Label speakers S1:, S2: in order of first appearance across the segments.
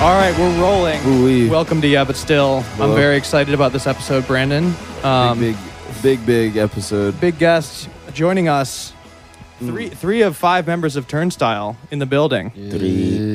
S1: All right, we're rolling.
S2: Ooh-wee.
S1: Welcome to Yeah, but still, I'm
S2: Hello.
S1: very excited about this episode, Brandon. Um,
S2: big, big, big episode.
S1: big guest joining us. Three, three of five members of Turnstile in the building.
S3: Three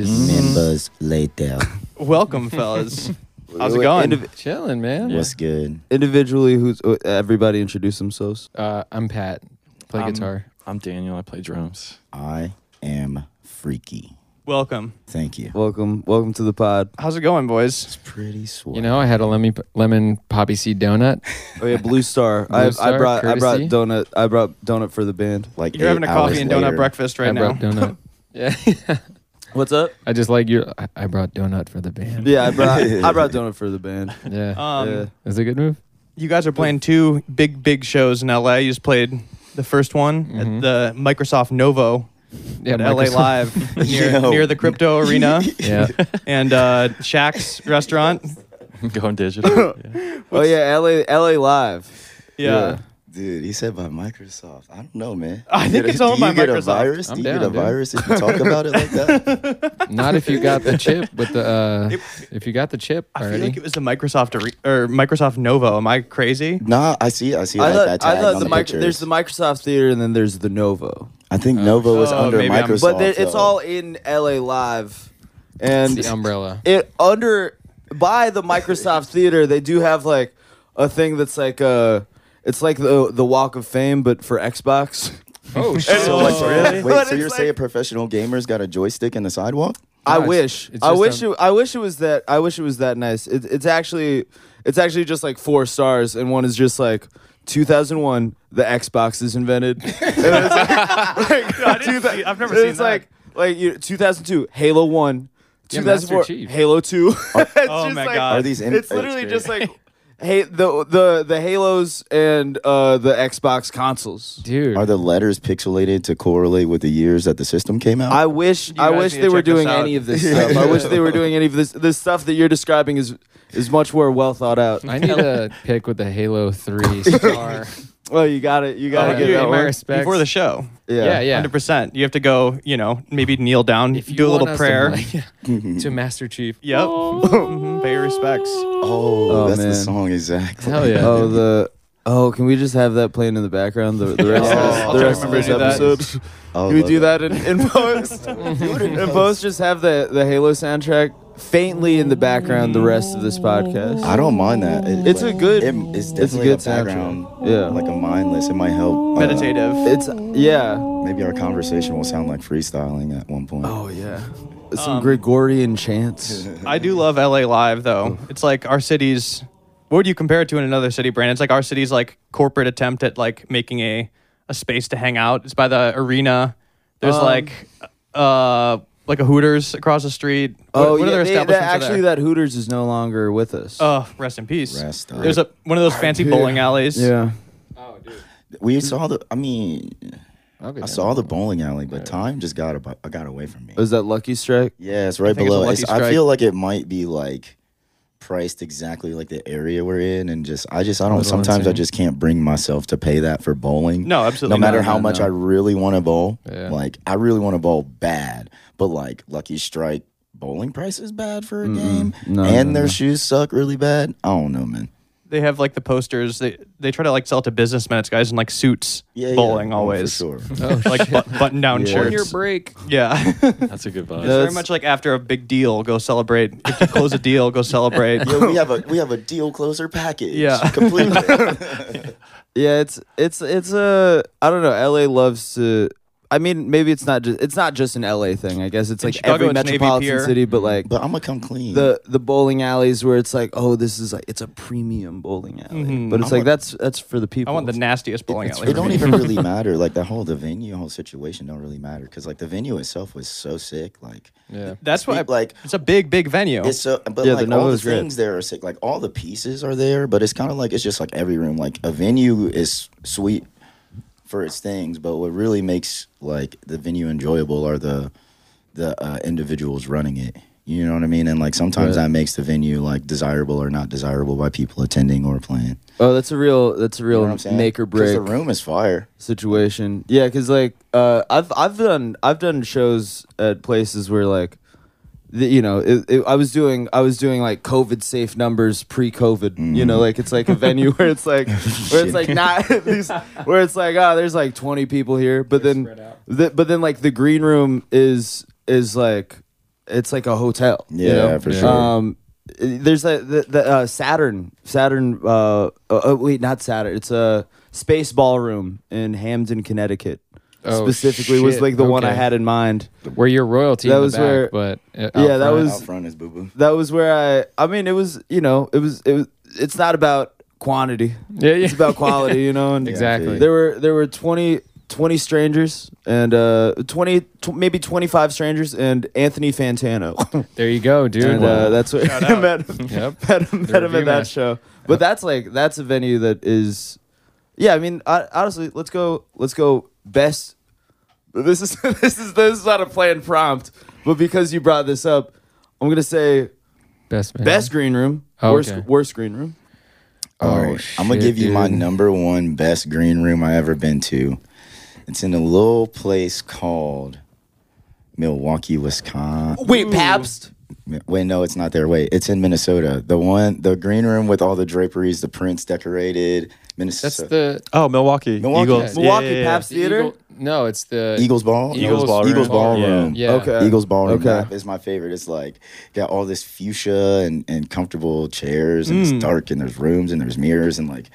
S1: Mm-hmm.
S4: Mm.
S3: members later.
S1: Welcome, fellas. How's it
S2: Wait,
S1: going?
S2: indiv-
S4: Chilling, man.
S3: What's good?
S2: individually, who's uh, everybody introduce themselves?
S4: Uh, I'm Pat. Play
S1: Um,
S4: guitar.
S5: I'm Daniel. I play drums.
S3: I am freaky.
S1: Welcome.
S3: Thank you.
S2: Welcome, welcome to the pod.
S1: How's it going, boys?
S3: It's pretty sweet.
S4: You know, I had a lemon lemon poppy seed donut.
S2: Oh yeah, Blue Star.
S4: Blue
S2: I, I
S4: Star,
S2: brought, I
S4: courtesy.
S2: brought donut. I brought donut for the band.
S3: like
S1: You're having a
S3: eight
S1: coffee
S3: hours
S1: and donut
S3: later.
S1: breakfast right
S4: I
S1: now.
S4: brought donut. Yeah,
S2: What's up?
S4: I just like your. I, I brought donut for the band.
S2: Yeah, I brought, I brought donut for the band.
S4: Yeah,
S1: Um,
S2: yeah. Oh,
S4: is it a good move?
S1: You guys are playing two big, big shows in LA. You just played the first one
S4: Mhm.
S1: at the Microsoft Novo
S4: Yeah,
S1: at LA
S4: Microsoft-
S1: Live near,
S3: Yo.
S1: near the Crypto Arena
S4: Yeah,
S1: and uh, Shaq's restaurant.
S5: Going digital. yeah.
S2: Oh yeah, LA, LA live.
S1: Yeah.
S3: Dude, he said by Microsoft. I don't know, man.
S1: I
S3: You
S1: think
S3: get a-
S1: it's owned
S3: do you
S1: by
S3: get
S1: Microsoft.
S3: A virus?
S4: I'm
S3: do you
S4: down,
S3: get a
S4: dude.
S3: virus if you talk about it like that?
S4: not if you got the chip with the. Uh, if you got the chip
S1: I
S4: already.
S1: feel like it was the Microsoft Are- or Microsoft Novo. Am I crazy?
S3: nah, I see. I see.
S2: I
S3: like
S2: thought,
S3: that
S2: I
S3: tag
S2: thought
S3: on
S2: the,
S3: the
S2: mic-
S3: pictures.
S2: there's the Microsoft Theater and then there's the Novo,
S3: I think Nova was
S1: Oh,
S3: under
S1: maybe I'm-
S3: Microsoft.
S2: but there- it's
S3: though.
S2: all in LA live,
S4: It's
S2: and
S4: the umbrella.
S2: it under by the Microsoft Theater, they do have like a thing that's like uh it's like the the Walk of Fame, but for Xbox.
S4: Oh
S3: So, like,
S2: really?
S3: Wait,
S2: But
S3: so
S2: it's
S3: you're
S2: like-
S3: saying professional gamers got a joystick in the sidewalk?
S2: I
S4: No, it's-
S2: wish.
S4: it's
S2: I
S4: just
S2: wish.
S4: a-
S2: it, I wish it was that. I wish it was that nice. It, it's actually. It's actually just like four stars, and one is just like 2001. The Xbox is invented. And it's like, like,
S1: I didn't see- I've never seen
S2: It's
S1: that.
S2: like like you, 2002 Halo One,
S4: Yeah, Master
S2: 2004
S4: Chief.
S2: Halo Two. It's
S1: Oh
S2: just
S1: my
S2: like-
S1: God.
S3: Are these in-
S2: it's
S3: oh,
S2: literally
S3: it's
S2: just like. Hey, the the the Halos and uh, the Xbox consoles.
S4: dude.
S3: Are the letters pixelated to correlate with the years that the system came out?
S2: I wish I
S1: guys
S2: wish
S1: need
S2: they
S1: to
S2: were
S1: check this
S2: doing
S1: out.
S2: any of this stuff. I wish they were doing any of this this stuff that you're describing is is much more well thought out.
S4: I need a pick with the Halo Three star.
S2: Well, you got it. You got
S1: Oh,
S2: to
S1: dude,
S2: get that
S4: my
S2: one.
S4: respects.
S1: Before the show.
S4: yeah, yeah.
S1: 100%. You have to go, you know, maybe kneel down,
S4: If you
S1: do a
S4: want
S1: little
S4: us
S1: prayer.
S4: To, play- to Master Chief.
S1: Yep. Mhm, Pay your respects.
S3: Oh,
S2: Oh,
S3: that's
S2: man.
S3: the song exactly.
S4: Hell yeah.
S2: Oh the oh, can we just have that playing in the background the, the rest
S3: Yeah. Oh,
S2: of
S3: I'll
S2: this,
S3: try
S2: the
S3: to
S2: rest of
S3: remember
S2: this
S3: to do that.
S2: episode?
S3: I'll
S2: Can we
S3: love
S2: do
S3: it.
S2: that in, in post? in post, just have the the Halo soundtrack faintly in the background the rest of this podcast.
S3: I don't mind that. It-
S2: It's a good-
S3: It, it's definitely
S2: it's a good
S3: a background.
S2: soundtrack. Yeah.
S3: like a mindless. It might help. uh,
S1: Meditative.
S2: it's yeah.
S3: maybe our conversation will sound like freestyling at one point.
S2: Oh yeah.
S1: Um,
S2: Some Gregorian chants.
S1: I do love LA Live though. It's like our city's. What would you compare it to in another city, Brandon? It's like our city's like corporate attempt at like making a a space to hang out. It's by the arena. There's
S2: Um,
S1: like uh like a Hooters across the street. What,
S2: oh
S1: what
S2: yeah.
S1: are their
S2: they- that-
S1: establishments are
S2: actually,
S1: there?
S2: that Hooters is no longer with us.
S1: Oh, rest in peace.
S3: Rest up.
S1: There's a one of those fancy
S2: R.I.P.
S1: bowling alleys.
S2: yeah.
S3: We saw the. I mean,
S4: I'll be
S3: I
S4: down
S3: saw
S4: with
S3: the
S4: that.
S3: bowling alley, but time just got about got away from me.
S2: Is that Lucky Strike?
S3: Yeah, it's right
S1: think it's
S3: below.
S1: a
S3: It's
S1: Lucky
S3: I feel like it might be like priced exactly like the area we're in, and just I just I don't.
S4: That's what I'm
S3: Sometimes I
S4: saying.
S3: just can't bring myself to pay that for bowling.
S1: No, absolutely
S3: No matter
S1: not.
S3: how
S2: No,
S3: much
S2: no.
S3: I really want to bowl,
S4: Yeah.
S3: like I really want to bowl bad, but like Lucky Strike bowling price is bad for a game,
S2: No,
S3: and
S2: no,
S3: their
S2: no.
S3: shoes suck really bad. I don't know, man.
S1: They have like the posters. They they try to like sell it to businessmen. It's guys in like suits
S3: Yeah, yeah,
S1: bowling
S3: oh,
S1: always.
S3: for sure.
S1: Like bu- button down
S2: Yeah. On
S4: your
S1: shirts.
S4: break.
S1: Yeah.
S5: That's a good vibe.
S2: That's-
S1: It's very much like after a big deal, go celebrate. If you close a deal, go celebrate.
S3: Yo, we have a we have a deal closer package.
S1: Yeah.
S3: completely.
S2: Yeah, it's it's it's a I don't know. LA loves to. I mean, maybe it's not just it's not just an LA thing. I guess it's
S1: In
S2: like
S1: Chicago,
S2: every
S1: it's Navy
S2: metropolitan
S1: Pier.
S2: city, but like
S3: but I'm gonna come clean.
S2: the the bowling alleys where it's like, oh, this is like it's a premium bowling alley, but it's like
S3: I want-
S2: that's that's for the
S1: Mm-hmm. I
S2: people.
S1: want the nastiest bowling
S3: It's-
S1: alley.
S3: It don't even really matter. Like the whole the venue, whole situation don't really matter because like the venue itself was so sick. Like
S4: Yeah.
S1: That's why.
S3: Speak like-
S1: it's a big, big venue.
S3: it's so, but
S2: Yeah, the
S3: like
S2: Nova
S3: all the
S2: is great.
S3: things there are sick. Like all the pieces are there, but it's kind of like it's just like every room. Like a venue is sweet for its things, but what really makes like the venue enjoyable are the the uh, individuals running it. You know what I mean? And like sometimes
S2: Right.
S3: that makes the venue like desirable or not desirable by people attending or playing.
S2: oh, that's a real that's a
S3: You know
S2: real
S3: what I'm saying?
S2: make or
S3: 'Cause
S2: break
S3: The room is fire.
S2: situation. Yeah, because like uh, I've I've done I've done shows at places where like the, you know, it, it, I was doing I was doing like COVID safe numbers pre COVID. You know, like it's like a venue where it's like where it's like not these where it's like oh there's like 20 people here, but then the, but then like the green room is is like it's like a hotel. you
S3: Yeah,
S2: know?
S3: for sure.
S2: Um, there's a, the the uh, Saturn Saturn uh, oh, wait not Saturn it's a space ballroom in Hamden Connecticut
S4: Oh,
S2: specifically was
S4: shit.
S2: like the one I
S4: Okay.
S2: had in mind
S4: where your royalty
S2: That
S4: in the
S2: was
S4: back,
S2: where-
S4: but uh, out
S2: yeah that
S4: front.
S2: was
S3: Out front is boo boo.
S2: that was where I I mean it was you know it was it was it's not about quantity
S4: yeah, yeah.
S2: it's about quality you know and
S4: exactly.
S2: there were there were 20 20 strangers and uh 20 tw- maybe 25 strangers and Anthony Fantano
S4: There you go, dude.
S2: and uh, that's where I met
S4: yep.
S2: met him, met him
S4: review
S2: at that
S4: match.
S2: show. But that's like that's a venue that is, yeah. I mean, I, honestly, let's go. Let's go best. This is this is this is not a planned prompt, but because you brought this up, I'm gonna say
S4: Best man.
S2: best green room,
S4: Oh,
S2: worst
S4: okay.
S2: worst green room.
S3: All right. I'm going
S4: Oh, shit,
S3: to give you my
S4: dude.
S3: number one best green room I ever been to. It's in a little place called Milwaukee, Wisconsin.
S2: Wait, Pabst.
S3: Wait, no, it's not there. Wait, it's in Minnesota. The one, the green room with all the draperies, the prints decorated.
S4: That's
S3: Minnesota
S4: the
S5: Oh, Milwaukee.
S3: Milwaukee.
S5: Eagles.
S2: Milwaukee Pabst
S4: the
S2: Theater.
S4: Eagle- no, it's the
S3: Eagles Ball.
S4: Eagles
S5: Ballroom.
S3: Eagles Ballroom.
S4: Yeah.
S2: Okay.
S3: Eagles Ballroom
S2: Okay.
S3: rap is my favorite. It's like got all this fuchsia and, and comfortable chairs, and
S4: Hmm.
S3: it's dark, and there's rooms, and there's mirrors, and like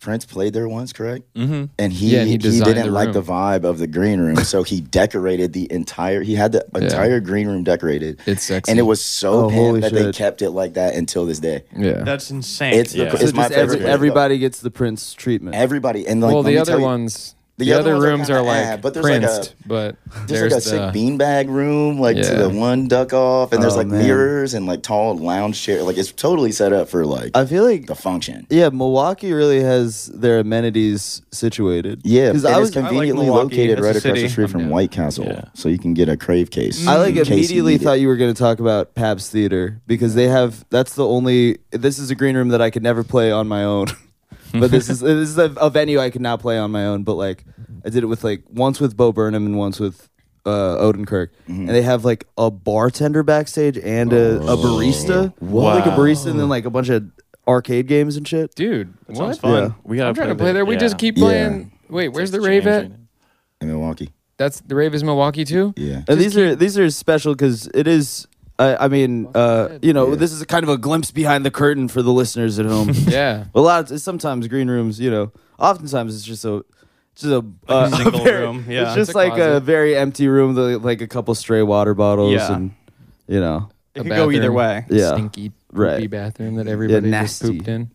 S3: Prince played there once, correct? Mm-hmm. And he
S4: Yeah, he
S3: he,
S4: designed
S3: didn't
S4: the
S3: like the
S4: room.
S3: vibe of the green room, so he decorated the entire. He had the entire green room decorated.
S4: It's sexy.
S3: and it was so
S2: Oh, holy
S3: pimped that they
S2: shit.
S3: kept it like that until this day.
S4: yeah.
S1: That's insane.
S3: It's the,
S5: Yeah.
S3: it's
S2: So
S3: my
S2: just
S3: favorite.
S2: every,
S3: place, though.
S2: everybody gets the Prince treatment.
S3: everybody, and like
S4: well,
S3: let
S4: the
S3: me
S4: other
S3: tell you-
S4: ones,
S3: the
S4: the, other
S3: other ones are
S4: rooms
S3: kinda
S4: are like
S3: eh, but there's like a-
S4: princed, but
S3: Just
S4: there's
S3: like a
S4: the,
S3: sick beanbag room, like to
S4: Yeah.
S3: the one duck off, and there's
S2: Oh,
S3: like
S2: man.
S3: mirrors and like tall lounge chair. Like it's totally set up for like
S2: I feel like
S3: the function.
S2: yeah, Milwaukee really has their amenities situated.
S3: Yeah,
S2: because
S3: because
S2: I was
S1: I like
S3: conveniently
S1: Milwaukee.
S3: located
S1: It's a
S3: right across
S1: city.
S3: the street from
S5: Yeah.
S3: White Castle,
S5: Yeah.
S3: so you can get a crave case.
S2: I like
S3: in case you
S2: immediately
S3: need it.
S2: thought you were going to talk about Pabst Theater because they have that's the only this is a green room that I could never play on my own. but this is this is a, a venue I could not play on my own. But like I did it with like once with Bo Burnham and once with uh, Odin Kirk, and they have like a bartender backstage and a, a barista, like a
S5: Wow.
S2: barista, and then like a bunch of arcade games and shit.
S4: dude.
S5: Sounds
S4: What?
S5: fun.
S2: Yeah.
S5: We gotta
S4: I'm trying to play there. We
S5: yeah.
S4: just keep
S3: Yeah.
S4: playing. Wait, where's the rave at?
S5: Changing
S3: in Milwaukee.
S4: That's the rave is Milwaukee too.
S3: Yeah,
S2: And these are these are special because it is. I, I mean, uh, you know, this is a kind of a glimpse behind the curtain for the listeners at home.
S4: Yeah.
S2: A lot. Of, sometimes green rooms, you know, oftentimes it's just a just a, uh, a
S1: single
S2: very-
S1: room, yeah.
S2: it's just
S4: It's a
S2: like a
S4: closet.
S2: very empty room, with, like a couple stray water bottles,
S1: Yeah.
S2: and you know,
S1: it
S4: A
S1: could go either
S4: bathroom.
S1: way.
S2: yeah,
S4: Stinky,
S2: Right.
S4: poopy bathroom that everybody just
S2: nasty.
S4: pooped in.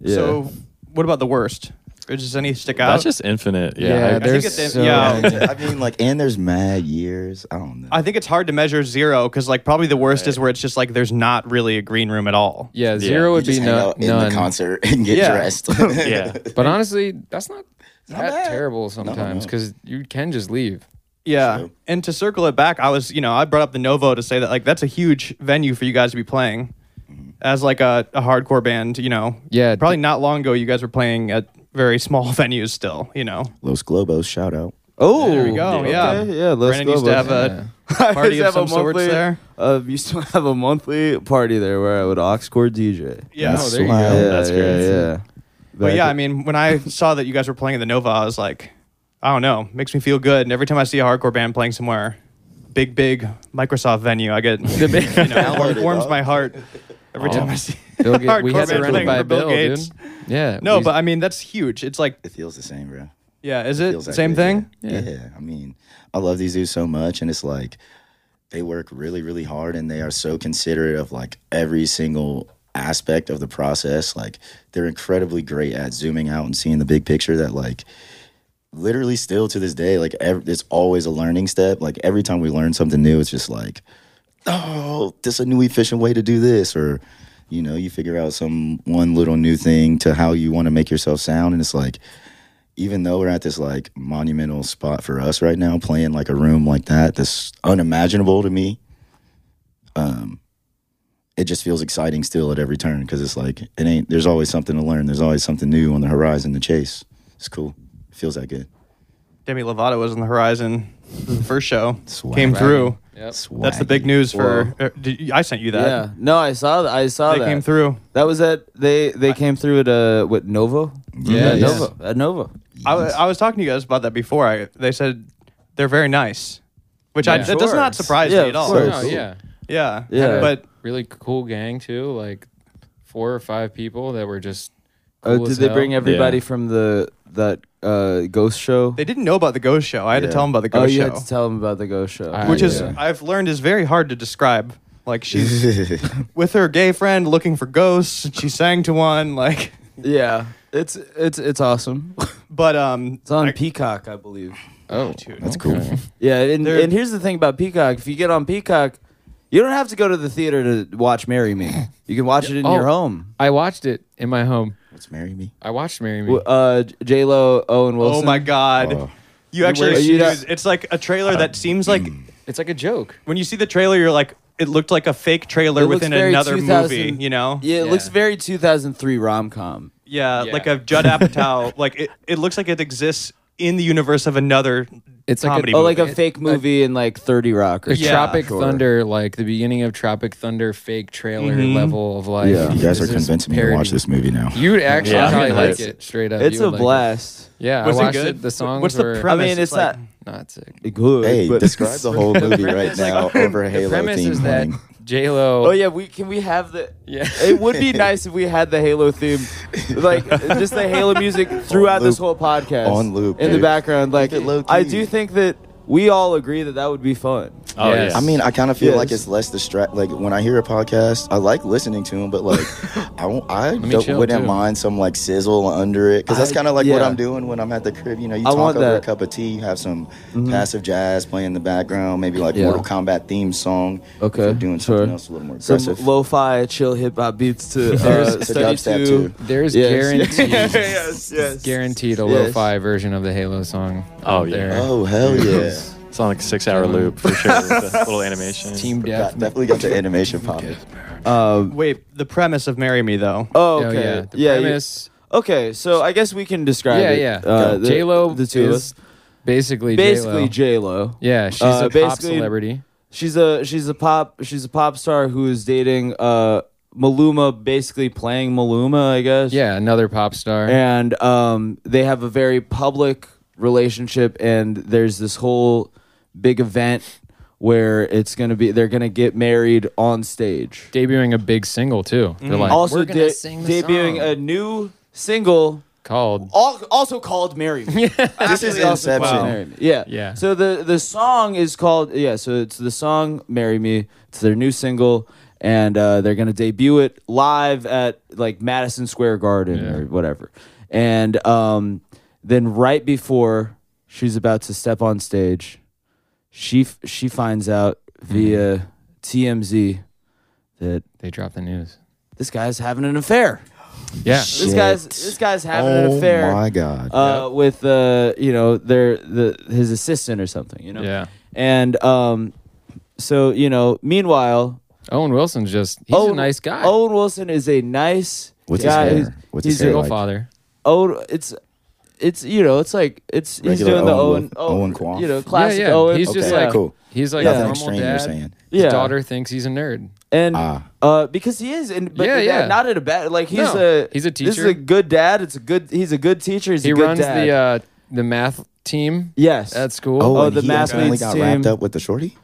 S2: yeah.
S1: So, what about the worst? Or just any stick out?
S5: That's just infinite. Yeah.
S4: Yeah,
S5: I-
S1: I think
S4: there's
S1: it's
S4: so
S1: yeah.
S4: many.
S3: I mean, like, and there's mad years. I don't know.
S1: I think it's hard to measure zero because like probably the worst is where it's just like there's not really a green room at all.
S4: Yeah, zero
S3: You
S4: would
S3: just
S4: be
S3: hang
S4: no,
S3: out in the
S4: none.
S3: concert and get
S1: Yeah.
S3: dressed.
S5: yeah.
S4: But honestly, that's not
S3: not
S4: that
S3: bad.
S4: terrible sometimes because you can just leave.
S1: Yeah.
S3: True.
S1: And to circle it back, I was, you know, I brought up the Novo to say that like that's a huge venue for you guys to be playing as like a, a hardcore band, you know.
S4: Yeah,
S1: Probably not long ago you guys were playing at very small venues still, you know.
S3: Los Globos, shout out.
S2: oh,
S1: There we go.
S2: okay,
S1: Yeah.
S2: yeah. Let's
S1: Brandon
S2: go.
S1: used to
S2: boys.
S1: have a
S2: I
S1: party
S2: used to
S1: of
S2: have
S1: some
S2: a
S1: sorts
S2: monthly-
S1: there.
S2: Uh, used to have a monthly party there where I would aux chord DJ.
S1: Yeah.
S4: Oh, there you go.
S3: Wow.
S2: yeah,
S5: that's
S2: yeah,
S5: crazy.
S2: yeah.
S1: But
S2: Back
S1: yeah,
S2: at-
S1: I mean, when I saw that you guys were playing at the Nova, I was like, I don't know, makes me feel good. And every time I see a hardcore band playing somewhere, big, big Microsoft venue, I get, you know, warm- warms my heart every
S2: Oh.
S1: time I see
S4: Bill Gates. We
S1: hardcore
S4: had to
S1: band
S4: run it
S1: playing
S4: by
S1: for Bill
S4: Bill,
S1: Gates.
S4: dude. Yeah.
S1: No,
S4: we-
S1: but I mean, that's huge. It's like,
S3: It feels the same, bro.
S1: yeah, is
S3: feels
S1: it
S3: that
S1: same
S3: good,
S1: thing?
S3: Yeah. Yeah, I mean, I love these dudes so much, and it's like they work really, really hard, and they are so considerate of like every single aspect of the process. Like they're incredibly great at zooming out and seeing the big picture. That like literally still to this day, like ev it's always a learning step. Like every time we learn something new, it's just like, oh, this a new efficient way to do this, or you know, you figure out some one little new thing to how you want to make yourself sound, and it's like even though we're at this like monumental spot for us right now, playing like a room like that, that's unimaginable to me. Um, it just feels exciting still at every turn because it's like it ain't. There's always something to learn. There's always something new on the horizon to chase. It's cool. It feels that good.
S1: Demi Lovato was on the horizon. The first show
S3: Swag.
S1: came through.
S4: Yep.
S1: That's the big news for. Uh, did you- I sent you that.
S2: yeah. No, I saw that. I saw
S1: They
S2: that.
S1: came through.
S2: That was at they they came through at uh what Novo?
S4: Yeah,
S2: at
S4: yeah.
S2: Novo. At Novo.
S1: I, wa- I was talking to you guys about that before. I, they said they're very nice, which I,
S4: Yeah.
S1: that does
S4: Sure.
S1: not surprise
S2: Yeah,
S1: me at
S2: of
S1: all.
S2: course.
S4: No, Oh, yeah.
S1: Yeah.
S2: Yeah.
S1: But
S4: Really cool gang too. Like four or five people that were just.
S2: Oh,
S4: cool
S2: did
S4: as
S2: they
S4: hell.
S2: bring everybody
S5: Yeah.
S2: from the that uh ghost show?
S1: they didn't know about the ghost show. I had to
S3: Yeah.
S1: tell them about the
S2: oh,
S1: ghost
S2: you
S1: show,
S2: had to tell them about the ghost show.
S4: Ah,
S1: which
S4: yeah.
S1: is I've learned is very hard to describe. Like she's with her gay friend looking for ghosts. And she sang to one. Like,
S2: yeah. It's it's it's awesome.
S1: but um,
S2: It's on
S1: I-
S2: Peacock, I believe.
S4: Oh,
S3: That's cool.
S2: Yeah, and,
S1: They're-
S2: and here's the thing about Peacock. If you get on Peacock, you don't have to go to the theater to watch Marry Me. You can watch it in
S4: Oh.
S2: your home.
S4: I watched it in my home.
S3: Let's marry me.
S4: I watched Marry Me.
S2: W- Uh, J Lo, Owen Wilson.
S1: oh my god.
S3: Oh.
S1: You actually,
S2: Wait, you
S1: dude,
S2: don't-
S1: it's like a trailer that seems like
S2: mm.
S4: It's like a joke.
S1: when you see the trailer, you're like, it looked like a fake trailer
S2: It looks
S1: within
S2: very
S1: another
S2: 2000
S1: movie, you know?
S2: Yeah, it looks
S4: Yeah.
S2: very 2003 rom com.
S1: Yeah,
S4: Yeah.
S1: like a Judd Apatow. like it, it looks like it exists in the universe of another
S4: It's like a-
S1: comedy
S2: Oh,
S1: movie.
S2: like a fake movie in like 30 Rock or
S4: The
S1: Yeah,
S4: Tropic
S2: sure.
S4: Thunder, like the beginning of Tropic Thunder, fake trailer level of like.
S2: Yeah.
S3: You guys
S4: this
S3: are
S4: is
S3: convincing me to
S4: parody.
S3: watch this movie now.
S4: You'd actually
S5: Yeah.
S4: probably
S5: Yeah.
S4: like
S5: It's-
S4: it straight up.
S2: It's a
S4: You would like it.
S2: blast.
S4: Yeah,
S1: Was it
S4: I watched
S1: good?
S4: it. The
S1: What's
S4: songs
S1: the
S4: were
S1: premise?
S2: I mean,
S1: It's
S2: it's
S1: like-
S2: not
S4: not sick.
S2: good.
S3: Hey,
S2: but-
S3: describe the whole movie right now over
S4: The
S3: Halo
S4: premise
S3: theme.
S4: is that
S3: playing.
S4: J Lo.
S2: Oh yeah, we can we have the.
S4: Yeah.
S2: It would be nice if we had the Halo theme, like just the Halo music throughout this whole
S3: loop.
S2: podcast
S3: On loop,
S2: in the
S3: dude.
S2: background. Like
S3: it low-key.
S2: I do think that we all agree that that would be fun.
S5: Oh,
S4: Yes.
S5: yeah.
S3: I mean, I kind of feel
S2: Yes.
S3: like it's less distract. Like when I hear a podcast, I like listening to them, but like I won't, I
S4: me
S3: don't,
S4: chill,
S3: wouldn't
S4: too.
S3: mind some like sizzle under it because that's
S2: I-
S3: kind of like what
S2: yeah.
S3: I'm doing when I'm at the crib. You know, you
S2: I
S3: talk
S2: want
S3: over a
S2: that. Mm-hmm.
S3: cup of tea, you have some passive jazz playing in the background, maybe like
S2: Yeah.
S3: Mortal Kombat theme song. if
S2: Okay,
S3: you're doing something
S2: sure.
S3: else a little more
S2: Some
S3: aggressive.
S2: lo-fi chill hip hop beats to
S3: There's
S2: uh,
S3: the
S2: study
S3: dubstep,
S2: to.
S3: too.
S4: There's
S2: Yes.
S4: guaranteed,
S2: yes, yes.
S4: guaranteed a
S2: Yes.
S4: lo-fi version of the Halo song.
S5: Oh,
S4: out
S5: yeah.
S4: there.
S3: oh hell yeah!
S5: It's on like a six hour loop for sure. with a little animation.
S4: Team
S3: Got-
S4: Death.
S3: definitely got the animation popping.
S2: Um,
S1: Wait, the premise of Marry Me though.
S2: oh,
S4: Oh,
S2: okay.
S4: yeah. The
S2: yeah, you-
S4: premise.
S2: okay, so I guess we can describe
S4: Yeah,
S2: it.
S4: yeah.
S2: Uh, the-
S4: J Lo
S2: the two of us.
S4: is basically
S2: Basically,
S4: J-Lo.
S2: J Lo.
S4: yeah, she's
S2: uh,
S4: a pop
S2: basically-
S4: celebrity.
S2: She's a she's a pop she's a pop star who is dating uh Maluma, basically playing Maluma, I guess.
S4: Yeah, another pop star.
S2: And um, they have a very public relationship, and there's this whole big event where it's gonna be they're gonna get married on stage.
S4: Debuting a big single too. They're
S1: Mm-hmm.
S4: like
S2: also
S4: we're gonna
S2: de-
S4: sing the
S2: debuting
S4: song
S2: a Oh. new single
S4: called
S2: al- also called Marry Me.
S3: This
S2: Also
S3: is
S2: called
S3: Inception.
S2: Marry Me. Yeah.
S4: Yeah.
S2: So the the song is called yeah, so it's the song Marry Me. It's their new single and uh, they're going to debut it live at like Madison Square Garden or whatever. And um, then right before she's about to step on stage, she f- she finds out
S3: Mm-hmm.
S2: via TMZ that
S4: They dropped the news.
S2: this guy's having an affair.
S4: Yeah.
S2: This
S3: Shit.
S2: guy's this guy's having an
S3: oh
S2: affair
S3: my god!
S2: uh, with uh, you know their the his assistant or something, you know.
S4: Yeah.
S2: And um, so you know, meanwhile,
S4: Owen Wilson's just he's a nice guy.
S2: Owen Wilson is a nice
S3: What's his
S2: guy.
S3: hair?
S2: He's,
S3: What's
S2: he's
S3: his
S2: a-
S3: hair
S4: single
S3: like-
S4: father.
S2: Owen, it's it's you know, it's like it's he's
S3: Regular
S2: doing the
S3: Owen
S2: Owen
S3: Wolf- Owen Kwan.
S2: you know,
S3: Yeah,
S2: classic
S4: yeah, yeah.
S2: Owen.
S4: He's just
S3: Okay,
S4: like
S3: cool.
S4: he's like
S2: Yeah. Nothing
S4: a normal
S3: extreme
S4: dad.
S3: you're saying.
S2: Yeah.
S4: His daughter thinks he's a nerd.
S2: and
S3: Ah.
S2: uh, because he is, and but
S4: Yeah,
S2: not-
S4: yeah.
S2: not at a bad like he's
S4: No,
S2: a
S4: he's a
S2: This is
S4: teacher.
S2: a good dad. It's a good. He's a good teacher. He's
S4: He
S2: a good
S4: runs
S2: dad.
S4: the uh the math team
S2: yes
S4: at school.
S2: Oh,
S3: and
S2: the
S3: he
S2: math
S3: accidentally
S2: leads
S3: got wrapped
S2: team.
S3: up with the shorty.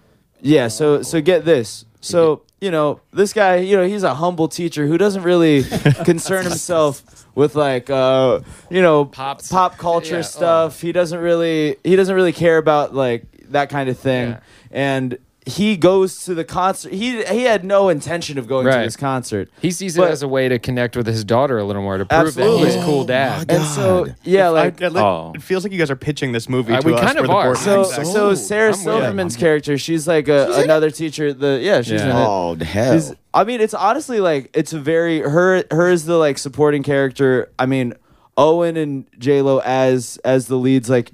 S2: Yeah, so so get this. So, you know, this guy, you know, he's a humble teacher who doesn't really concern himself with like uh, you know,
S4: Pop-
S2: pop culture
S4: yeah, oh.
S2: stuff. He doesn't really he doesn't really care about like that kind of thing.
S4: Yeah.
S2: And he goes to the concert. He he had no intention of going to
S4: Right.
S2: this concert.
S4: He sees
S2: But-
S4: it as a way to connect with his daughter a little more to prove
S2: Absolutely.
S4: that he's a cool dad.
S2: and so
S3: God.
S2: yeah,
S1: I-
S2: like
S1: I li-
S5: Oh.
S1: It feels like you guys are pitching this movie
S4: Uh,
S1: to
S4: we
S1: us.
S4: kind
S1: for
S4: of
S1: the
S4: are.
S1: board
S2: so,
S1: members.
S4: Exactly.
S2: so Sarah
S4: I'm with it.
S2: Silverman's character, she's like a, another teacher. The yeah, she's
S4: Yeah.
S2: in it.
S3: Oh hell!
S2: Is- I mean, it's honestly like it's a very her her is the like supporting character. I mean, Owen and J Lo as as the leads. Like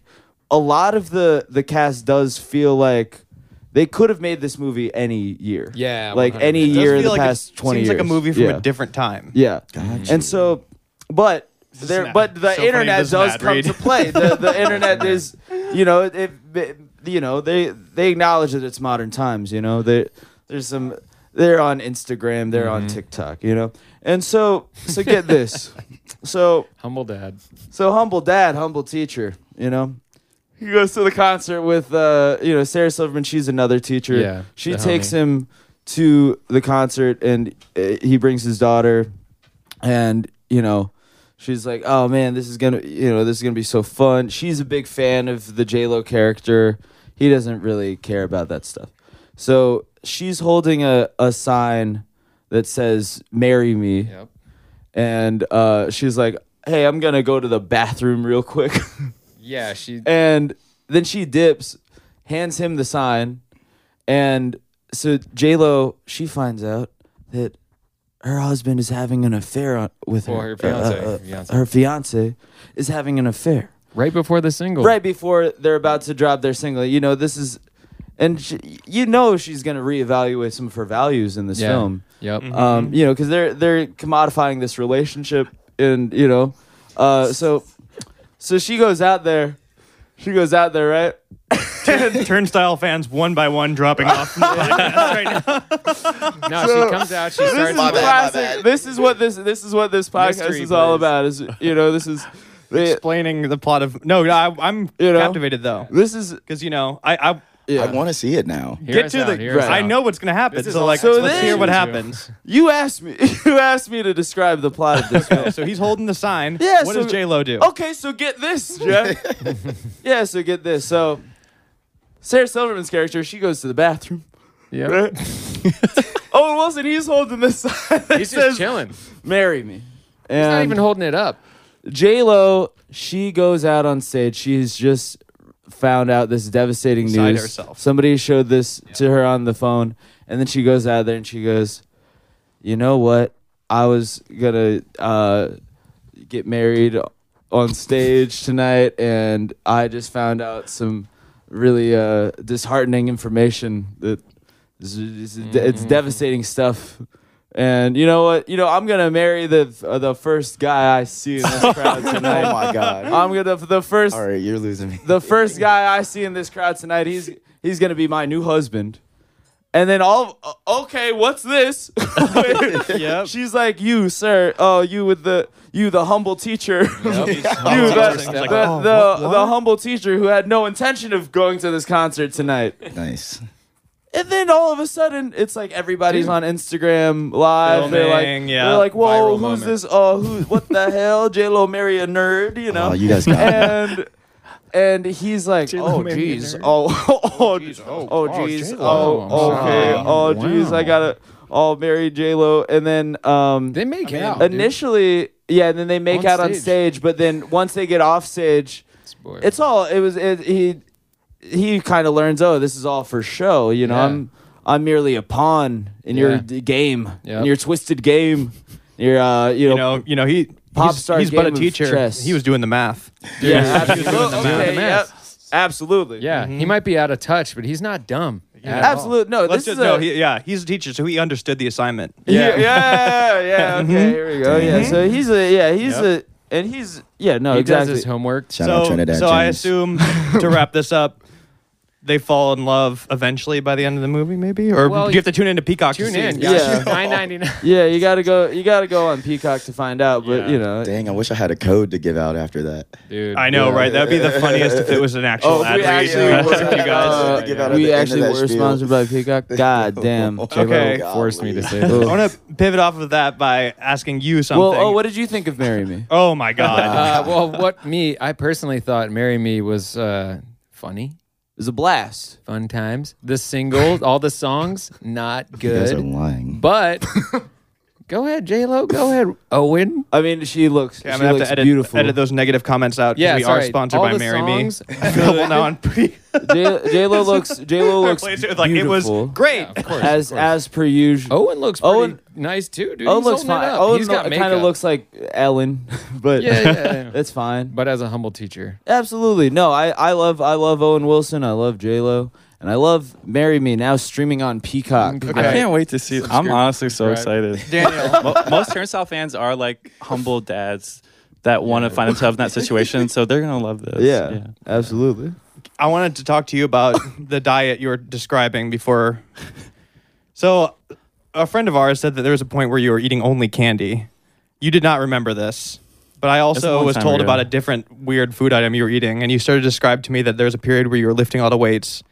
S2: a lot of the the cast does feel like they could have made this movie any year.
S4: Yeah,
S2: like
S4: 100%.
S2: any
S1: It does
S2: year in
S1: feel
S2: the
S1: like it
S2: past twenty
S1: seems
S2: years.
S1: like a movie from
S2: yeah.
S1: a different time.
S2: Yeah,
S3: Gotcha.
S2: and so, but there,
S1: not-
S2: but the
S1: so funny,
S2: internet
S1: this is
S2: does
S1: Matt
S2: come
S1: Reed.
S2: to play. The, the internet is, you know, it, it- you know, they they acknowledge that it's modern times. You know, they there's some they're on Instagram, they're on TikTok. You know, and so so get this, so
S4: Humble dad.
S2: so humble dad, humble teacher. You know. He goes to the concert with, uh, you know, Sarah Silverman. She's another teacher.
S4: Yeah,
S2: she
S4: the
S2: takes
S4: homie.
S2: him to the concert, and uh, he brings his daughter, and you know, she's like, "Oh man, this is gonna, you know, this is gonna be so fun." She's a big fan of the J Lo character. He doesn't really care about that stuff, so she's holding a a sign that says "Marry Me."
S4: Yep.
S2: and uh, she's like, "Hey, I'm gonna go to the bathroom real quick,"
S4: Yeah, she.
S2: and then she dips, hands him the sign, and so J Lo she finds out that her husband is having an affair on, with
S4: Well,
S2: her. uh,
S4: her fiance, her fiance.
S2: her fiance is having an affair
S4: Right before the single.
S2: right before they're about to drop their single. You know, this is, and sh you know she's gonna reevaluate some of her values in this
S4: Yeah.
S2: film
S4: Yep.
S2: um, you know, because they're they're commodifying this relationship, and you know, uh, so so she goes out there, she goes out there, right?
S1: Turnstile fans one by one dropping off. from the podcast right now.
S4: no, she comes out. She starts.
S3: My bad.
S2: This is what this this is what this podcast
S4: Mystery
S2: is all
S4: boys.
S2: about. Is you know, this is they,
S1: Explaining the plot of no, I, I'm
S2: You know?
S1: captivated though
S2: this is
S1: because you know I, I
S2: yeah.
S3: I want to see it now.
S4: Hear
S1: get
S4: us
S1: to
S4: out,
S1: the.
S4: hear us
S1: I
S4: out.
S1: know what's gonna happen.
S5: This is
S1: So
S5: all
S1: like,
S2: So
S1: let's hear
S2: then-
S1: what happens.
S2: you asked me you asked me to describe the plot of this film.
S1: so he's holding the sign.
S2: Yeah,
S1: what
S2: so-
S1: does J Lo do?
S2: Okay, so get this, Jeff. yeah, so get this. So Sarah Silverman's character, she goes to the bathroom. Oh,
S4: Yep.
S2: Right? Owen Wilson, he's holding this sign. that
S4: He's
S2: says,
S4: just chilling.
S2: Marry me.
S4: He's not
S2: And
S4: even holding it up.
S2: J Lo, she goes out on stage. She's just found out this devastating
S1: Beside
S2: news.
S1: herself.
S2: Somebody showed this to her on the phone, and then she goes out there and she goes, "You know what? I was gonna uh, get married on stage tonight, and I just found out some really uh, disheartening information that is- is- it's,
S3: Mm-hmm.
S2: devastating stuff." And you know what? You know I'm gonna marry the uh, the first guy I see in this crowd tonight.
S3: Oh my god!
S2: I'm gonna the first
S3: All right, you're losing me.
S2: the first guy I see in this crowd tonight. He's he's gonna be my new husband. And then all uh, okay, what's this?
S1: Yep.
S2: She's like, you sir, oh you with the you the humble teacher, you
S1: Humble
S2: the,
S1: teacher.
S2: the,
S1: Like,
S2: the,
S1: oh,
S2: the, humble teacher who had no intention of going to this concert tonight.
S3: Nice.
S2: And then all of a sudden, it's like everybody's on Instagram live. they're
S1: Filming,
S2: like,
S1: yeah.
S2: they're like, whoa,
S4: Viral
S2: who's
S4: moment.
S2: this? Oh, who? What the hell? J Lo marry a nerd? You know?
S3: Oh, you guys got it.
S2: and and he's like, oh jeez, oh oh jeez, oh oh jeez, oh,
S4: Oh,
S2: okay,
S4: wow.
S2: oh jeez, I gotta all marry J Lo, and then um
S4: They make out. Oh, dude.
S2: initially yeah, and then they make
S4: On
S2: out on
S4: stage.
S2: stage, but then once they get off stage,
S4: It's boy.
S2: it's all it was it, he he kind of learns oh this is all for show, you know
S4: Yeah.
S2: I'm I'm merely a pawn in
S4: Yeah.
S2: your d- game, in
S4: Yep.
S2: your twisted game, your uh
S1: you know, you know he.
S2: Pop
S1: he's,
S2: star
S1: he's but a
S2: game of
S1: teacher.
S2: chess.
S1: He was doing the math.
S2: yeah, absolutely,
S4: Doing the math.
S2: okay, Mm-hmm. yep, absolutely,
S4: yeah, he might be out of touch, but he's not dumb. at all.
S2: Absolute no.
S1: Let's
S2: this
S1: just
S2: is
S1: no.
S2: a,
S1: He, yeah, he's a teacher, so he understood the assignment.
S2: yeah.
S4: Yeah. Mm-hmm.
S2: yeah, yeah, Okay, here we go. Yeah, so he's a yeah, he's a and he's yeah, no,
S4: He
S2: exactly.
S4: does his homework.
S3: Shout out
S1: so,
S3: Trinidad.
S1: so I
S3: James.
S1: assume to wrap this up, they fall in love eventually by the end of the movie, maybe, or
S4: Well,
S1: do you have to tune into Peacock? to
S4: Tune
S1: see
S4: in,
S1: it?
S4: guys.
S2: Yeah.
S4: Nine ninety nine.
S2: yeah, you gotta go. You gotta go on Peacock to find out. But
S4: Yeah.
S2: you know,
S3: Dang, I wish I had a code to give out after that.
S4: Dude,
S1: I know, right? That'd be the funniest if it was an actual
S2: Oh, if
S1: ad.
S2: we
S1: read.
S2: actually
S1: That's
S2: were-
S1: up to you guys.
S4: Uh,
S3: give out at
S2: we
S3: the end of
S2: actually
S3: that
S2: were
S3: spiel.
S2: sponsored by Peacock. God damn.
S1: Okay.
S3: Oh,
S4: forced me
S3: golly.
S4: to say
S1: I
S4: that.
S1: want to pivot off of that by asking you something.
S2: Well, oh, what did you think of Marry Me?
S1: Oh my god!
S4: Uh, well, what me? I personally thought "Marry Me" was uh, funny,
S2: It was a blast.
S4: fun times. The single, all the songs, not
S3: You guys are
S4: good.
S3: lying.
S4: But go ahead, J Lo. Go ahead, Owen.
S2: I mean, she looks.
S1: Okay, I'm
S2: she
S1: gonna have
S2: looks
S1: to edit,
S2: beautiful.
S1: edit those negative comments out. 'cause
S4: Yeah,
S1: we
S4: sorry.
S1: are sponsored
S4: all
S1: by
S4: the
S1: Marry
S4: songs,
S1: Me. Available now on pre.
S2: J Lo looks. J Lo looks
S1: like
S2: beautiful.
S1: it was Oh, great.
S4: Of course,
S2: as
S4: of course.
S2: as per usual.
S4: Owen looks pretty
S2: Owen-
S4: nice too, dude.
S2: Owen
S4: He's
S2: looks
S4: holding it
S2: fine.
S4: up.
S2: Owen
S4: He's got
S2: kind of
S4: makeup.
S2: looks like Ellen, but
S4: Yeah, yeah, yeah.
S2: it's fine.
S4: but as a humble teacher.
S2: Absolutely. No, I, I love I love Owen Wilson. I love J Lo, and I love "Marry Me" now streaming on Peacock.
S4: Okay.
S5: I can't wait to see. I'm honestly so
S4: Subscribe.
S5: excited. Mo- most Turnstile fans are like humble dads that want to find themselves in that situation. So they're gonna love this.
S2: Yeah, absolutely.
S1: I wanted to talk to you about the diet you were describing before. So, a friend of ours said that there was a point where you were eating only candy. You did not remember this, but I
S5: a
S1: also
S5: long
S1: was
S5: time
S1: told
S5: ago.
S1: about a different weird food item you were eating, and you started to describe to me that there was a period where you were lifting all the weights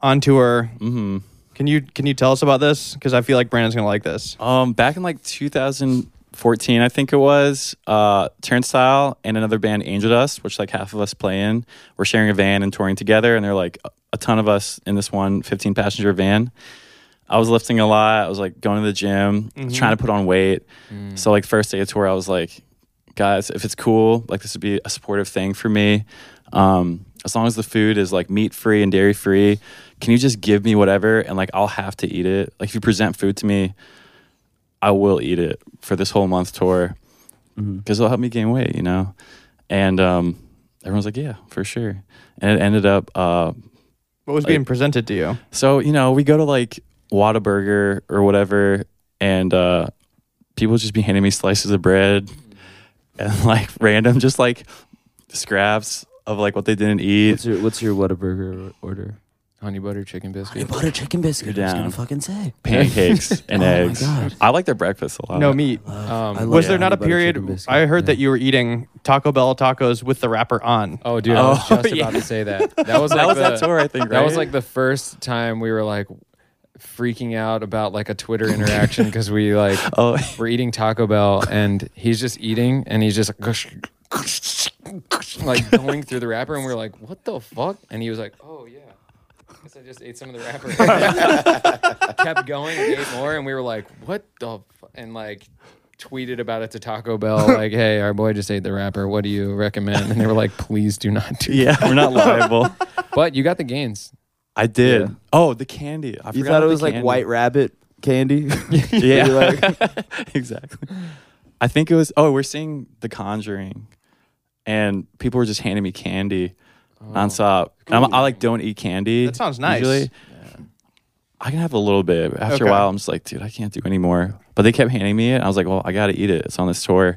S1: on tour.
S5: hmm
S1: Can you can you tell us about this? Because I feel like Brandon's gonna like this.
S5: Um, back in like 2014, I think it was, uh, Turnstile and another band, Angel Dust, which like half of us play in, were sharing a van and touring together, and they're like a- a ton of us in this one 15 passenger van. I was lifting a lot. I was like going to the gym, trying to put on weight. So like first day of tour, I was like, guys, if it's cool, like this would be a supportive thing for me. Um, as long as the food is like meat free and dairy free, can you just give me whatever and like I'll have to eat it? Like if you present food to me, I will eat it for this whole month tour
S4: Mm-hmm.
S5: because it'll help me gain weight, you know? And um, everyone's like, yeah, for sure. And it ended up, uh,
S1: What was
S5: Like-
S1: being presented to you?
S5: so, you know, we go to like Whataburger or whatever, and uh, people just be handing me slices of bread and like random, just like scraps of like what they didn't eat.
S6: What's your What's your Whataburger order?
S4: Honey butter chicken biscuit.
S7: butter chicken biscuit.
S5: You're
S7: I was
S5: down.
S7: gonna fucking say.
S5: Pancakes and
S7: Oh my
S5: eggs.
S7: God.
S5: I like their breakfast a lot.
S1: No meat.
S4: Um,
S7: I love
S1: Was
S5: yeah.
S1: there not a
S7: honey butter chicken
S1: period?
S7: biscuit.
S1: I heard
S7: Yeah.
S1: that you were eating Taco Bell tacos with the wrapper on.
S4: Oh, dude, I was
S5: Oh,
S4: just about
S5: yeah.
S4: to say that. That was like
S5: That was
S4: the,
S5: that tour, I think,
S4: That was
S5: right?
S4: like the first time we were like freaking out about like a Twitter interaction because we like
S5: Oh.
S4: we're eating Taco Bell and he's just eating and he's just like going through the wrapper and we're like, what the fuck? And he was like, oh yeah. I guess I just ate some of the wrapper. Kept going, ate more, and we were like, "What the?" Fu-? And like, tweeted about it to Taco Bell, like, "Hey, our boy just ate the wrapper. What do you recommend?" And they were like, "Please do not do
S5: Yeah, we're not liable.
S4: but you got the gains.
S5: I did. Oh, the candy. I
S2: You
S5: forgot
S2: thought
S5: about
S2: it
S5: the
S2: was like
S5: candy.
S2: White Rabbit candy?
S5: Yeah,
S2: You're
S5: exactly. I think it was. Oh, we're seeing The Conjuring, and people were just handing me candy
S2: Oh,
S5: nonstop. And I'm, I like don't eat candy.
S1: That sounds nice.
S5: Usually. I can have a little bit. After
S1: Okay.
S5: a while, I'm just like, dude, I can't do anymore. But they kept handing me it. I was like, well, I got to eat it. It's on this tour.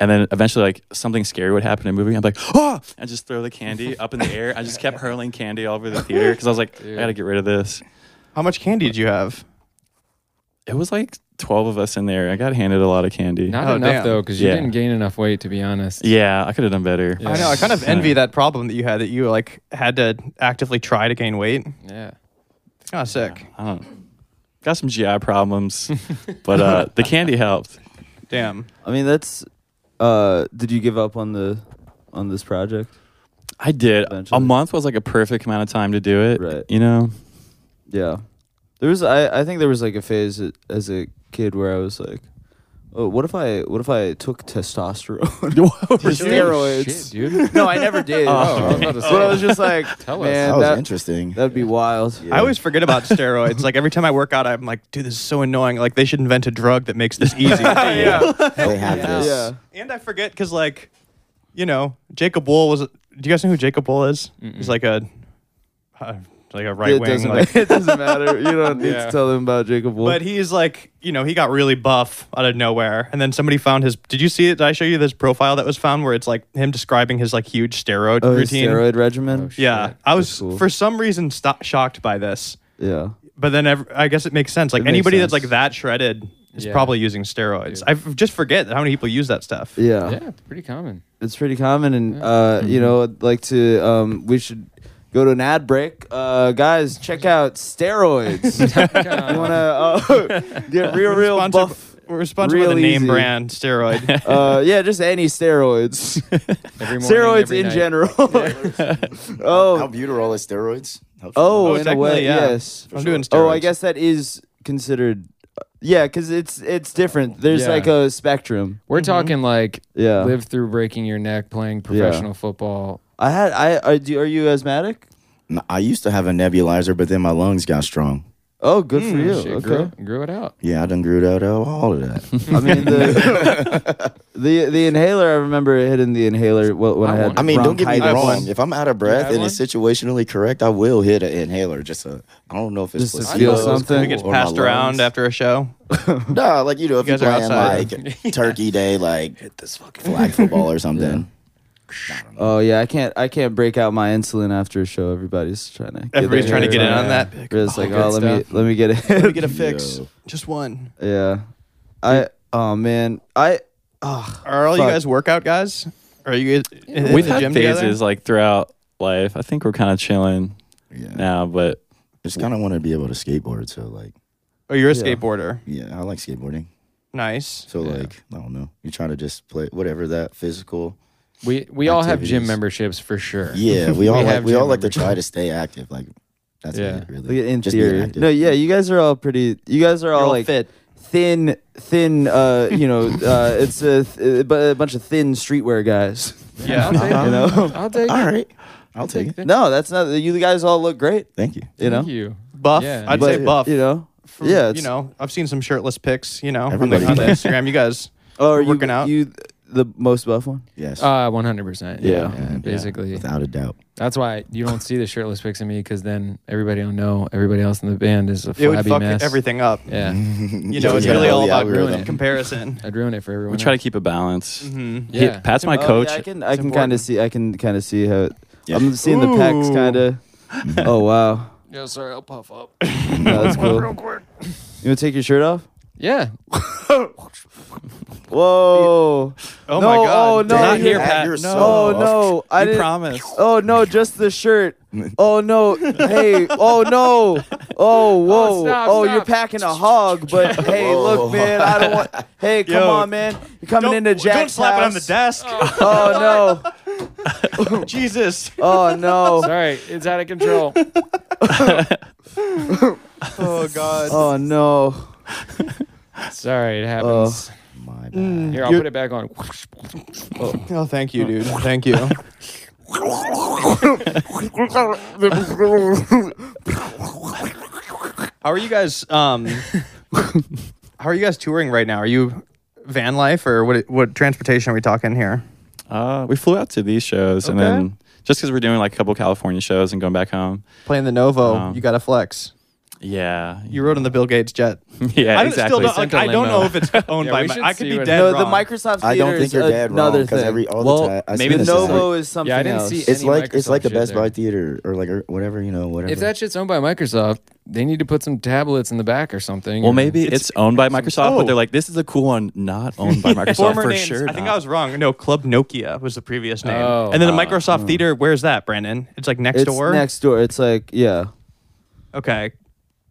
S5: And then eventually, like something scary would happen in a movie. I'm like, oh! I just throw the candy up in the air. I just kept hurling candy all over the theater because I was like,
S4: Dude.
S5: I got to get rid of this.
S1: How much candy did you have?
S5: It was like 12 of us in there. I got handed a lot of candy.
S4: Not
S1: Oh,
S4: enough
S1: damn.
S4: though, because you
S5: Yeah.
S4: didn't gain enough weight, to be honest.
S5: Yeah, I could have done better.
S4: Yeah.
S1: I know. I kind of
S5: Yeah.
S1: envy that problem that you had that you like had to actively try to gain weight.
S4: Yeah.
S1: It's kind of sick.
S5: I don't got some GI problems, but uh, the candy helped.
S1: Damn.
S2: I mean, that's. Uh, did you give up on the, on this project?
S5: I did.
S2: Eventually.
S5: A month was like a perfect amount of time to do it.
S2: Right.
S5: You know?
S2: Yeah, there was. I I think there was like a phase a- as a kid where I was like, oh, what if I what if I took testosterone? Steroids.
S4: Shit, dude.
S2: no, I never did.
S4: Oh, I was about to
S2: But I
S4: say.
S2: was just like,
S4: Tell us.
S2: man,
S3: that was
S2: that,
S3: interesting.
S2: that'd be wild.
S3: Yeah.
S1: I always forget about steroids. Like every time I work out, I'm like, dude, this is so annoying. Like they should invent a drug that makes this easy. yeah.
S3: they have this.
S2: Yeah.
S1: And I forget because like, you know, Jacob Wool was. Do you guys know who Jacob Wool is? He's like a, uh, like a right
S2: it
S1: wing.
S2: doesn't,
S1: Like,
S2: ma- it doesn't matter. You don't need to tell them about Jacob Wolf.
S1: but he's like, you know, he got really buff out of nowhere, and then somebody found his. Did you see it? Did I show you this profile that was found where it's like him describing his like huge steroid
S2: oh, his
S1: routine?
S2: steroid regimen.
S4: Oh, shit.
S1: Yeah,
S4: Shit.
S1: I was
S2: cool.
S1: for some reason sto- shocked by this,
S2: yeah.
S1: but then ev- I guess it makes sense. Like
S2: It makes
S1: anybody that's
S2: sense.
S1: like that shredded is
S4: Yeah.
S1: probably using steroids. I f- just forget how many people use that stuff.
S2: Yeah.
S4: Yeah, pretty common.
S2: it's pretty common and uh, you know I'd like to um, we should go to an ad break uh, guys check out steroids you want to uh, get real real
S1: Sponsored-
S2: buff
S1: We're sponsored by
S2: Real
S1: the name
S2: easy.
S1: brand steroid.
S2: uh, yeah just any steroids
S4: Every morning,
S2: steroids
S4: every
S2: in
S4: night.
S2: general oh
S3: Albuterol is steroids. Helps
S2: oh
S1: Oh,
S2: in a way
S1: technically, yeah.
S2: yes
S1: I'm doing steroids.
S2: oh I guess that is considered yeah because it's it's different there's
S4: Yeah.
S2: like a spectrum
S4: We're talking like
S2: yeah
S4: live through breaking your neck playing professional football.
S2: I had I are, do, are you asthmatic
S3: N- I used to have a nebulizer, but then my lungs got strong.
S2: oh good
S3: Hmm.
S2: for you
S4: Shit,
S2: okay
S4: grew, grew it out.
S3: Yeah, I done grew out of all of that.
S2: I mean, the, The the inhaler. I remember hitting the inhaler wh- when
S4: I
S2: I, had.
S4: want-
S3: I mean, don't get me
S1: I have
S2: bronchitis.
S3: wrong.
S1: one.
S3: If I'm out of breath
S4: have
S3: and it's situationally correct, I will hit an inhaler. Just a, I don't know if it's
S2: Just to
S3: placebo
S2: feel
S3: or
S2: something.
S1: It gets
S3: my
S1: passed around
S3: lungs.
S1: after a show.
S3: Nah, like you know, if
S1: You
S3: you
S1: guys are
S3: are playing
S1: outside.
S3: like Turkey Day, like hit this fucking flag football or something.
S2: Oh yeah, I can't. I can't break out my insulin after a show. Everybody's trying to.
S1: Everybody's
S2: their
S1: trying to
S2: hands
S1: get in
S2: it.
S1: on that.
S2: But It's like,
S4: good
S2: oh, let
S4: stuff.
S2: me let me get
S1: Let me
S2: it.
S1: get a fix.
S3: Yo.
S1: Just one.
S2: yeah, I. Oh man, I. Oh,
S1: Are all you
S2: Fuck.
S1: guys workout guys? Are you guys in in
S5: We've
S1: the
S5: had
S1: gym
S5: phases
S1: together?
S5: like throughout life. I think we're kind of chilling
S3: Yeah,
S5: now, but
S3: I just kind of want to be able to skateboard. So like,
S1: Oh, you're a
S2: Yeah.
S1: skateboarder.
S3: yeah, I like skateboarding.
S1: Nice.
S3: So like, I don't know. You're trying to just play whatever that physical.
S4: We we all have gym
S3: Activities.
S4: memberships for sure.
S3: Yeah, we all
S4: have
S3: like we all
S4: gym
S3: like to
S4: members.
S3: try to stay active. Like that's
S4: Yeah.
S3: it, really.
S2: look at- in
S3: Just being
S2: theory.
S3: active.
S2: No, yeah, you guys are all pretty. You guys are all,
S1: all
S2: like
S1: fit.
S2: thin, thin. Uh, you know, uh, it's a, th- a bunch of thin streetwear guys.
S4: I'll
S1: Yeah.
S2: You
S4: take,
S2: know.
S4: I'll take
S3: All right, I'll take it.
S2: no, that's not. You guys all look great.
S3: Thank you.
S2: You know.
S4: Thank you.
S1: Buff.
S4: Yeah.
S1: I'd
S2: But,
S1: say buff.
S2: You know.
S1: From,
S2: yeah.
S1: You
S2: it's-
S1: know, I've seen some shirtless pics, you know, on the,
S3: Everybody
S1: on the
S3: does.
S1: Instagram. You guys
S2: Oh, are
S1: are
S2: you
S1: working out.
S2: You the most buff one.
S3: Yes,
S4: Uh, one hundred percent.
S2: Yeah.
S3: Yeah.
S4: basically.
S3: without a doubt.
S4: That's why you don't see the shirtless pics of me because then everybody will know everybody else in the band is a
S1: it would
S4: flabby
S1: fuck
S4: mess.
S1: everything up.
S3: Mm-hmm.
S4: Yeah,
S1: You know, it's
S3: Yeah.
S1: really all
S3: Yeah,
S1: about
S3: we were
S1: growth
S4: there.
S1: and comparison.
S4: I'd ruin it for everyone.
S5: we try to
S4: else.
S5: keep a balance.
S1: Mhm.
S5: He-
S4: Yeah.
S5: Pat's my
S2: Oh, yeah,
S5: coach.
S2: I can I
S1: It's
S2: can kind of
S1: important.
S2: see I can kind of see how
S3: Yeah.
S2: I'm seeing the pecs
S1: Ooh.
S2: kind of. oh wow,
S4: Yeah, sorry, I'll puff up.
S2: No, that's cool. You want to take your shirt off?
S4: yeah,
S2: Whoa!
S1: Oh
S2: No,
S1: my God.
S2: oh, no,
S5: Not
S2: you're-
S5: here, Pat.
S3: You're
S5: no.
S3: so
S2: Oh
S3: off.
S2: no, I
S5: you
S2: didn't.
S5: promised.
S2: Oh no, just the shirt. Oh no, hey, oh no, oh whoa, oh,
S4: stop,
S2: you're
S4: stop.
S2: packing a hog, but hey, look, man, I don't want. Hey, come
S1: Yo,
S2: on, man, you're coming into Jack's
S1: don't slap it on the
S2: house.
S1: desk.
S2: Oh no,
S1: Jesus.
S2: oh no,
S4: sorry, it's out of control.
S1: Oh God.
S2: oh no.
S4: sorry, it happens.
S3: My bad.
S4: Here, I'll
S1: You're-
S4: put it back on.
S1: Oh, thank you, dude. Thank you. how are you guys? Um, how are you guys touring right now? Are you van life or what? What transportation are we talking here?
S5: Uh, we flew out to these shows, and
S1: Okay.
S5: then just because we're doing like a couple California shows and going back home.
S1: Playing the Novo,
S5: Um,
S1: you got to flex.
S5: Yeah,
S1: You rode on the Bill Gates jet.
S5: yeah,
S1: I don't-
S5: exactly.
S1: still don't, like,
S4: Sent a
S1: I don't
S4: limo.
S1: know if it's owned
S4: Yeah,
S1: by.
S4: we
S1: My,
S4: should
S1: I could
S4: see
S1: be
S4: what-
S1: dead
S2: No,
S1: wrong.
S2: the Microsoft Theater
S3: I don't
S2: is
S3: think you're dead
S2: another
S3: wrong because
S2: thing.
S3: every all
S2: well,
S3: the time I see
S5: maybe
S2: the
S3: this is
S5: Novo
S3: like-
S2: Novo is something
S4: Yeah, I didn't
S2: else.
S4: see
S3: it's
S4: any
S3: like it's like
S4: Microsoft
S3: the
S4: shit
S3: Best
S4: there.
S3: Buy theater or like or whatever you know whatever.
S4: If that shit's owned by Microsoft, they need to put some tablets in the back or something.
S5: well,
S4: or-
S5: maybe it's, owned by Microsoft,
S1: Oh.
S5: but they're like, this is a cool one, not owned by Microsoft
S1: Former
S5: for
S1: names.
S5: sure.
S1: I think
S5: not.
S1: I was wrong. No, Club Nokia was the previous name.
S4: Oh.
S1: and then the Microsoft Theater. Where's that, Brandon? It's like next
S2: it's
S1: door.
S2: next door. It's like yeah,
S1: Okay.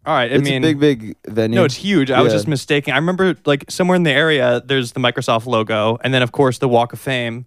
S1: All right. I
S2: it's
S1: mean,
S2: a big big venue.
S1: No, it's huge. I was
S2: Yeah.
S1: just mistaken. I remember like somewhere in the area, there's the Microsoft logo, and then of course the Walk of Fame,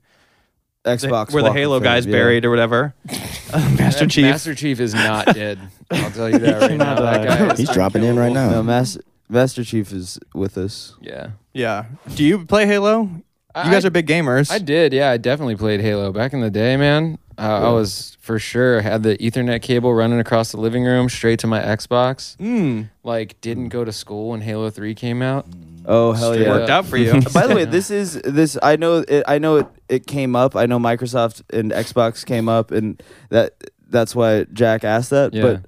S1: the-
S2: Xbox
S1: where the
S2: Walk of
S1: Halo
S2: Fame,
S1: guy's
S2: yeah.
S1: buried or whatever. Uh, Master
S4: That
S1: Chief.
S4: Master Chief is not dead. I'll tell you that right now. That
S5: dead.
S4: guy is
S3: He's dropping in right
S4: unkillable.
S3: now.
S2: No, Master Master Chief is with us.
S4: Yeah.
S1: Yeah. Do you play Halo? You
S4: I-
S1: guys are big gamers.
S4: I did, yeah. I definitely played Halo back in the day, man. Uh, I was for sure had the Ethernet cable running across the living room straight to my Xbox.
S1: Mm,
S4: Like, didn't go to school when Halo Three came out.
S2: Oh hell
S4: Straight
S2: yeah!
S1: Worked out for you.
S2: By the way, this is this. I know. It, I know it. It came up. I know Microsoft and Xbox came up, and that that's why Jack asked that.
S4: Yeah.
S2: But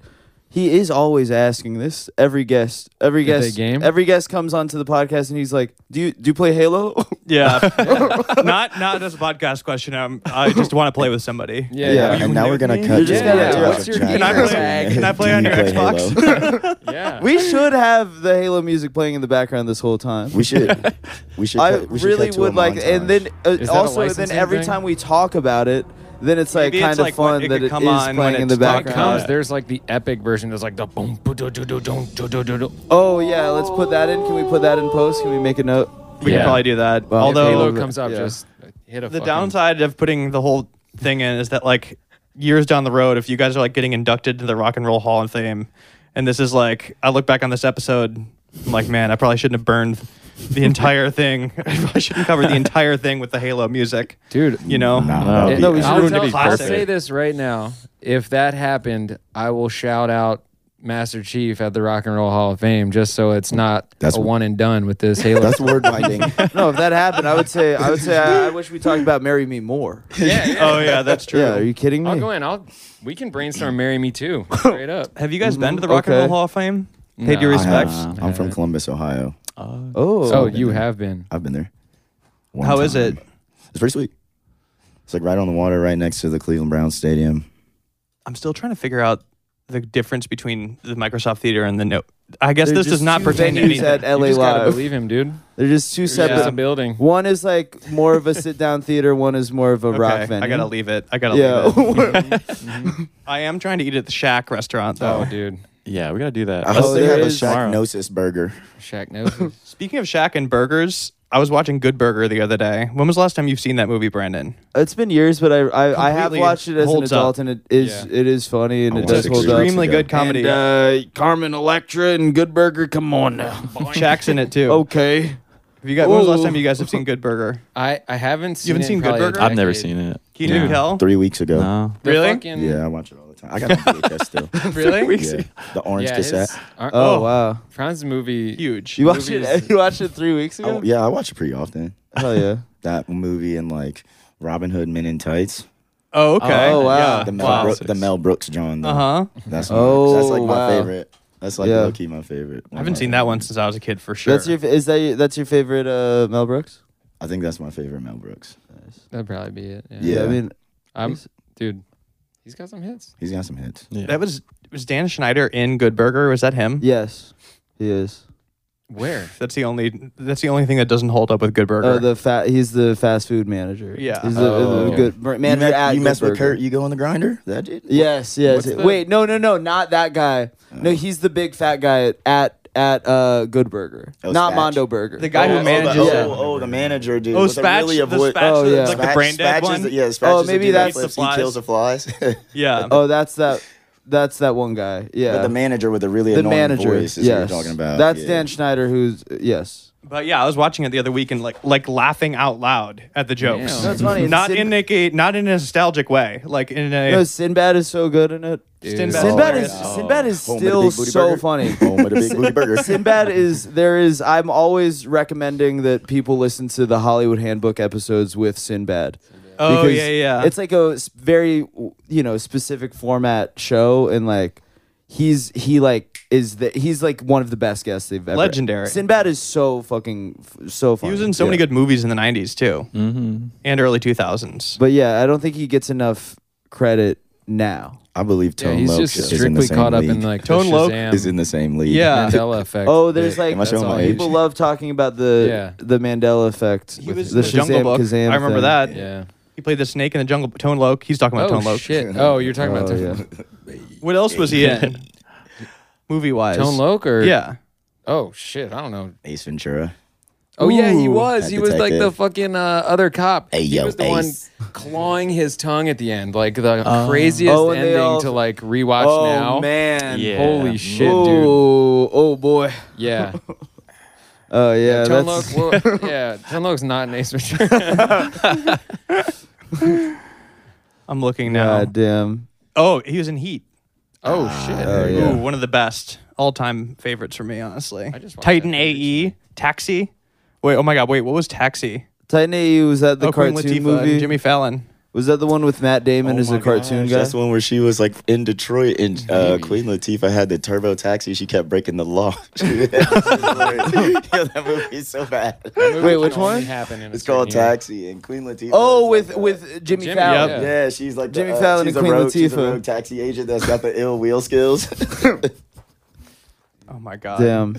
S2: he is always asking this. Every guest, every
S4: If they
S2: guest,
S4: game?
S2: every guest comes onto the podcast, and he's like, "Do you do you play Halo?"
S1: yeah. not not as a podcast question. Um, I just want to play with somebody.
S4: Yeah,
S2: Yeah,
S4: yeah,
S3: and now we're gonna
S2: You're
S3: cut.
S2: just
S3: this
S2: gonna-
S3: out.
S2: what's your
S3: Jack,
S1: Can I
S2: gamer
S1: play?
S2: tag?
S1: Can I play on
S3: Do
S1: your
S3: you play
S1: Xbox?
S3: Halo?
S4: yeah.
S2: we should have the Halo music playing in the background this whole time.
S3: we should. We should.
S2: I
S3: cut- we should
S2: really
S3: cut to a
S2: would like, and
S3: montage.
S2: then uh,
S4: that a
S2: also then
S4: licensing
S2: every
S4: thing?
S2: time we talk about it, then it's like
S1: Maybe it's
S2: kind of
S1: like when
S2: fun
S1: it
S2: that
S1: could
S2: it is
S1: come on when
S2: playing in the
S1: it's talking
S4: It comes.
S2: background.
S4: There's like the epic version. That's like the boom, boom, do, do, do, do, do, do, do, do.
S2: Oh yeah, let's put that in. Can we put that in post? Can we make a note? Uh,
S1: We
S5: Yeah.
S1: can probably do that.
S2: Well,
S1: Although
S4: Halo comes up,
S2: yeah.
S4: just hit a.
S1: the
S4: fucking-
S1: downside of putting the whole thing in is that like years down the road if you guys are like getting inducted to the rock and roll hall of fame and this is like i look back on this episode i'm like man i probably shouldn't have burned the entire thing i probably shouldn't cover the entire thing with the halo music
S4: dude.
S1: you know
S3: Nah,
S5: It-
S3: that'd
S5: no,
S3: be-
S5: we should
S4: I'll,
S5: ruin
S4: tell-
S5: it.
S4: I'll
S5: Classic.
S4: say this right now. If that happened, I will shout out Master Chief at the Rock and Roll Hall of Fame, just so it's not
S3: That's
S4: a
S3: what-
S4: one and done with this Halo.
S3: That's word binding.
S2: no, if that happened, I would say I would say I, I wish we talked about marry me more.
S4: yeah, yeah.
S1: Oh yeah, that's true.
S2: Yeah, are you kidding me?
S4: I'll go in. I'll we can brainstorm marry me too. Straight up.
S1: Have you guys been to the Rock and Roll
S2: Mm-hmm. okay.
S1: Hall of Fame? Paid
S4: No.
S1: your
S4: I
S1: respects.
S5: haven't.
S3: I'm from Columbus, Ohio.
S2: Oh,
S4: Oh, you have been.
S3: I've been there. One
S1: How is
S3: time.
S1: it?
S3: It's pretty sweet. It's like right on the water, right next to the Cleveland Browns Stadium.
S1: I'm still trying to figure out the difference between the Microsoft Theater and the no. I guess this does not
S2: two
S1: pertain to
S2: venues
S1: anything.
S2: at LA
S4: you just gotta
S2: Live.
S4: believe him, dude.
S2: They're just two
S4: It's
S2: separate.
S4: just a building.
S2: One is like more of a sit down theater. One is more of a
S1: Okay,
S2: rock venue.
S1: I gotta leave it. I gotta
S2: Yeah.
S1: leave it. I am trying to eat at the Shack restaurant though.
S4: Oh, dude.
S5: Yeah, we gotta do that.
S1: Oh,
S3: I
S5: Let's
S3: hope
S5: do
S3: Oh, they
S5: it
S3: have a
S5: tomorrow.
S3: Shacknosis burger.
S4: Shaq knows.
S1: Speaking of Shack and burgers, I was watching Good Burger the other day. When was the last time you've seen that movie, Brandon?
S2: It's been years, but I I, I have
S1: Completely
S2: watched it as an
S1: holds up.
S2: adult, and it is
S4: Yeah.
S2: it is funny and
S3: I
S2: it
S3: watched
S2: does
S3: it
S2: hold up.
S3: three
S1: Extremely
S3: ago.
S1: good comedy.
S2: And, uh, Carmen Electra and Good Burger, come on now.
S1: Shack's in it too.
S2: Okay.
S1: Have you guys, when was the last
S2: Oh. Ooh.
S1: time you guys have seen Good Burger?
S4: I I haven't seen.
S1: haven't
S4: it
S1: seen
S4: in
S1: Good
S4: probably a
S1: Burger?
S5: I've never
S4: decade.
S5: seen it.
S1: Keenan
S5: Yeah.
S1: Kel?
S3: Three weeks ago.
S5: No.
S4: The
S1: Really?
S4: fucking-
S3: Yeah, I watch it all the time. I got it on VHS still.
S1: Really?
S3: Yeah, the orange
S4: Yeah, his-
S3: cassette.
S4: aren't-
S2: Oh,
S1: Oh.
S2: wow.
S4: Fran's movie.
S1: Huge.
S2: You watched
S4: Movies.
S2: it? You watched it three weeks
S3: I,
S2: ago?
S3: yeah, I watch it pretty often.
S2: Hell yeah.
S3: That movie and like Robin Hood Men in Tights.
S1: Oh, okay.
S2: Oh, wow.
S1: Yeah.
S3: The Mel,
S1: Wow.
S3: Brooks, the Mel Brooks John. though.
S1: Uh-huh.
S3: That's my,
S2: Oh,
S3: that's like my
S2: wow.
S3: favorite. That's like
S2: Yeah.
S3: low key my favorite.
S1: I haven't seen that one since I was a kid for sure.
S2: That's your is that your, that's your favorite uh, Mel Brooks?
S3: I think that's my favorite Mel Brooks.
S4: That'd probably be it. Yeah.
S3: Yeah.
S2: I mean,
S4: I'm,
S2: He's-
S4: dude, he's got some hits.
S3: He's got some hits.
S5: Yeah.
S1: That was was Dan Schneider in Good Burger? Was that him?
S2: yes, he is.
S4: Where?
S1: That's the only that's the only thing that doesn't hold up with Good Burger.
S2: Oh, the fat. He's the fast food manager.
S1: Yeah.
S2: He's the, the
S3: Oh.
S2: good bur- manager
S3: you
S2: at
S3: met, you
S2: Good
S3: mess with
S2: Burger.
S3: Kurt, you go on the grinder. That did.
S2: Yes, yes.
S4: What's the-
S2: Wait, no, no, no, not that guy.
S3: Oh.
S2: No, he's the big fat guy at at, at uh, Good Burger,
S3: Oh,
S2: not
S3: Spatch.
S2: Mondo Burger.
S1: The guy who
S3: the-
S1: manages
S3: oh,
S1: it.
S3: Oh, oh, the manager dude.
S1: Oh,
S3: With a
S1: Spatch,
S3: really
S1: the
S3: avoid-
S1: Spatch,
S2: Oh,
S1: the-
S2: yeah.
S1: like the
S3: Spatch-
S1: brain dead
S3: Spatch is
S1: one.
S3: the- yeah, Spatch
S2: Oh,
S3: is the
S2: maybe
S3: dude that
S2: that's-
S3: flips-
S1: Flies.
S3: he kills the flies.
S1: yeah.
S2: Oh, that's that. That's that one guy. Yeah,
S3: But the manager with the really
S2: The
S3: annoying
S2: manager.
S3: voice is
S2: yes,
S3: what you're talking about.
S2: That's
S3: yeah.
S2: Dan Schneider. Who's yes.
S1: But yeah, I was watching it the other week and like like laughing out loud at the jokes.
S4: Damn. That's
S2: funny.
S1: Not
S2: Sin-
S1: in a ga- not in a nostalgic way, like in a
S2: No, Sinbad is so good in it. Oh,
S4: Dude.
S1: Sinbad's
S2: Sinbad is
S1: hilarious.
S2: Sinbad is
S3: Home of the
S2: still
S3: big booty
S2: so
S3: burger.
S2: funny.
S3: Home of the big booty burger.
S2: Sinbad is there is I'm always recommending that people listen to the Hollywood Handbook episodes with Sinbad.
S1: Oh,
S2: Because
S1: yeah, yeah.
S2: It's like a s- very you know specific format show, and like he's he like is the he's like one of the best guests they've ever
S1: Legendary.
S2: Sinbad is so fucking f- so
S1: He
S2: funny.
S1: was in so many
S2: Yeah.
S1: good movies in the '90s too, mm-hmm. and early 2000s.
S2: But yeah, I don't think he gets enough credit now.
S3: I believe
S4: Yeah,
S3: Tone
S4: he's
S3: Loc
S4: just
S3: is in the
S4: strictly
S3: same
S4: caught up
S3: league.
S4: in like the
S1: Tone Loc
S4: Shazam
S3: is in the same league.
S1: Yeah.
S4: Mandela effect.
S2: Oh, there's like
S3: Am I showing
S4: That's all
S3: my
S4: he-
S3: age?
S2: people love talking about the
S4: Yeah.
S2: the Mandela effect.
S1: He was
S2: the
S1: in the Jungle
S2: Shazam
S1: Book.
S2: Kazam
S1: I remember
S2: thing.
S1: that.
S4: yeah.
S1: He played the snake in the Jungle. Tone Loc. He's talking about
S4: Oh
S1: Tone Loc.
S4: shit! Oh, you're talking about
S2: Oh,
S4: Tone,
S2: yeah.
S1: What else was he in? Movie wise,
S4: Tone Loc or
S1: Yeah.
S4: Oh shit! I don't know.
S3: Ace Ventura.
S4: Oh yeah, he was.
S3: That
S4: He was like the
S3: detective.
S4: fucking uh, other cop.
S3: Hey,
S4: he
S3: yo,
S4: was the
S3: Ace.
S4: one clawing his tongue at the end, like the craziest
S2: Oh, and they
S4: ending
S2: all-
S4: to like rewatch now.
S2: Oh, man.
S5: Yeah.
S4: Holy shit, dude!
S2: Oh, oh boy.
S4: Yeah,
S2: Oh yeah,
S4: Tone Loc.
S2: that's
S4: Well, yeah, Tone Loc's not an Ace Ventura.
S1: I'm looking now.
S2: god damn.
S1: Oh, he was in Heat.
S4: oh shit!
S2: Oh yeah.
S1: Ooh, one of the best all-time favorites for me, honestly.
S4: just watched
S1: Titan
S4: that
S1: AE, Taxi. Wait, oh my God, wait, what was Taxi?
S2: Titan AE was that the
S1: oh, Queen
S2: cartoon
S1: Latifah
S2: movie?
S1: and Jimmy Oh Fallon.
S2: was that the one with Matt Damon as a cartoon
S3: That's the
S2: guy?
S3: one where she was like in Detroit and uh, Queen Latifah had the turbo taxi. She kept breaking the law. yeah, that movie's so bad.
S2: Wait, which one?
S3: It's called Taxi and Queen Latifah.
S2: Oh, with
S3: is, like, uh,
S2: with Jimmy
S4: Jimmy,
S2: Fallon.
S1: yeah.
S3: Yeah, she's like the,
S2: Jimmy
S3: uh,
S2: Fallon
S3: she's
S2: and
S3: a
S2: Queen
S3: rogue, She's a
S2: Latifah.
S3: rogue taxi agent that's got the ill wheel skills.
S1: Oh my God.
S2: Damn.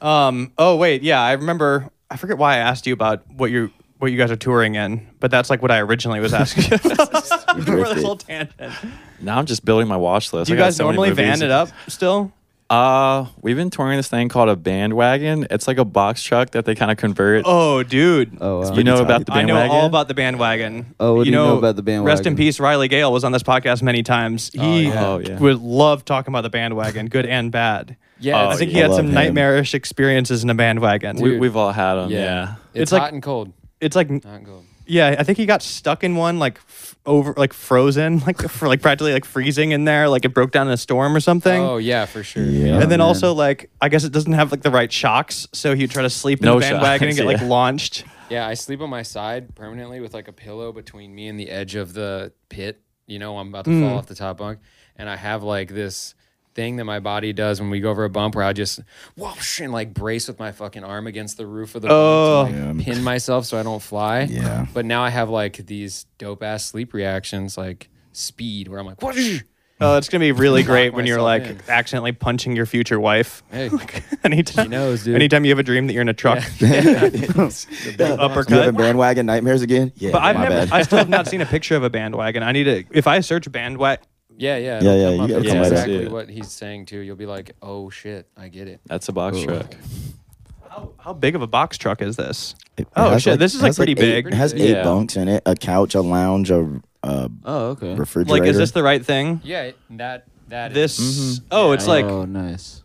S1: Um. Oh wait, yeah, I remember. I forget why I asked you about what you what you guys are touring in, but that's like what I originally was asking. you about. remember this
S3: Drifted.
S1: whole tangent.
S5: Now I'm just building my watch list.
S1: Do you
S5: I got
S1: guys
S5: so many
S1: normally
S5: movies.
S1: van it up still?
S5: Uh, we've been touring this thing called a bandwagon. It's like a box truck that they kind of convert.
S1: Oh, dude.
S2: Oh, wow.
S5: you know about the
S1: I know
S5: bandwagon?
S1: all about the bandwagon.
S2: Oh, what do you know about
S1: Rest
S2: the
S1: in
S2: bandwagon?
S1: peace, Riley Gale was on this podcast many times. He
S5: yeah. Oh, yeah.
S1: would love talking about the bandwagon, good and bad.
S4: Yeah,
S5: Oh,
S1: I think
S5: yeah.
S1: he had
S3: I
S1: some
S3: love him.
S1: nightmarish experiences in a bandwagon.
S5: we,
S4: dude.
S5: we've all had them.
S4: Yeah,
S5: Yeah.
S4: It's,
S1: It's like-
S4: hot and cold.
S1: It's like
S4: Hot and cold.
S1: Yeah, I think he got stuck in one, like f- over, like frozen, like for like practically like freezing in there, like it broke down in a storm or something.
S4: Oh yeah, for sure.
S3: Yeah.
S1: and then
S3: man.
S1: also like I guess it doesn't have like the right shocks, so he'd try to sleep in
S5: No
S1: the bandwagon and
S5: shocks,
S1: get like
S5: yeah.
S1: launched.
S4: Yeah, I sleep on my side permanently with like a pillow between me and the edge of the pit. You know, I'm about to fall off the top bunk, and I have like this thing that my body does when we go over a bump where I just whoosh and like brace with my fucking arm against the roof of the
S1: Oh.
S4: bunk to like,
S3: Yeah.
S4: pin myself so I don't fly.
S3: Yeah.
S4: But now I have like these dope ass sleep reactions, like speed, where I'm like, whoosh.
S1: Oh, it's gonna be really
S4: Knock
S1: great when you're like
S4: myself
S1: accidentally punching your future wife.
S4: Hey,
S1: anytime,
S4: knows, dude.
S1: anytime you have a dream that you're in a truck.
S3: You having
S1: uppercut.
S3: bandwagon nightmares again? Yeah,
S1: But I've
S3: my
S1: never,
S3: bad.
S1: I still have not seen a picture of a bandwagon. I need to, if I search bandwagon,
S4: yeah, yeah.
S3: yeah, yeah,
S4: it'll come
S3: you
S4: up.
S3: gotta
S4: It's
S3: come
S5: Yeah.
S3: right
S5: back.
S3: back.
S4: exactly
S5: Yeah.
S4: what he's saying too. You'll be like, oh shit, I get it.
S5: That's a box truck.
S1: how, how big of a box truck is this? Oh, shit, this is, like, pretty big.
S3: It has
S4: Pretty
S3: eight
S5: big.
S3: bunks in it, a couch, a lounge, a, a
S2: Oh, okay.
S3: refrigerator.
S1: Like, is this the right thing?
S4: Yeah, that that is-
S1: This,
S4: Mm-hmm.
S1: oh, it's like,
S2: oh, nice.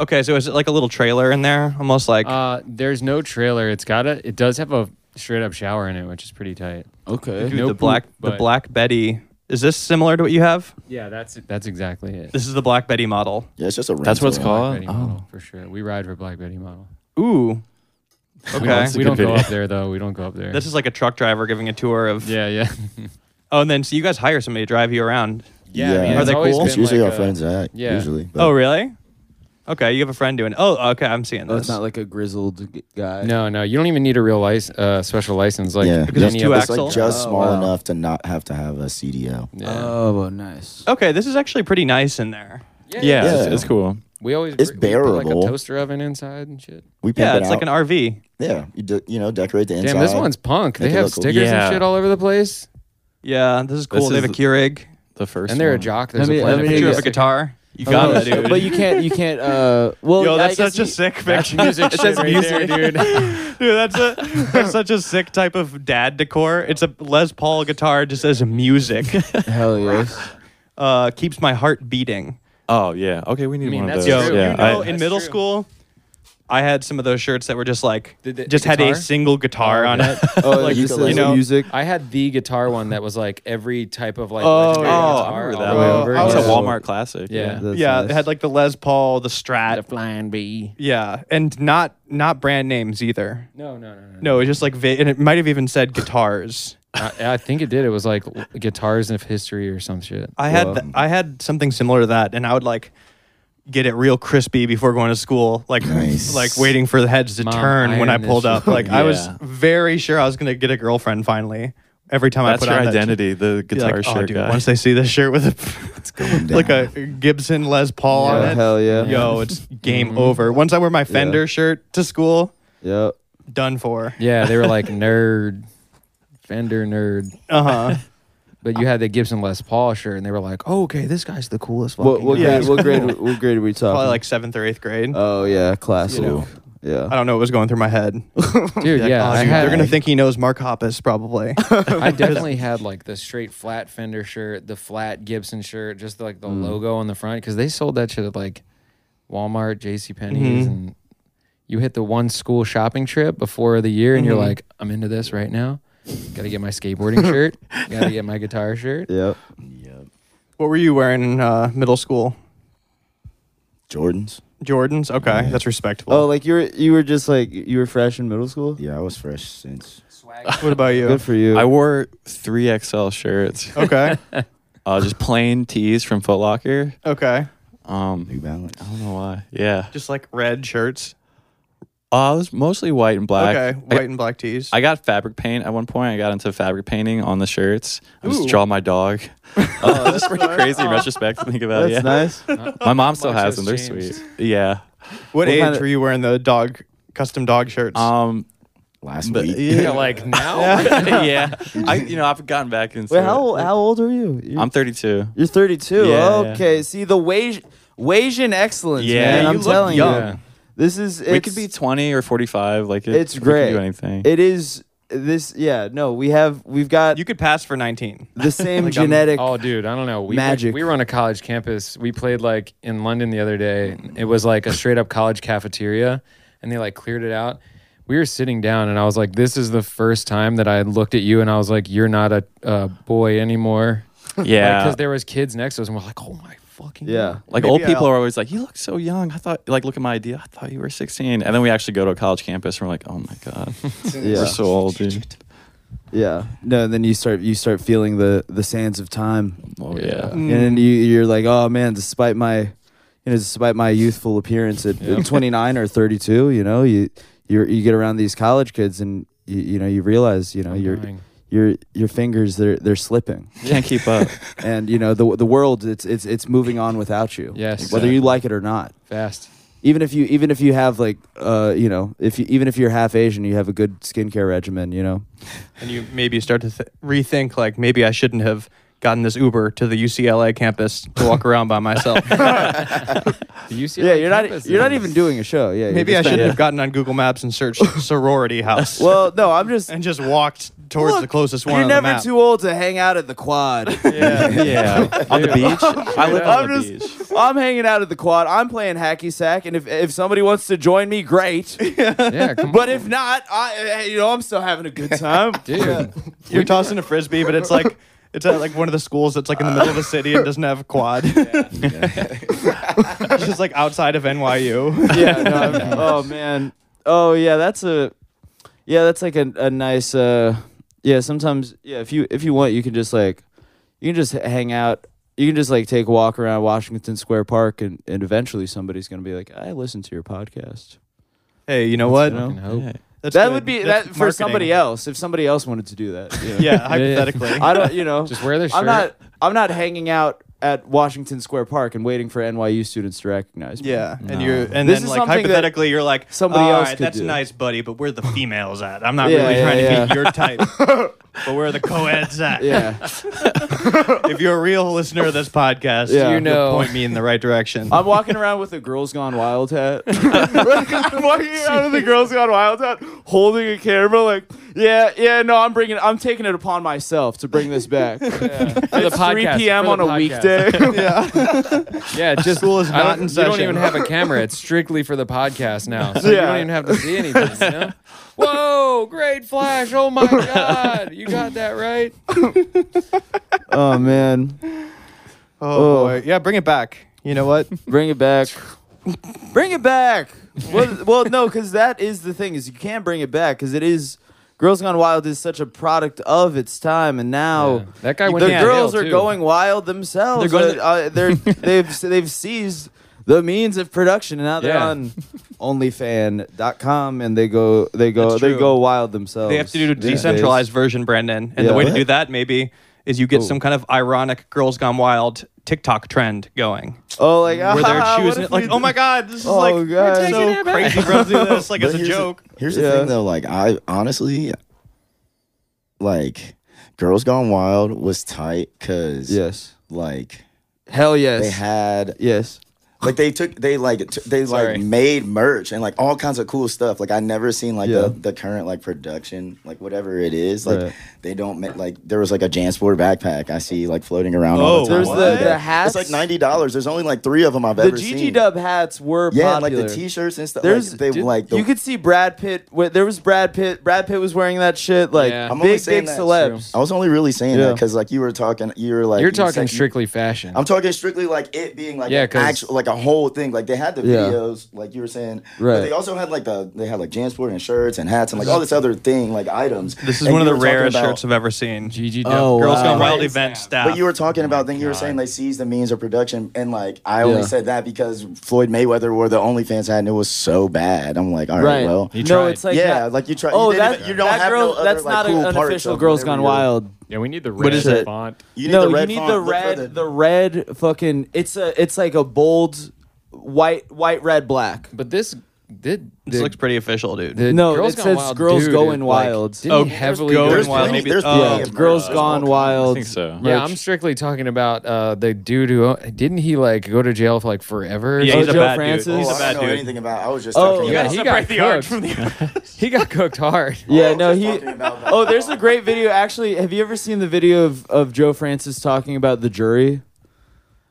S1: okay, so is it like a little trailer in there? Almost like,
S4: Uh, there's no trailer. It's got a. It does have a straight up shower in it, which is pretty tight.
S2: Okay.
S1: dude,
S4: no
S1: the black,
S4: poop,
S1: the
S4: but-
S1: Black Betty. Is this similar to what you have?
S4: Yeah, that's it. That's exactly it.
S1: This is the Black Betty model.
S3: yeah, it's just a.
S5: That's what it's
S3: rental.
S5: called.
S4: Black Betty model for sure. We ride for Black Betty model.
S1: Ooh. Okay.
S5: That's a
S4: we
S5: good
S4: don't go
S5: video.
S4: up there though. We don't go up there.
S1: This is like a truck driver giving a tour of.
S4: yeah, yeah,
S1: Oh, and then so you guys hire somebody to drive you around.
S4: yeah. I mean,
S3: Are
S4: it's
S1: they
S4: always
S1: cool?
S4: been
S3: It's usually
S4: like
S3: our
S4: a-
S3: friend Zach.
S4: yeah.
S3: Usually. but-
S1: Oh, really? Okay, you have a friend doing. Oh, okay, I'm seeing
S2: Oh,
S1: this.
S2: it's not like a grizzled g- guy.
S4: No, no, you don't even need a real license, uh, special license. Like
S3: yeah,
S1: because it's
S4: any
S1: two
S4: other-
S3: it's
S1: axle.
S3: like just
S2: Oh,
S3: small
S2: wow.
S3: enough to not have to have a CDL.
S4: Yeah.
S2: Oh, well, nice.
S1: okay, this is actually pretty nice in there.
S4: yeah,
S5: Yeah, It's,
S3: Yeah.
S5: it's cool.
S4: We always
S3: It's
S4: we put, like
S3: bearable.
S4: a toaster oven inside and shit.
S3: We pimp
S1: Yeah,
S3: it
S1: it's like
S3: out.
S1: an RV.
S3: yeah. You de- you know decorate the inside.
S4: Damn, this one's punk. They
S3: Make it
S4: have
S3: look cool.
S4: stickers
S5: Yeah.
S4: and shit all over the place,
S1: Yeah, this is cool.
S5: This
S1: they
S5: is
S1: have a Keurig.
S5: The first
S4: and they're a
S5: one.
S4: jock. There's
S2: me- let
S4: a planet.
S2: me
S1: Picture
S2: Yeah.
S1: of a guitar. You
S2: Oh,
S1: got
S2: no,
S1: it, dude.
S2: But you can't. You can't. Uh, well,
S1: Yo,
S2: I
S1: that's
S2: guess
S1: such a
S2: you-
S1: sick picture.
S4: music shit right there, dude.
S1: Dude, that's a that's such a sick type of dad decor. It's a Les Paul guitar just as music.
S2: Hell yes.
S1: Uh, keeps my heart beating.
S5: Oh yeah. Okay, we need
S4: mean,
S5: one of
S4: that's
S5: those.
S1: Yo,
S4: true.
S5: Yeah.
S1: you know,
S5: I-
S1: in
S4: That's
S1: middle
S4: true.
S1: school, I had some of those shirts that were just like
S4: Did the-
S1: just
S4: the
S1: had a
S4: guitar?
S1: single guitar
S4: Oh,
S1: on
S4: okay.
S1: it.
S8: Oh,
S1: Like,
S8: you,
S1: you know-
S8: music.
S4: I had the guitar one that was like every type of like.
S1: Oh,
S4: legendary
S1: yeah.
S5: oh, I
S4: guitar
S5: remember
S4: all
S5: that.
S4: the way
S1: Oh,
S5: one.
S4: over.
S1: I
S5: That was
S1: was-
S5: a Walmart classic.
S4: Yeah.
S8: That's
S1: yeah,
S8: nice.
S1: it had like the Les Paul, the Strat.
S4: The flying bee.
S1: yeah, and not not brand names either.
S4: No, no, no, no.
S1: No, it was just like va- and it might have even said guitars.
S4: I, I think it did. It was like guitars of history or some shit.
S1: I had th- I had something similar to that, and I would like get it real crispy before going to school, like
S3: Nice.
S1: like waiting for the heads to
S4: Mom,
S1: turn when I
S4: iron this
S1: pulled
S4: shit.
S1: up. Like I was
S5: Yeah.
S1: very sure I was gonna get a girlfriend finally. Every time
S5: That's
S1: I put
S5: your
S1: on that shirt.
S5: identity, the
S1: Be
S5: guitar
S1: like,
S5: shirt
S1: oh, dude,
S5: guy.
S1: Once they see this shirt with a like a Gibson Les Paul on
S2: Yeah,
S1: it,
S2: hell yeah.
S1: yo, it's
S4: Mm-hmm.
S1: game over. Once I wear my Fender shirt to school,
S2: Yep.
S1: done for.
S4: Yeah, they were like nerd, Fender nerd.
S1: Uh huh.
S4: But you had the Gibson Les Paul shirt, and they were like, oh, "Okay, this guy's the coolest."
S2: What,
S4: fucking
S2: what,
S4: guy."
S1: Yeah.
S2: grade, what grade? What grade are we talking?
S1: Probably like seventh or eighth grade.
S5: Uh.
S2: Oh yeah, classic.
S3: know.
S1: I
S2: Yeah.
S1: don't know what was going through my head.
S4: dude. Yeah,
S1: Oh,
S4: I
S1: dude,
S4: had,
S1: they're gonna think he knows Mark Hoppus probably.
S4: I definitely had like the straight flat Fender shirt, the flat Gibson shirt, just like the logo on the front because they sold that shit at like Walmart, J.C. Penney's, and you hit the one school shopping trip before the year, and you're like, I'm into this right now. Got to get my skateboarding shirt. Got to get my guitar shirt.
S2: Yep.
S1: what were you wearing in uh, middle school?
S3: Jordans.
S1: Jordans. Okay, that's respectable.
S2: Oh, like you were you were just like you were fresh in middle school.
S3: Yeah, I was fresh since.
S1: what about you?
S2: Good for you.
S5: I wore three XL shirts,
S1: okay.
S5: uh, just plain tees from Foot Locker.
S1: Okay.
S5: Um,
S3: New Balance.
S5: I don't know why. Yeah,
S1: Just like red shirts.
S5: uh, it was mostly white and black.
S1: Okay.
S5: I,
S1: White and black tees.
S5: I got fabric paint at one point. I got into fabric painting on the shirts. I just
S1: Ooh.
S5: draw my dog. Uh, it's pretty crazy in retrospect to think about.
S2: That's
S5: it. yeah.
S2: nice.
S5: My mom still
S4: Mark's has
S5: has them. They're
S4: changed.
S5: sweet. Yeah.
S1: what age
S2: kinda-
S1: were you wearing the dog custom dog shirts?
S5: Um.
S3: Last
S5: But
S3: week.
S5: yeah,
S4: like now.
S5: yeah. I you know I've gotten back into.
S2: Wait,
S5: it.
S2: how how old are you? You're,
S5: I'm 32.
S2: you're 32.
S5: Yeah, yeah.
S2: okay. See the Waj- Wajin excellence,
S5: Yeah,
S2: man.
S5: you
S2: I'm
S5: look
S2: telling
S5: young.
S2: you, this is it's,
S5: we could be 20 or 45. Like it,
S2: It's
S5: we could
S2: great.
S5: do anything.
S2: It is this. Yeah. No, we have we've got
S1: you could pass for 19.
S2: the same
S1: Like, I'm-
S2: genetic.
S4: Oh, dude, I don't know. We
S2: Magic.
S4: We were on a college campus. We played like in London the other day. It was like a straight up college cafeteria, and they like cleared it out. we were sitting down and I was like, this is the first time that I looked at you and I was like, you're not a, a boy anymore.
S5: Yeah.
S4: Because there was kids next to us and we're like, oh my fucking
S8: Yeah.
S4: God.
S5: Like
S1: Maybe
S5: old people
S1: I'll-
S5: are always like, "You look so young." I thought, like, look at my ID. I thought you were 16, and then we actually go to a college campus, and we're like, "Oh my god,
S8: Yeah.
S5: we're so old, dude."
S8: Yeah.
S2: No, and then you start you start feeling the the sands of time,
S5: Oh yeah,
S2: and then you you're like, oh man, despite my, you know, despite my youthful appearance at 29 or 32, you know, you you you get around these college kids, and you you know you realize, you know,
S4: I'm
S2: your
S4: dying.
S2: your your fingers they're they're slipping,
S5: can't keep up.
S2: and you know the the world it's it's it's moving on without you,
S4: Yes.
S2: whether you like it or not.
S4: Fast.
S2: even if you even if you have like uh you know if you even if you're half Asian you have a good skincare regimen you know
S1: and you maybe start to th- rethink like maybe I shouldn't have gotten this Uber to the UCLA campus to walk around by myself.
S4: The UCLA
S2: yeah you're not e-
S4: campus
S2: you're not
S4: is-
S2: even doing a show yeah you're
S1: maybe I
S2: just-
S1: shouldn't have gotten on Google Maps and searched sorority house
S2: well no I'm just
S1: and just walked towards
S2: Look,
S1: the closest one.
S2: you're
S1: on the
S2: never
S1: map.
S2: too old to hang out at the quad
S4: Yeah.
S5: yeah, on the
S4: Dude.
S5: beach. I live
S2: I'm
S5: on the
S2: just-
S5: beach.
S2: I'm hanging out at the quad I'm playing hacky sack and if if somebody wants to join me great
S4: yeah, come
S2: but
S4: on,
S2: if not I you know I'm still having a good time
S4: dude.
S1: You're tossing a frisbee, but it's like it's at like one of the schools that's like in the middle of a city and doesn't have a quad. it's just like outside of NYU.
S2: yeah. No, I'm- oh man. Oh yeah. That's a. Yeah, that's like a, a nice. Uh, yeah. Sometimes. Yeah. If you if you want, you can just like, you can just h- hang out. You can just like take a walk around Washington Square Park, and, and eventually somebody's gonna be like, "I listened to your podcast."
S1: Hey, you know what?
S2: You know?
S4: Fucking hope.
S5: Hey.
S1: That's
S2: that
S1: good.
S2: would be that
S1: That's
S2: for somebody
S1: marketing.
S2: else. If somebody else wanted to do that, you know.
S1: Yeah, hypothetically.
S2: I don't. You know,
S4: Just wear their shirt.
S2: I'm not. I'm not hanging out at Washington Square Park and waiting for NYU students to recognize me.
S1: Yeah, and you're and
S2: This
S1: then
S2: is
S1: like
S2: something that
S1: hypothetically you're like
S2: somebody
S1: "All
S2: else
S1: right,
S2: could
S1: that's
S2: do."
S1: nice, buddy, but where the females at? I'm not
S2: Yeah,
S1: really
S2: yeah,
S1: trying to
S2: yeah.
S1: be your type, but where are the co-eds at?
S2: Yeah.
S1: If you're a real listener of this podcast,
S2: Yeah.
S1: you
S2: You
S1: know,
S4: know.
S1: point me in the right direction.
S2: I'm walking around with a Girls Gone Wild hat. I'm walking around with a Girls Gone Wild hat, holding a camera. Like, yeah, yeah, no, I'm bringing, I'm taking it upon myself to bring this back.
S4: For the
S2: It's
S4: podcast,
S2: 3 p.m.
S4: for
S2: on
S4: the
S2: a
S4: podcast.
S2: weekday.
S4: Yeah, just
S1: School is
S4: I
S1: not
S4: don't,
S1: in
S4: you
S1: session.
S4: don't even have a camera. It's strictly for the podcast now. So you
S2: Yeah.
S4: don't even have to see anything. You know? Whoa! Great flash! Oh my god! You got that right.
S2: oh man,
S1: oh
S2: Oh.
S1: boy, yeah, bring it back. You know what?
S2: bring it back. Bring it back. Well, well no, because that is the thing is you can't bring it back because it is. Girls Gone Wild is such a product of its time, and now
S4: Yeah. That guy went.
S2: the
S4: to
S2: girls
S4: jail,
S2: are
S4: too.
S2: going wild themselves. They're
S5: They're going
S2: uh,
S5: to-
S2: they're, they've they've seized the means of production, and now they're
S4: Yeah.
S2: on OnlyFan.com, and they go they go
S1: That's
S2: they
S1: true.
S2: go wild themselves.
S1: They have to do a
S2: these days.
S1: decentralized version, Brendan, and the
S2: Yeah.
S1: way to
S2: What?
S1: do that maybe is you get
S2: Oh.
S1: some kind of ironic "Girls Gone Wild" TikTok trend going,
S2: Oh, like
S1: where they're
S2: "Ah, what
S1: choosing
S2: if
S1: it, like,
S2: we
S1: "Oh
S2: do-"
S1: my God, this is
S2: Oh,
S1: like
S2: God. We're
S1: so crazy, bro, do this like as a
S3: here's
S1: joke."
S3: The, here's
S2: Yeah.
S3: the thing though, like I honestly, like, Girls Gone Wild was tight because
S2: Yes,
S3: like
S2: hell
S3: they
S2: yes,
S3: had
S2: yes.
S3: like they took they like t- they
S4: Sorry.
S3: like made merch and like all kinds of cool stuff. Like I never seen like
S2: Yeah.
S3: the, the current like production like whatever it is like
S2: Right.
S3: they don't make like there was like a JanSport backpack I see like floating around all
S1: Oh,
S3: the time.
S2: There's
S1: What?
S2: the, the
S3: it's
S2: hats.
S3: like ninety dollars. There's only like three of them I've
S2: the
S3: ever
S2: GG
S3: seen.
S2: Dub hats were
S3: yeah, and,
S2: popular.
S3: like the T-shirts and stuff.
S2: There's-
S3: like, they
S4: dude,
S3: like the,
S2: you could see Brad Pitt. wh- There was Brad Pitt. Brad Pitt was wearing that shit. Like
S4: Yeah.
S3: I'm only
S2: big,
S3: saying
S2: big
S3: that-
S2: celebs.
S3: I was only really saying
S2: Yeah.
S3: that because like you were talking, you were like
S4: You're
S3: said-
S4: talking strictly fashion.
S3: I'm talking strictly like it being like
S4: Yeah,
S3: an
S4: 'cause-
S3: actual like a whole thing. Like they had the
S2: Yeah.
S3: videos, like you were saying.
S2: Right.
S3: But they also had like the they had like JanSport and shirts and hats and like all this other thing, like items.
S1: This is
S3: And
S1: one of
S3: you
S1: the
S3: were talking
S1: rarest
S3: about-
S1: shirts I've ever seen.
S4: GG.
S2: Oh,
S1: Girls
S2: wow.
S1: Gone Wild
S3: Right.
S1: event staff.
S3: But you were talking about then you were saying they seized the means of production and like I only
S2: Oh Yeah.
S3: said that because Floyd Mayweather wore the OnlyFans hat and it was so bad. I'm like, all right,
S2: Right.
S3: well.
S4: You
S2: no,
S4: tried.
S2: it's like
S3: yeah,
S2: that-
S3: like you try.
S2: Oh,
S3: you, didn't
S2: that,
S3: even- you don't
S2: that
S3: have
S2: girl,
S3: no other,
S2: that's
S3: like,
S2: not
S3: cool
S2: an
S3: parts
S2: official
S3: of
S2: Girls
S3: whatever
S2: Gone
S3: you're-
S2: Wild.
S4: Yeah, we need the red
S1: What is it?
S4: font.
S3: You need
S2: no,
S3: the red
S2: you need
S3: font.
S2: the
S3: Look for
S2: red, the, red fucking. It's a, it's like a bold, white, white, red, black.
S4: But this did.
S1: this looks pretty official, dude.
S4: the
S2: No,
S4: Girls
S2: it
S4: Gone
S2: says
S4: Wild
S2: Girls
S4: dude,
S2: Going
S4: like,
S2: Wild.
S4: didn't
S1: Oh,
S4: heavily
S1: Girls
S4: go
S3: There's
S1: Going Wild,
S3: plenty-
S1: maybe-
S3: there's
S1: oh.
S3: plenty
S2: yeah,
S3: of
S2: Um, Girls
S3: merch.
S2: Gone
S5: I
S2: Wild.
S5: think so.
S4: Yeah, I'm strictly talking about uh, the dude who didn't he like go to jail for like forever. or
S1: Yeah, he's
S4: something?
S1: a
S2: Joe
S1: bad
S2: Francis?
S1: dude. He's
S3: Oh,
S1: a
S3: I
S1: bad
S3: don't know
S1: dude.
S3: anything about. I was just
S2: Oh,
S3: talking
S2: you
S3: about.
S2: gotta
S4: he
S1: Separate
S4: got
S1: the art
S4: cooked.
S1: from the
S4: he got cooked hard.
S2: Yeah,
S3: just
S2: no, he.
S3: talking about that.
S2: Oh, there's a great video. Actually, have you ever seen the video of, of Joe Francis talking about the jury?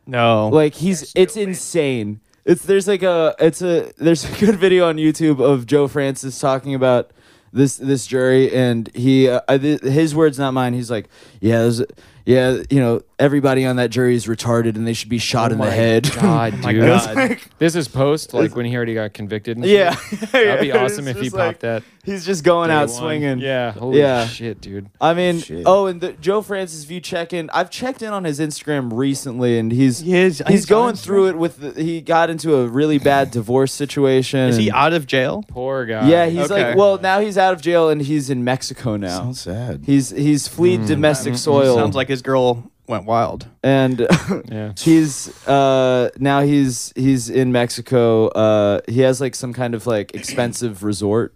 S1: No.
S2: Like he's, it's insane. It's there's like a it's a there's a good video on YouTube of Joe Francis talking about this this jury and he uh, I, th- his words not mine. He's like, yeah, there's- yeah, you know, everybody on that jury is retarded and they should be shot in the
S4: Oh my
S2: head.
S4: God,
S3: Oh
S4: dude.
S1: my God.
S4: This is post, like when he already got convicted. And
S2: yeah,
S4: shit. that'd be
S2: It's
S4: awesome if he
S2: just
S4: popped
S2: like-
S4: that.
S2: He's just going
S4: day
S2: out
S4: one.
S2: swinging.
S4: Yeah, holy
S2: Yeah.
S4: shit, dude.
S2: I mean,
S3: Shit.
S2: oh, and the, Joe Francis, if you check in, I've checked in on his Instagram recently, and he's
S1: He is-
S2: he's
S1: he's on
S2: going through it with the, he got into a really bad divorce situation.
S1: Is he
S2: and-
S1: out of jail?
S4: Poor guy.
S2: yeah, he's
S1: Okay.
S2: like, well, now he's out of jail and he's in Mexico now.
S3: Sounds sad.
S2: he's he's fleed
S1: Hmm.
S2: domestic soil.
S1: Sounds like his girl went wild.
S2: and
S4: Yeah.
S2: he's uh now he's he's in Mexico. Uh, he has like some kind of like expensive resort.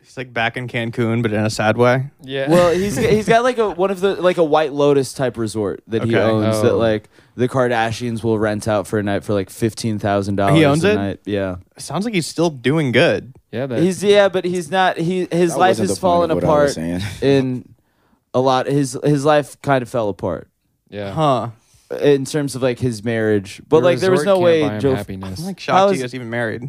S1: He's like back in Cancun, but in a sad way.
S4: Yeah.
S2: Well, he's he's got like a one of the like a White Lotus type resort that he
S1: Okay.
S2: owns that
S4: Oh.
S2: like the Kardashians will rent out for a night for like fifteen thousand dollars.
S1: He owns
S2: a
S1: it?
S2: Night. Yeah,
S1: Sounds like he's still doing good.
S4: yeah. That,
S2: he's yeah, but he's not. He his
S3: That
S2: life
S3: wasn't
S2: has
S3: the point
S2: fallen
S3: of what I was
S2: apart
S3: saying.
S2: in a lot. His his life kind of fell apart
S4: yeah.
S1: Huh.
S2: in terms of like his marriage, but
S4: Your
S2: like there was
S4: resort
S2: no
S4: can't buy
S2: way.
S4: him
S2: Joe,
S4: happiness.
S1: I'm like
S2: How
S1: shocked
S2: is-
S1: he was even married.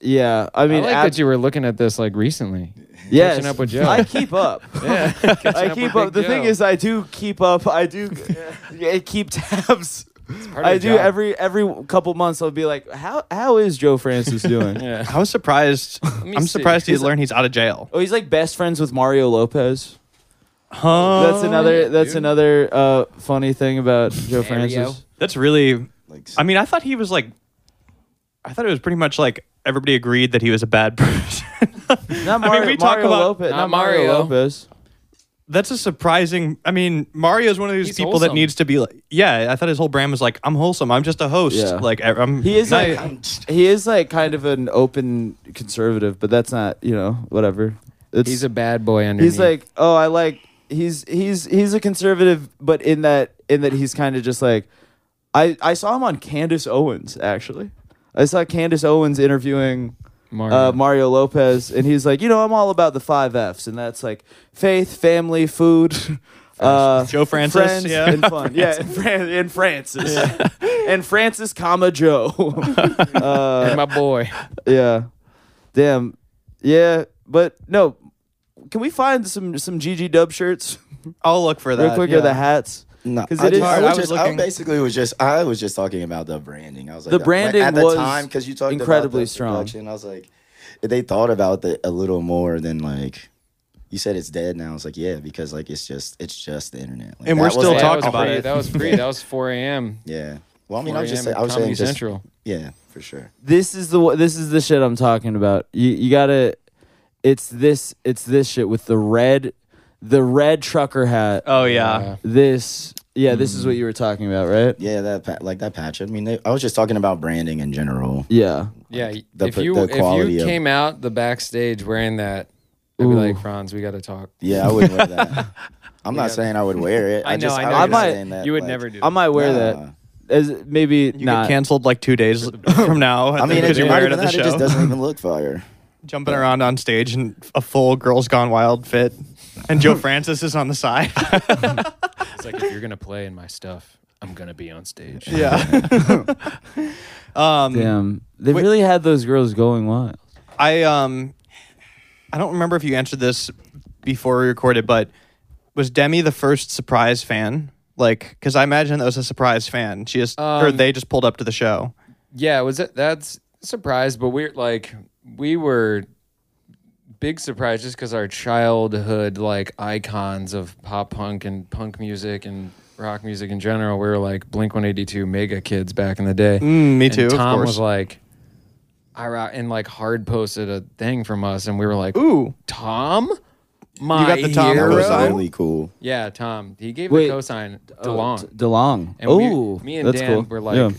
S2: yeah, I
S4: I
S2: mean,
S4: like
S2: ab-
S4: that you were looking at this like recently.
S2: yes,
S4: catching up with Joe.
S2: I keep up.
S4: Yeah.
S2: I keep up. The thing is, I do keep up. I do I keep tabs.
S4: of
S2: I
S4: the
S2: do
S4: job.
S2: every every couple months. I'll be like, how how is Joe Francis doing?
S4: yeah.
S1: I was surprised.
S4: me
S1: I'm
S4: see.
S1: surprised he learned he's out of jail.
S2: Oh, he's like best friends with Mario Lopez.
S1: Huh.
S2: That's another. That's
S4: dude.
S2: another uh, funny thing about Joe
S4: Mario.
S2: Francis.
S1: That's really.
S3: Like,
S1: I mean, I thought he was like. I thought it was pretty much like everybody agreed that he was a bad person.
S2: Not
S1: I mean,
S2: Mario,
S1: we talk
S2: Mario
S1: about-
S2: Lopez.
S4: Not
S2: Not, Mario.
S4: Mario.
S2: Lopez.
S1: That's a surprising. I mean, Mario is one of these
S4: He's
S1: people that
S4: wholesome.
S1: needs to be like. Yeah, I thought his whole brand was like, I'm wholesome. I'm just a host.
S2: Yeah.
S1: Like, I- I'm.
S2: He is
S1: not-
S2: like he is like kind of an open conservative, but that's not you know whatever. It's,
S4: He's a bad boy underneath.
S2: He's like, oh, I like. He's he's he's a conservative, but in that in that he's kind of just like, I I saw him on Candace Owens actually. I saw Candace Owens interviewing
S4: Mario.
S2: uh, Mario Lopez, and he's like, you know, I'm all about the five Fs, and that's like faith, family, food. Uh,
S1: Joe Francis,
S2: friends,
S1: yeah.
S2: and fun, yeah, and, Fran- and Francis, and Francis, comma Joe, uh,
S4: and my boy.
S2: yeah. Damn. Yeah, but no. Can we find some some GG Dub shirts
S1: I'll look for that.
S2: real quick
S1: yeah.
S2: or the hats?
S3: No,
S2: 'Cause
S3: I
S2: it is-
S3: just- I,
S1: I
S3: was
S1: was
S3: just, I
S1: looking-
S3: basically was just I was just talking about the branding. I was like
S2: The
S3: like,
S2: branding
S3: at the
S2: was
S3: time because you talked
S2: incredibly
S3: about the
S2: strong.
S3: production, I was like, they thought about it a little more than like you said it's dead now. I was like, yeah, because like it's just it's just the internet. Like,
S1: And we're
S3: that
S1: still
S3: was
S4: Yeah,
S3: like-
S4: that
S1: talking
S4: was
S1: about
S4: free.
S1: it.
S4: That was free. That was 4 a.m.
S3: Yeah. Well,
S4: 4
S3: I mean, I was
S4: a.m.
S3: just saying, I was
S4: Comedy
S3: saying just,
S4: Central.
S3: yeah, for sure.
S2: This is the wa- this is the shit I'm talking about. You you gotta. It's this it's this shit with the red, the red trucker hat.
S1: Oh yeah.
S2: This yeah, this is what you were talking about, right?
S3: Yeah, that pa- like that patch. I mean, they, I was just talking about branding in general.
S2: Yeah.
S4: Yeah,
S3: Like,
S4: y-
S3: the
S4: if
S3: pr-
S4: you
S3: the
S4: if
S3: quality
S4: you
S3: of-
S4: came out the backstage wearing that, I'd be
S2: Ooh.
S4: like, Franz, we got to talk.
S3: Yeah, I wouldn't wear that. I'm not
S4: Yeah.
S3: saying I would wear it.
S4: I know,
S3: just,
S4: I
S3: was
S4: know. I
S3: just
S2: might-
S3: saying that,
S4: you would
S3: like,
S4: never do.
S2: I might wear
S3: nah.
S2: that as maybe
S1: You
S2: not.
S1: get canceled like two days from now.
S3: I mean,
S1: because
S3: it's
S1: you're
S3: not
S1: wearing it
S3: even
S1: at the
S3: that. It just
S1: show,
S3: doesn't even look fire.
S1: jumping around on stage in a full Girls Gone Wild fit, and Joe Francis is on the side.
S4: It's like if you're gonna play in my stuff, I'm gonna be on stage.
S1: yeah. um,
S2: Damn, they
S1: Wait.
S2: really had those girls going wild.
S1: I um, I don't remember if you answered this before we recorded, but was Demi the first surprise fan? Like, because I imagine that was a surprise fan. She just or
S4: Um,
S1: they just pulled up to the show.
S4: Yeah, it was it that's a surprise, but we're like we were big surprise just because our childhood like icons of pop punk and punk music and rock music in general, we were like Blink One Eighty Two mega kids back in the day.
S1: Mm, me
S4: And
S1: too, of
S4: Tom
S1: course.
S4: was like, I rock and like hard posted a thing from us, and we were like,
S1: Ooh,
S4: Tom, my
S1: got the Tom
S3: That
S4: hero?
S3: was
S1: Hero?
S3: really cool.
S4: Yeah, Tom. He gave
S2: Wait.
S4: the cosign
S2: Oh,
S4: DeLong.
S2: D- DeLong.
S4: And we-
S2: Ooh,
S4: me and
S2: that's
S4: Dan
S2: cool.
S4: were like,
S2: Yeah.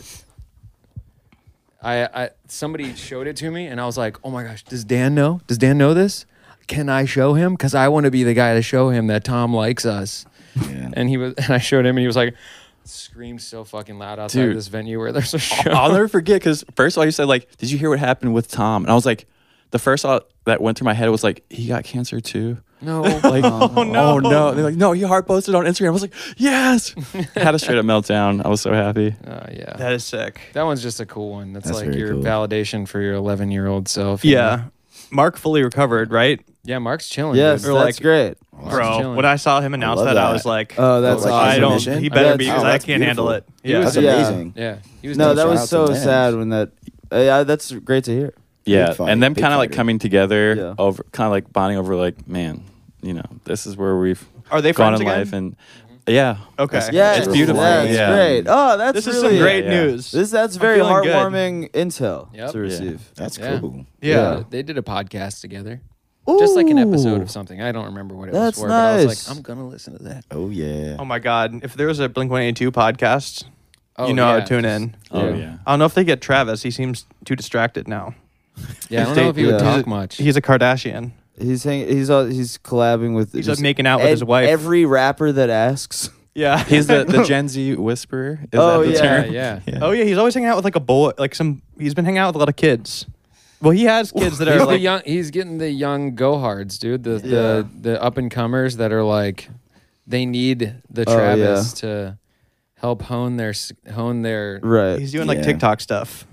S4: I, I somebody showed it to me, and I was like, "Oh my gosh, does Dan know? Does Dan know this? Can I show him? Because I want to be the guy to show him that Tom likes us."
S3: Yeah.
S4: And he was, and I showed him, and he was like, "Screams so fucking loud outside
S5: Dude.
S4: this venue where there's a show."
S5: I'll never forget because first of all, you said like, "Did you hear what happened with Tom?" And I was like, the first thought that went through my head was like, "He got cancer too."
S4: No.
S5: Like, oh no, no! And they're like, no, you heart posted on Instagram. I was like, yes. Had a straight up meltdown. I was so happy.
S4: Uh, yeah. That,
S1: That is sick.
S4: one's just a cool one. That's,
S3: That's
S4: like
S3: very
S4: your
S3: cool.
S4: validation for your 11 year old self. you know?
S1: Yeah. Mark fully recovered, right?
S4: Yeah. Mark's chilling.
S2: Yes,
S4: dude.
S1: Or
S2: that's
S1: like-
S2: great.
S4: Mark's
S1: Bro,
S4: chilling.
S1: when I saw him announce
S3: love
S1: that, I
S3: that.
S1: was like,
S2: Oh, that's
S3: Like,
S2: awesome.
S1: I
S3: his
S1: don't.
S3: mission?
S1: He better
S2: That's-
S1: be because
S3: oh,
S1: I
S3: that's
S1: can't
S3: beautiful.
S1: handle it.
S2: He was-
S1: Yeah.
S3: That's
S2: Yeah.
S3: amazing.
S4: yeah. He was
S2: No,
S4: down
S2: that
S4: for
S2: was
S3: shout
S2: so
S3: out to Lance.
S2: sad when that. Uh, yeah, that's great to hear.
S5: Yeah,
S3: Big fight,
S5: and them
S3: big
S5: kind of like
S3: fighter.
S5: coming together
S2: Yeah.
S5: over, kind of like bonding over, like, man, you know, this is where we've
S1: Are they
S5: gone
S1: friends
S5: in
S1: again?
S5: life, and yeah,
S1: Okay.
S2: Yeah,
S3: It's beautiful.
S2: That's
S5: Yeah.
S2: great. Oh, that's
S1: This is
S2: really
S1: some great
S5: yeah.
S1: news.
S2: This that's
S1: I'm
S2: very
S1: feeling good.
S2: heartwarming intel
S4: Yep.
S2: to
S4: Yeah.
S2: receive.
S3: That's
S4: Yeah.
S3: cool.
S1: yeah.
S4: They did a podcast together. Just like an episode
S2: Ooh.
S4: of something. I don't remember what it
S2: That's
S4: was for, but I was
S2: nice.
S4: like, I'm going to listen to that.
S3: Oh yeah.
S1: Oh my God! If there was a Blink One Eighty Two podcast,
S4: Oh,
S1: you know I
S4: yeah,
S1: would tune
S4: just-
S1: in.
S5: oh
S2: Yeah.
S5: yeah.
S1: I don't know if they get Travis. He seems too distracted now.
S4: Yeah, I
S1: He's
S4: don't know if he would
S2: dating-
S1: He's
S4: talk
S1: a-
S4: much.
S1: He's a Kardashian.
S2: He's hang, he's all, he's collabing with.
S1: He's
S2: just
S1: like making out with his
S2: ev-
S1: wife.
S2: Every rapper that asks.
S1: yeah.
S5: He's the, the Gen Z whisperer. Is
S2: Oh,
S5: that the
S2: yeah,
S5: term?
S4: yeah.
S1: oh yeah. He's always hanging out with like a boy. Like some. He's been hanging out with a lot of kids. Well, he has kids that
S4: he's
S1: are
S4: the
S1: like.
S4: young. He's getting the young gohards, dude. The the the up and comers that are like, they need the
S2: Oh, yeah.
S4: Travis to help hone their s- hone their.
S2: Right.
S1: He's doing like
S3: Yeah.
S1: TikTok stuff.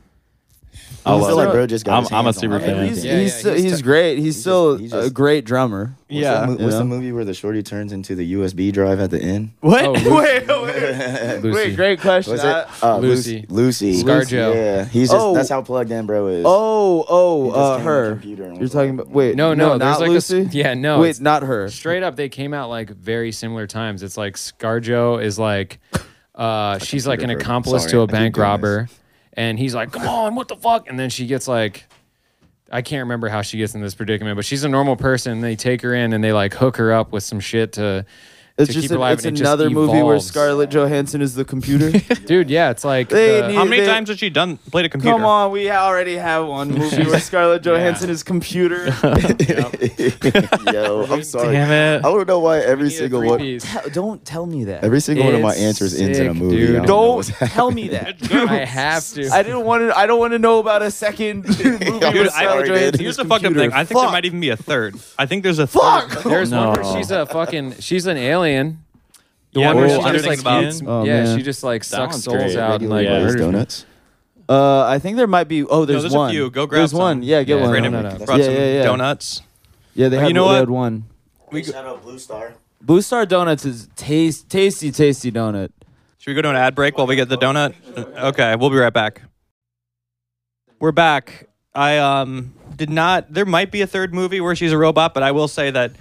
S5: I
S3: I
S5: love
S3: feel like
S5: it.
S3: bro just got.
S5: I'm-
S3: his
S5: I'm a
S3: hands on
S5: super
S2: I mean,
S5: fan.
S3: everything.
S2: he's,
S4: Yeah,
S2: he's,
S4: yeah,
S2: so-
S4: he's
S2: he's
S4: t-
S2: great. He's,
S3: just-
S2: still
S3: he's
S2: a
S3: just-
S2: great drummer.
S3: What's
S1: yeah.
S3: That, mo- what's
S2: Yeah.
S3: the movie where the shorty turns into the USB drive at the end?
S1: What?
S4: Oh,
S1: wait, wait.
S4: Lucy.
S2: great question.
S3: Was it uh,
S4: Lucy.
S3: Lucy?
S4: ScarJo.
S3: Yeah, he's just.
S2: Oh.
S3: That's how plugged in, bro. Is.
S2: oh,
S3: He
S2: oh,
S3: just
S2: uh,
S3: came on the
S2: her.
S3: computer and
S2: You're
S3: was
S2: talking
S3: like-
S2: about wait.
S4: No, no,
S2: not
S4: there's like a s-
S2: Lucy.
S4: yeah, no,
S2: Wait,
S4: it's-
S2: not her.
S4: Straight up, they came out like very similar times. It's like ScarJo is like, uh, she's like an
S3: remember.
S4: accomplice
S3: Sorry,
S4: to
S3: I
S4: a
S3: keep
S4: bank
S3: doing
S4: robber, and he's like, "Come on, what the fuck?" And then she gets like, I can't remember how she gets in this predicament, but she's a normal person. They take her in and they like hook her up with some shit to.
S2: It's
S4: to
S2: just
S4: keep her
S2: an-
S4: alive,
S2: it's
S4: and it just
S2: another movie where
S4: evolves.
S2: Scarlett Johansson is the computer.
S4: Dude, yeah, it's like
S2: They
S4: the-
S2: need-
S1: How many
S2: They-
S1: times has she done played a computer?
S2: Come on, we already have one movie where Scarlett Johansson is computer.
S3: Yo, I'm sorry.
S5: Damn
S3: I
S5: it.
S3: don't know why every
S4: need a
S3: single
S4: three
S3: one.
S4: piece.
S2: Don't tell me that.
S3: Every single one of my
S4: It's
S3: answers ends in a
S4: sick,
S3: movie.
S4: dude.
S3: I know
S2: Don't
S3: what's
S2: tell me that.
S4: I have to.
S2: I didn't want to. I don't want to know about a second movie
S3: I'm
S2: where
S1: Dude,
S2: Scarlett
S3: sorry, dude.
S2: Johansson
S1: Here's
S2: is
S1: the fucked up
S2: computer.
S1: thing. I think there
S2: Fuck.
S1: might even be a third. I think there's a
S2: Fuck!
S1: third.
S4: There's one where
S5: No.
S4: she's a fucking she's an alien. The
S1: Yeah,
S4: one where
S5: oh,
S4: she
S5: Under
S4: just
S5: the
S4: like
S5: Skin?
S4: eats-
S2: Oh,
S4: yeah,
S2: man.
S4: she just like sucks
S5: one's
S4: souls
S5: great.
S4: out and like
S5: Yeah.
S3: These
S4: murders people.
S3: donuts.
S2: Uh, I think there might be. Oh, there's,
S1: there's a
S2: one.
S1: few. Go grab
S2: There's
S1: some.
S2: one. Yeah, get
S4: Yeah.
S2: one.
S1: Brandon
S4: No, no, no.
S1: brought
S2: Yeah,
S1: some
S2: yeah, yeah.
S1: donuts.
S2: Yeah, they
S1: You
S2: had,
S1: know
S2: they
S1: what?
S2: had one.
S1: We go-
S3: Shout out Blue Star.
S2: Blue Star Donuts is taste, tasty, tasty donut.
S1: Should we go to an ad break while we get the donut? Okay, we'll be right back. We're back. I um did not. There might be a third movie where she's a robot, but I will say that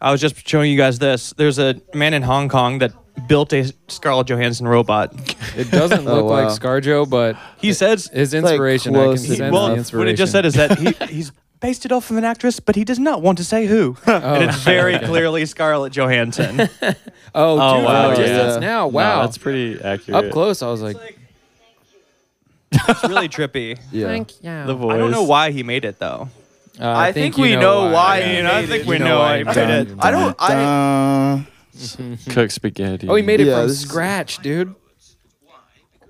S1: I was just showing you guys this. There's a man in Hong Kong that built a Scarlett Johansson robot.
S4: It doesn't
S2: Oh,
S4: look like
S2: wow.
S4: ScarJo, but
S1: He says
S4: his
S2: like
S4: inspiration. I can
S2: close
S4: sense
S2: enough.
S1: well,
S4: the inspiration.
S1: what it just said is that he, he's based it off of an actress, but he does not want to say who. and it's very clearly Scarlett Johansson.
S4: oh,
S5: Oh,
S4: dude,
S5: wow,
S4: wow,
S5: yeah.
S4: distance now. Oh, Wow,
S5: No, that's pretty accurate.
S4: up close. I was like,
S1: it's really trippy.
S2: Yeah.
S4: yeah.
S5: The voice.
S1: I don't know why he made it though.
S4: Uh,
S2: I think we know why he
S1: I mean,
S2: made
S1: I
S2: it.
S1: think
S4: You
S1: we
S4: know
S1: know
S4: why
S1: I
S4: I'm done.
S1: made it.
S2: I don't. I
S3: I,
S5: Cook spaghetti.
S4: Oh, he made it
S2: Yeah,
S4: from
S2: this is-
S4: scratch, dude.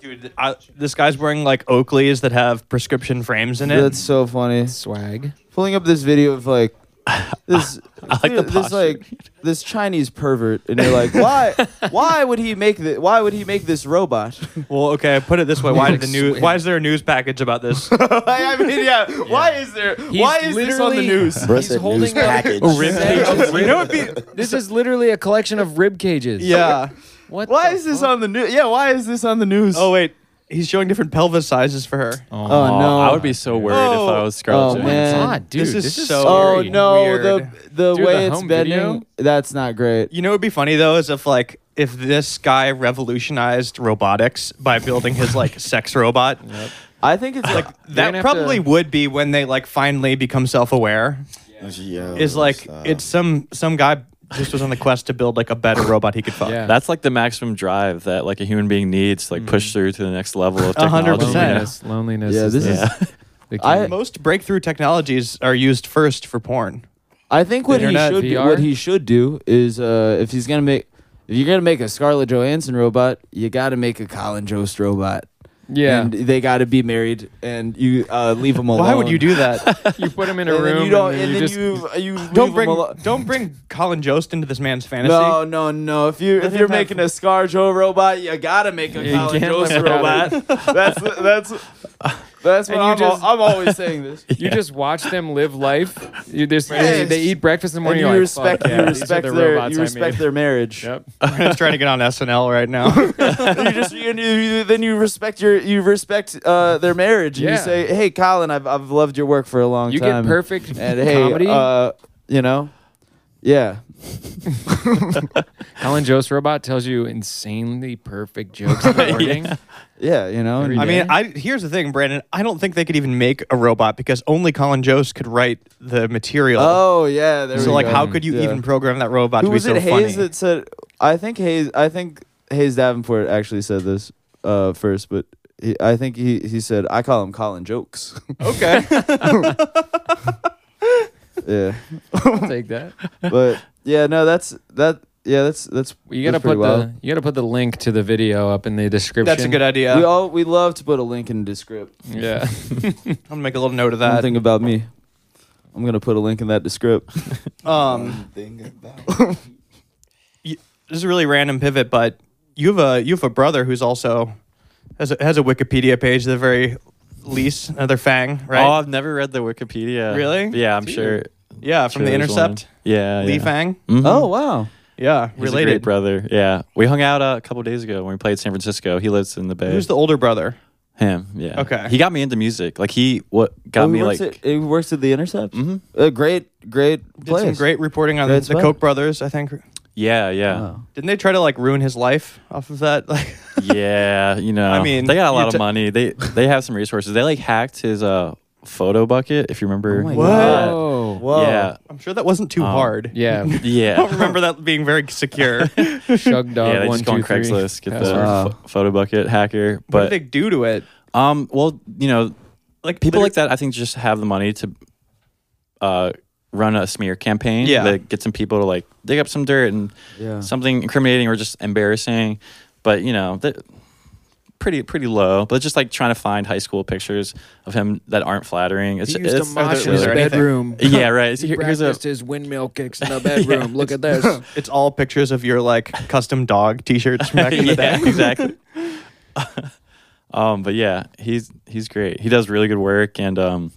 S1: Dude, I, this guy's wearing like Oakleys that have prescription frames in it.
S2: that's so funny.
S4: Swag.
S2: Pulling up this video of like this. I
S5: like the
S2: this
S5: posture.
S2: like this Chinese pervert, and you're like, why? why would he make this? Why would he make this robot?
S1: well, okay, put it this way: Why did the news?
S4: Swag.
S1: Why is there a news package about this?
S2: I mean, yeah, Why is there? why is this on the
S4: literally-
S2: news?
S3: Bro
S4: He's
S3: said
S4: holding
S3: news
S4: up-
S3: package.
S1: you know, it'd be,
S4: This is literally a collection of rib cages.
S2: Yeah.
S4: What?
S2: Why
S4: the
S2: is this
S4: fuck?
S2: on the news? Yeah. Why is this on the news?
S1: oh wait, he's showing different pelvis sizes for her.
S2: Oh, no.
S5: I would be so worried
S1: Oh.
S5: if I was Scarlett
S2: Oh,
S5: Johansson.
S2: man.
S4: It's odd, dude.
S1: This is so-
S2: Oh
S4: scary.
S2: no,
S1: weird.
S2: the the
S4: Dude,
S2: way
S4: the
S2: it's
S4: home
S2: bending,
S4: video?
S2: that's not great.
S1: You know, it'd be funny though, is if like if this guy revolutionized robotics by building his like sex robot.
S2: I think it's like
S1: That
S4: gonna have
S1: probably
S4: to-
S1: would be when they like finally become self-aware.
S3: Yo,
S1: Is like
S3: stop.
S1: it's some some guy just was on the quest to build like a better robot he could fuck.
S4: Yeah.
S5: That's like the maximum drive that like a human being needs to like push through to the next level of
S1: A hundred
S5: technology. you know?
S1: percent.
S4: Loneliness. Loneliness.
S2: Yeah,
S4: is
S2: this
S5: Yeah.
S4: the-
S2: is-
S4: the key.
S2: I-
S1: Most breakthrough technologies are used first for porn.
S2: I think what he
S4: Internet,
S2: should do,
S4: VR?
S2: what he should do is uh, if he's gonna make if you're gonna make a Scarlett Johansson robot, you gotta make a Colin Jost robot.
S4: Yeah.
S2: and they got to be married, and you uh, leave them alone.
S1: Why would you do that?
S4: You put him in a
S2: And
S4: room.
S2: then you don't.
S4: and
S2: And
S4: you
S2: then
S4: just,
S2: you you leave
S1: don't
S2: 'em
S1: bring
S2: alo-
S1: don't bring Colin Jost into this man's fantasy.
S2: No, no, no. If you
S1: Let
S2: if
S1: him
S2: you're
S1: have-
S2: making a Scar Joe robot, you gotta make a
S4: You
S2: Colin
S4: can't
S2: Jost
S4: live
S2: robot.
S4: without
S2: that's that's that's what
S4: And you
S2: I'm,
S4: just-
S2: al- I'm always saying this.
S4: You just watch them live life. You just
S2: Yes.
S4: they eat breakfast in the
S2: And
S4: morning.
S2: you
S4: you're like,
S2: respect
S4: "Fuck yeah,
S2: you
S4: these are
S2: respect
S4: the
S2: their
S4: robots
S2: you
S4: I
S2: respect
S4: made."
S2: their marriage.
S4: Yep.
S1: Brandon's trying to get on SNL right now.
S2: you just you, you, you- then you respect your you respect uh, their marriage. And
S4: Yeah.
S2: You say, hey, Colin, I've I've loved your work for a long
S4: You
S2: time.
S4: get perfect
S2: And hey,
S4: comedy.
S2: uh, you know, yeah.
S4: Colin Jost robot tells you insanely perfect jokes in the morning.
S2: Yeah, you know.
S4: Every
S2: and-
S1: I
S4: day.
S1: mean, I here's the thing, Brandon. I don't think they could even make a robot because only Colin Jost could write the material.
S2: oh yeah, there
S1: so
S2: we
S1: like,
S2: go.
S1: how could you
S2: Yeah.
S1: even program that robot
S2: Who
S1: to be
S2: was
S1: so
S2: it?
S1: funny?
S2: Hayes that said. I think Hayes. I think Hayes Davenport actually said this uh, first, but he, I think he he said I call him Colin jokes.
S1: okay.
S2: yeah,
S4: I'll take that.
S2: but yeah, no, that's that. Yeah, that's that's.
S4: You gotta
S2: that's pretty
S4: put
S2: wild.
S4: the you gotta put the link to the video up in the description.
S1: That's a good idea.
S2: We all we love to put a link in the script.
S4: Yeah.
S1: I'm gonna make a little note of
S2: One
S1: that.
S2: thing about me, I'm gonna put a link in that script.
S1: Um,
S3: Thing about
S1: this is a really random pivot, but you have a you have a brother who's also has a, has a Wikipedia page. The very least, another Fang,
S5: Oh,
S1: right?
S5: I've never read the Wikipedia.
S1: Really?
S5: Yeah, I'm
S4: Dude.
S5: sure.
S1: yeah, from
S5: sure
S1: the
S5: there's one.
S1: Intercept,
S5: Yeah.
S1: Lee
S5: yeah.
S1: Fang.
S5: Mhm.
S2: oh wow,
S1: Yeah,
S5: He's a great
S1: related.
S5: brother. Yeah, we hung out uh, a couple days ago when we played San Francisco. He lives in the Bay.
S1: Who's the older brother?
S5: him? Yeah.
S1: Okay.
S5: He got me into music. Like he what
S2: Oh,
S5: got
S2: he
S5: me
S2: works
S5: like
S2: at, he works at the Intercept.
S5: Mhm.
S2: A great, great
S1: Mm-hmm. Did
S2: place.
S1: some great reporting on
S2: Great
S1: the
S2: spot.
S1: Koch brothers, I think.
S5: yeah yeah
S2: Wow.
S1: Didn't they try to like ruin his life off of that? Like,
S5: yeah. You know,
S1: I mean,
S5: they got a
S1: you
S5: lot
S1: ta-
S5: of money. They they have some resources. They like hacked his uh photo bucket. If you remember.
S2: Oh my
S1: What?
S2: God.
S4: Whoa.
S2: Whoa.
S5: Yeah.
S1: I'm sure that wasn't too
S5: Um,
S1: hard.
S4: Yeah.
S1: I don't
S5: Yeah.
S1: remember that being very secure.
S4: Shug dog
S5: yeah, they
S4: one
S5: just go on
S4: two, three.
S5: Craigslist, get the
S4: Password.
S2: Wow.
S5: ph- photo bucket
S1: what
S5: hacker.
S1: did
S5: But
S1: they do to it?
S5: um, well, you know,
S1: Like
S5: people
S1: liter-
S5: like that i think just have the money to uh, run a smear campaign
S1: Yeah.
S5: that get some people to like dig up some dirt and
S2: Yeah.
S5: something incriminating or just embarrassing but you know that pretty pretty low but just like trying to find high school pictures of him that aren't flattering it's,
S4: He used
S5: it's
S4: to mosh
S1: really
S4: in his
S1: anything.
S4: bedroom.
S5: yeah right
S4: He
S5: Here- here's a
S4: practiced his windmill kicks in the bedroom. Look at this.
S1: It's all pictures of your like custom dog T-shirts from back in the
S5: yeah,
S1: day.
S5: exactly. um, but yeah, he's he's great. He does really good work, and um,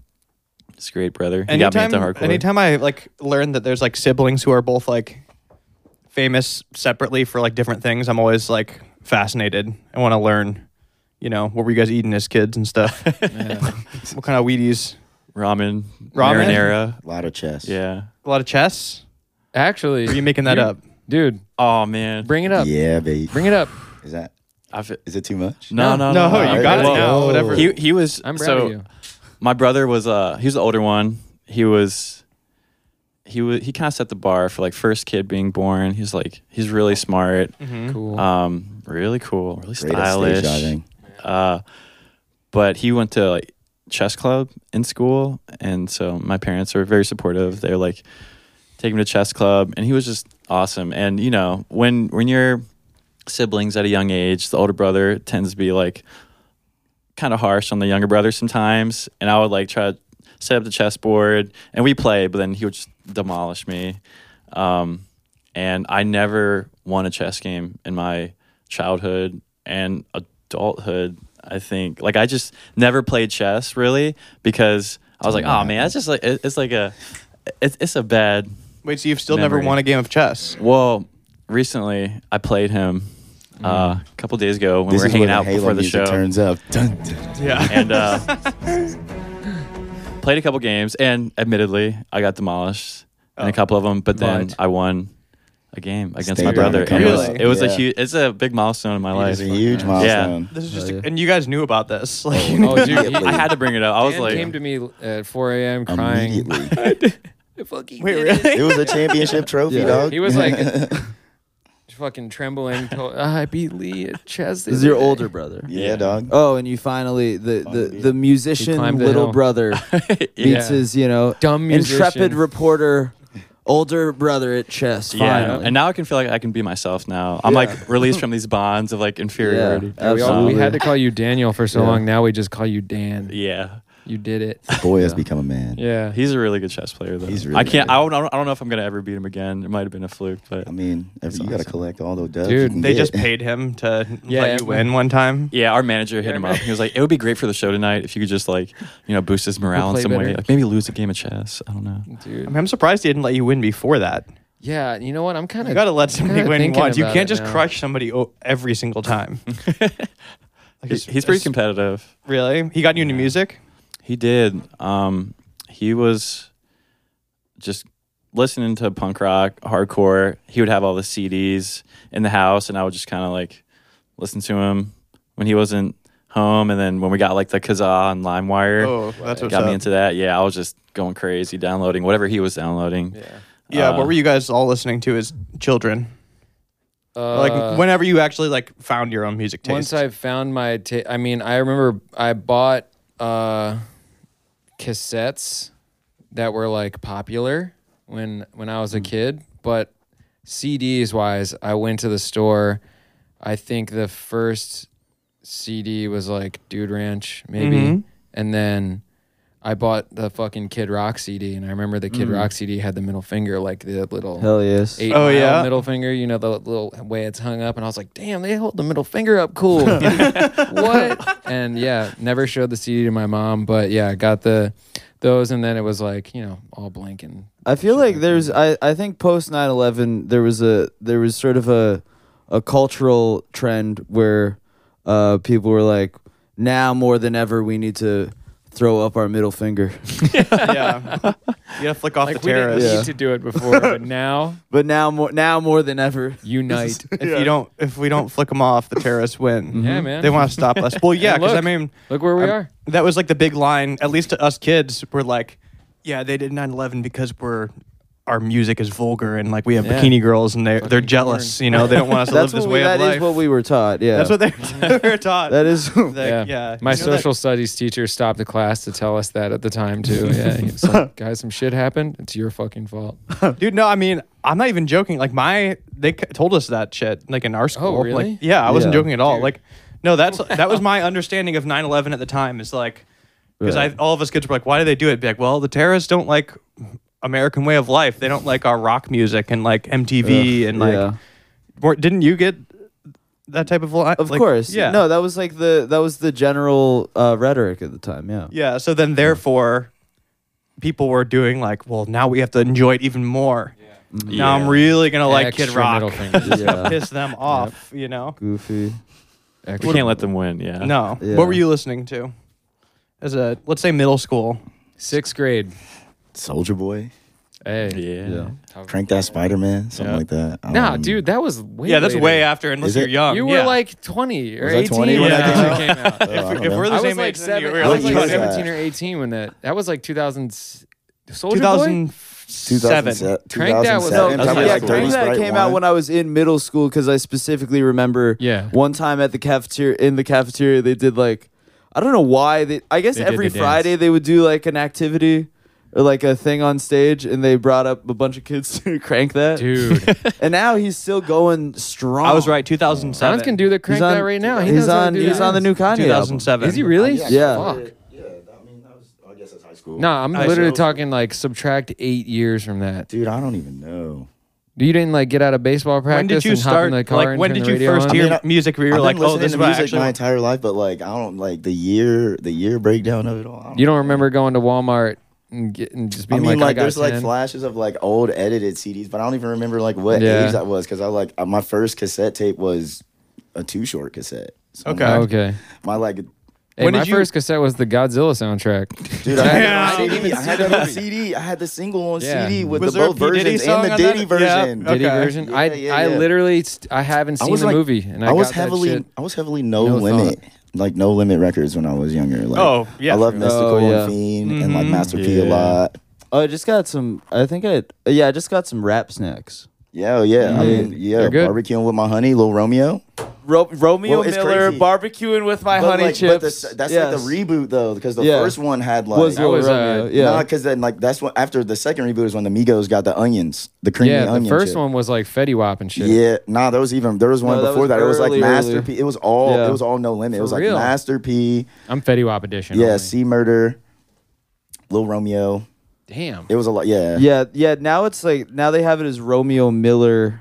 S5: he's a great brother. He got me
S1: anytime,
S5: into hardcore.
S1: anytime I like learn that there's like siblings who are both like famous separately for like different things, I'm always like fascinated. I want to learn, you know, what were you guys eating as kids and stuff? what kind of Wheaties?
S5: ramen,
S1: Ramen?
S5: marinara.
S3: a lot of chess.
S5: Yeah.
S1: A lot of chess?
S4: Actually,
S1: Or are you making that
S4: you're-
S1: up?
S4: dude?
S5: Oh man.
S4: Bring it up.
S3: Yeah, baby.
S4: Bring it up.
S3: Is that
S5: I fe-
S3: is it too much?
S5: no, no,
S1: No,
S5: no, no.
S1: you got
S3: it now,
S1: whatever.
S5: He he was.
S4: I'm proud
S5: so
S4: of you.
S5: my brother was uh he was the older one. He was. He was he kind of set the bar for like first kid being born. He's like he's
S4: Oh.
S5: really smart,
S4: Mm-hmm. Cool.
S5: um, really cool, really
S3: Great at stage
S5: stylish.
S3: diving.
S5: Uh, but he went to like chess club in school, and so my parents were very supportive. They were like, take him to chess club, and he was just awesome. And you know, when when your siblings at a young age, the older brother tends to be like kind of harsh on the younger brother sometimes, and I would like try to set up the chessboard, and we play, but then he would just demolish me. Um, and I never won a chess game in my childhood and adulthood. I think like I just never played chess really because I was like, oh man, it's just like it- it's like a it's it's a bad.
S1: Wait, so you've still never
S5: Memory.
S1: won a game of chess?
S5: Well, recently I played him uh, a couple days ago when
S3: Mm-hmm. This
S5: we were
S3: is where
S5: hanging
S3: the
S5: out
S3: Halo
S5: before the
S3: music
S5: show
S3: turns up. Dun, dun, dun.
S1: Yeah.
S5: and uh, played a couple games. And admittedly, I got demolished
S4: Oh.
S5: in a couple of them. But then
S4: But-
S5: I won a game against
S3: Stayed
S5: my
S3: on
S5: brother.
S3: the
S5: and it was,
S1: comeback.
S5: it was a
S3: Yeah.
S5: huge. It's a big milestone in my
S3: It
S5: life.
S3: is a huge milestone.
S1: This is just,
S2: Oh, yeah.
S1: and you guys knew about this. Like,
S4: Oh, dude,
S5: I had to bring it up. I was
S4: Dan
S5: like,
S4: came to me at 4 a.m. crying.
S3: Immediately.
S4: Fucking
S1: wait,
S4: did it.
S1: really?
S3: it was a championship trophy,
S2: Yeah.
S3: dog.
S4: He was like fucking trembling. Told, "Ah, I beat Lee at chess. the
S2: This is your
S4: other day."
S2: older brother.
S3: yeah, dog.
S2: Oh, and you finally the the, the musician
S4: climbed the
S2: little
S4: hill.
S2: brother beats
S4: Yeah.
S2: his you know
S4: Dumb musician.
S2: intrepid reporter
S8: older brother at chess.
S5: Yeah,
S8: finally.
S5: and now I can feel like I can be myself now. I'm like released from these bonds of like inferiority.
S8: Yeah,
S4: We, all, we had to call you Daniel for so
S8: Yeah.
S4: long. Now we just call you Dan.
S5: Yeah.
S4: You did it.
S3: Boy has become a man.
S4: Yeah.
S5: he's a really good chess player though.
S3: He's really
S5: I can't.
S3: good.
S5: I don't, I don't. I don't know if I'm gonna ever beat him again. It might have been a fluke, but
S3: I mean, every, you got to
S5: awesome.
S3: collect all those dubs.
S4: Dude,
S3: you can
S1: They
S3: get.
S1: just paid him to
S4: Yeah,
S1: let you win one time.
S5: yeah, our manager hit him up. He was like, "It would be great for the show tonight if you could just like, you know, boost his morale in
S4: play
S5: some way.
S4: better.
S5: Like maybe lose a game of chess. I don't know.
S1: I
S4: Dude.
S1: mean, I'm surprised he didn't let you win before that.
S4: Yeah. You know what? I'm kind of.
S1: You got to let somebody win once. You can't just
S4: now.
S1: crush somebody o- every single time. Like,
S5: He-
S1: it's-
S5: he's pretty
S1: it's-
S5: competitive.
S1: Really? He got you into music?
S5: He did. Um, he was just listening to punk rock, hardcore. He would have all the CDs in the house, and I would just kind of like listen to him when he wasn't home. And then when we got like the Kazaa and LimeWire,
S1: Oh, that's what's
S5: got
S1: up.
S5: me into that. Yeah, I was just going crazy downloading whatever he was downloading.
S4: Yeah.
S1: yeah,
S5: uh,
S1: what were you guys all listening to as children?
S4: Uh,
S1: like whenever you actually like found your own music taste.
S4: Once I found my, ta- I mean, I remember I bought uh, cassettes that were like popular when when I was a kid, but CDs wise, I went to the store. I think the first CD was like Dude Ranch, maybe, and then I bought the fucking Kid Rock CD, and I remember the Kid Rock CD had the middle finger, like the little
S2: Hell yes.
S4: eight
S1: Oh,
S4: mile
S1: yeah?
S4: middle finger. You know the little way it's hung up, and I was like, "Damn, they hold the middle finger up cool." what? And yeah, never showed the CD to my mom, but yeah, got the those, and then it was like you know all blinking.
S2: I feel like there's I, I think post 9/11 there was a there was sort of a a cultural trend where uh people were like now more than ever we need to throw up our middle finger.
S1: yeah, you gotta flick off
S4: Like
S1: the
S4: we didn't
S1: terrorists.
S4: need to do it before, but now
S2: But now more now more than ever.
S4: unite.
S1: If you don't, if we don't flick them off, the terrorists win.
S4: Yeah, man.
S1: They want to stop us. Well, yeah,
S4: And
S1: because I
S4: look,
S1: mean,
S4: Look where we
S1: I'm-
S4: are.
S1: that was like the big line. At least to us kids, we're like, yeah, they did 9/11 because we're our music is vulgar and like we have
S4: Yeah.
S1: bikini girls and they they're
S4: Fucking
S1: jealous.
S4: porn.
S1: You know, they don't want us to live
S2: That's
S1: this
S2: what
S1: way
S2: we,
S1: of
S2: that
S1: life.
S2: is what we were taught. Yeah.
S1: That's what they they were taught.
S2: that is
S1: Like, yeah.
S4: My
S1: You know that-
S4: social studies teacher stopped the class to tell us that at the time too. Yeah, he was like, guys, some shit happened. It's your fucking fault.
S1: Dude, no, I mean, I'm not even joking. Like my, they c- told us that shit, like in our school.
S4: Oh, really?
S1: Like, yeah, I wasn't
S2: Yeah.
S1: joking at all. Like, no, that's that was my understanding of 9/11 at the time. Is like, because I all of us kids were like, why do they do it? Be like, well, the terrorists don't like American way of life. They don't like our rock music and like MTV and like.
S2: yeah.
S1: were- Didn't you get that type of? Li-
S2: Of
S1: like,
S2: course.
S1: Yeah.
S2: No, that was like the that was the general uh, rhetoric at the time, yeah.
S1: Yeah. So
S2: Mm.
S1: then, therefore, people were doing like, well, now we have to enjoy it even more. Now I'm really gonna like Kid
S4: Extra
S1: Rock.
S4: middle finger.
S2: Yeah.
S1: piss them off, you know?
S2: Goofy.
S5: we can't let them win. Yeah.
S1: No.
S2: Yeah.
S1: What were you listening to? As a let's say middle school.
S4: Sixth grade.
S3: Soldier Boy,
S4: Hey.
S5: Yeah.
S2: Yeah.
S3: crank that Spider Man, something
S5: Yeah.
S3: like that.
S4: Nah,
S3: Um,
S4: dude, that was way.
S1: yeah, that's
S4: later.
S1: way after unless
S3: Is
S1: you're
S3: it-
S1: young.
S4: You were
S1: Um, yeah.
S4: like twenty or
S3: Was I
S4: eighteen
S3: 20
S4: when
S1: when
S4: that
S1: that
S4: shit came out.
S3: oh, I
S1: if,
S3: don't
S1: if
S3: know.
S1: we're the
S4: I was
S1: same
S4: like
S1: age, then
S4: seven,
S1: you
S4: I
S1: were
S4: was
S1: like
S4: like
S3: What year is that?
S4: seventeen or eighteen when that. That was like two thousand. Soldier Boy.
S1: 2007.
S3: 2007,
S4: Crank that was-
S2: No,
S4: Yeah,
S3: 2007,
S4: That's
S2: yeah,
S3: probably
S4: yeah,
S3: like
S4: Crank
S2: Crank
S3: 30
S2: that
S3: Sprite
S2: came out
S3: One.
S2: when I was in middle school because I specifically remember
S4: Yeah.
S2: one time at the cafeteria in the cafeteria they did like I don't know why they I guess
S4: They did
S2: every
S4: the dance.
S2: Friday they would do like an activity or like a thing on stage and they brought up a bunch of kids to crank that.
S4: Dude,
S2: And now he's still going strong.
S1: I was right, 2007.
S4: Hans can do the
S2: He's
S4: crank that right now. He
S2: he's
S4: knows how to
S2: on
S4: do
S2: he's
S4: that.
S2: on the new Kanye album.
S1: 2007.
S4: Is he really?
S2: Yeah.
S4: Fuck.
S3: Yeah, I mean, that was, I guess that's high school.
S4: No, I'm
S1: I
S4: literally
S1: see.
S4: talking like subtract eight years from that.
S3: Dude, I don't even know.
S4: You didn't like get out of baseball practice
S1: When did you
S4: and hop
S1: start?
S4: in the car
S1: Like
S4: and
S1: when
S4: turn
S1: did
S4: the
S1: you
S4: radio
S1: first
S4: on?
S1: hear
S3: I mean,
S1: music where you
S3: I've
S1: were
S3: been
S1: like, oh,
S3: listening
S1: this is
S3: to
S1: what I
S3: music
S1: actually.
S3: my
S1: want?
S3: entire life, but like, I don't like the year, the year breakdown of it all. I
S4: You don't remember going to Walmart and, get, and just
S3: I
S4: being
S3: mean,
S4: like,
S3: like,
S4: I got
S3: there's
S4: 10.
S3: like flashes of like old edited CDs, but I don't even remember like what
S4: Yeah.
S3: age that was because I like uh, my first cassette tape was a two short cassette. So
S1: Okay.
S3: My,
S4: Oh, Okay.
S3: my, like,
S4: Hey,
S1: When
S4: my
S1: did you-
S4: first cassette was the Godzilla soundtrack.
S3: dude, I
S1: Yeah.
S3: had, it on CD. I had that on CD. I had the single on
S4: Yeah.
S3: CD with
S1: Was
S3: the
S1: there a
S3: both
S1: P. Diddy
S3: versions
S1: song
S3: and the
S1: on that?
S3: Diddy
S1: Yeah.
S3: version.
S1: Okay.
S4: Diddy version. I
S3: Yeah, yeah,
S4: I
S3: yeah.
S4: literally st- I haven't seen the
S3: like-
S4: movie and I,
S3: was
S4: got
S3: heavily,
S4: that shit.
S3: I was heavily no,
S4: No
S3: limit, like no limit records when I was younger. Like,
S1: Oh, yeah.
S3: I love Mystical
S2: yeah.
S3: and Fiend and like
S1: Mhm.
S3: Master P a
S5: Yeah.
S3: lot.
S2: Oh, I just got some I think I yeah, I just got some rap snacks.
S3: Yeah, oh, yeah. I mean,
S4: Mm-hmm.
S3: yeah,
S4: They're good.
S3: barbecuing with my honey, Lil Romeo.
S9: Ro- Romeo
S3: Well, it's
S9: Miller
S3: crazy.
S9: barbecuing with my
S3: But,
S9: honey
S3: like, but
S9: chips.
S3: the- that's like
S9: Yes.
S3: the reboot though, because the
S2: Yeah.
S3: first one had like
S2: was
S4: That was,
S2: Little
S4: uh,
S2: Romeo. yeah.
S3: Nah, because then like that's when after the second reboot is when the Migos got the onions, the creamy
S4: yeah,
S3: onion.
S4: the first
S3: chip.
S4: one was like Fetty Wap and shit.
S3: Yeah, nah, there was even there was one
S2: No, that
S3: before
S2: was
S3: that. It was like
S2: early, early.
S3: masterpiece. It was all
S2: Yeah.
S3: it was all no limit.
S4: For
S3: it was
S4: real.
S3: like Master P,
S4: I'm Fetty Wap edition.
S3: yeah,
S4: only.
S3: C Murder, Lil Romeo.
S4: damn.
S3: It was a lot. Yeah,
S2: yeah, yeah. Now it's like now they have it as Romeo Miller,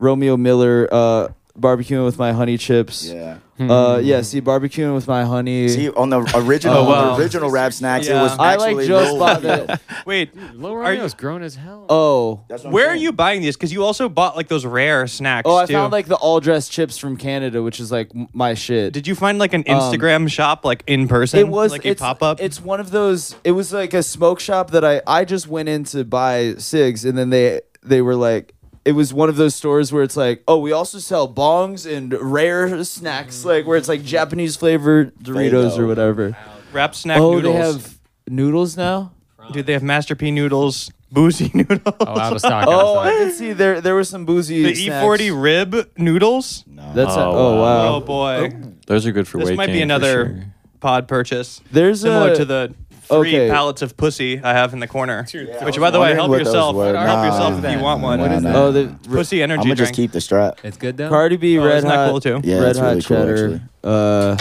S2: Romeo Miller uh, barbecuing with my honey chips.
S3: yeah.
S2: Uh, yeah. See, barbecuing with my honey.
S3: See, on the original
S2: Oh,
S5: wow.
S3: on the original rap snacks, it
S1: Yeah.
S3: was
S2: I like
S3: actually
S2: Joe
S3: Lil
S2: Spot.
S3: Romeo.
S2: that-
S1: Wait,
S4: Lil
S1: Are you-
S4: Romeo's grown as hell.
S2: Oh,
S3: That's what I'm
S1: where are
S3: saying.
S1: you buying these? Because you also bought like those rare snacks.
S2: oh, I
S1: too.
S2: found like the all dressed chips from Canada, which is like m- my shit.
S1: Did you find like an
S2: Um,
S1: Instagram shop like in person?
S2: it was
S1: like a
S2: it's,
S1: pop up.
S2: It's one of those. It was like a smoke shop that I I just went in to buy cigs, and then they they were like, it was one of those stores where it's like, oh, we also sell bongs and rare
S1: Mm.
S2: snacks, like where it's like Japanese flavored Doritos or
S3: Fado.
S2: whatever.
S1: wrap snack
S2: oh,
S1: noodles.
S2: they have noodles now.
S1: Dude, they have Master P noodles, boozy noodles.
S4: Oh, out of stock.
S2: Oh, I
S4: outside.
S2: can see there there were some boozy.
S1: the
S2: snacks.
S1: E40 rib noodles.
S3: Nah.
S2: That's
S5: Oh,
S2: a, oh wow.
S1: Oh boy,
S5: Those are good for
S1: this
S5: weight
S1: might be
S5: gain, for
S1: another
S5: sure.
S1: pod purchase.
S2: There's
S1: similar
S2: a-
S1: to the three
S2: okay.
S1: pallets of pussy I have in the corner.
S3: I
S1: which,
S3: was
S1: by the way,
S3: wondering
S1: help
S3: what those
S1: yourself.
S3: were.
S1: Help
S3: Nah,
S1: yourself if you
S4: nah,
S1: want one. Uh,
S3: nah, What is nah. that?
S2: Oh, the
S1: Pussy
S3: I'm
S1: energy
S3: gonna
S1: drink.
S3: just keep the strap.
S4: it's good though.
S2: Cardi B,
S1: Oh,
S2: Red
S1: isn't that
S2: Hot,
S1: cool, too?
S3: Yeah,
S2: Red
S3: it's
S2: Hot
S3: really cool,
S2: Cheddar.
S3: actually.
S2: uh,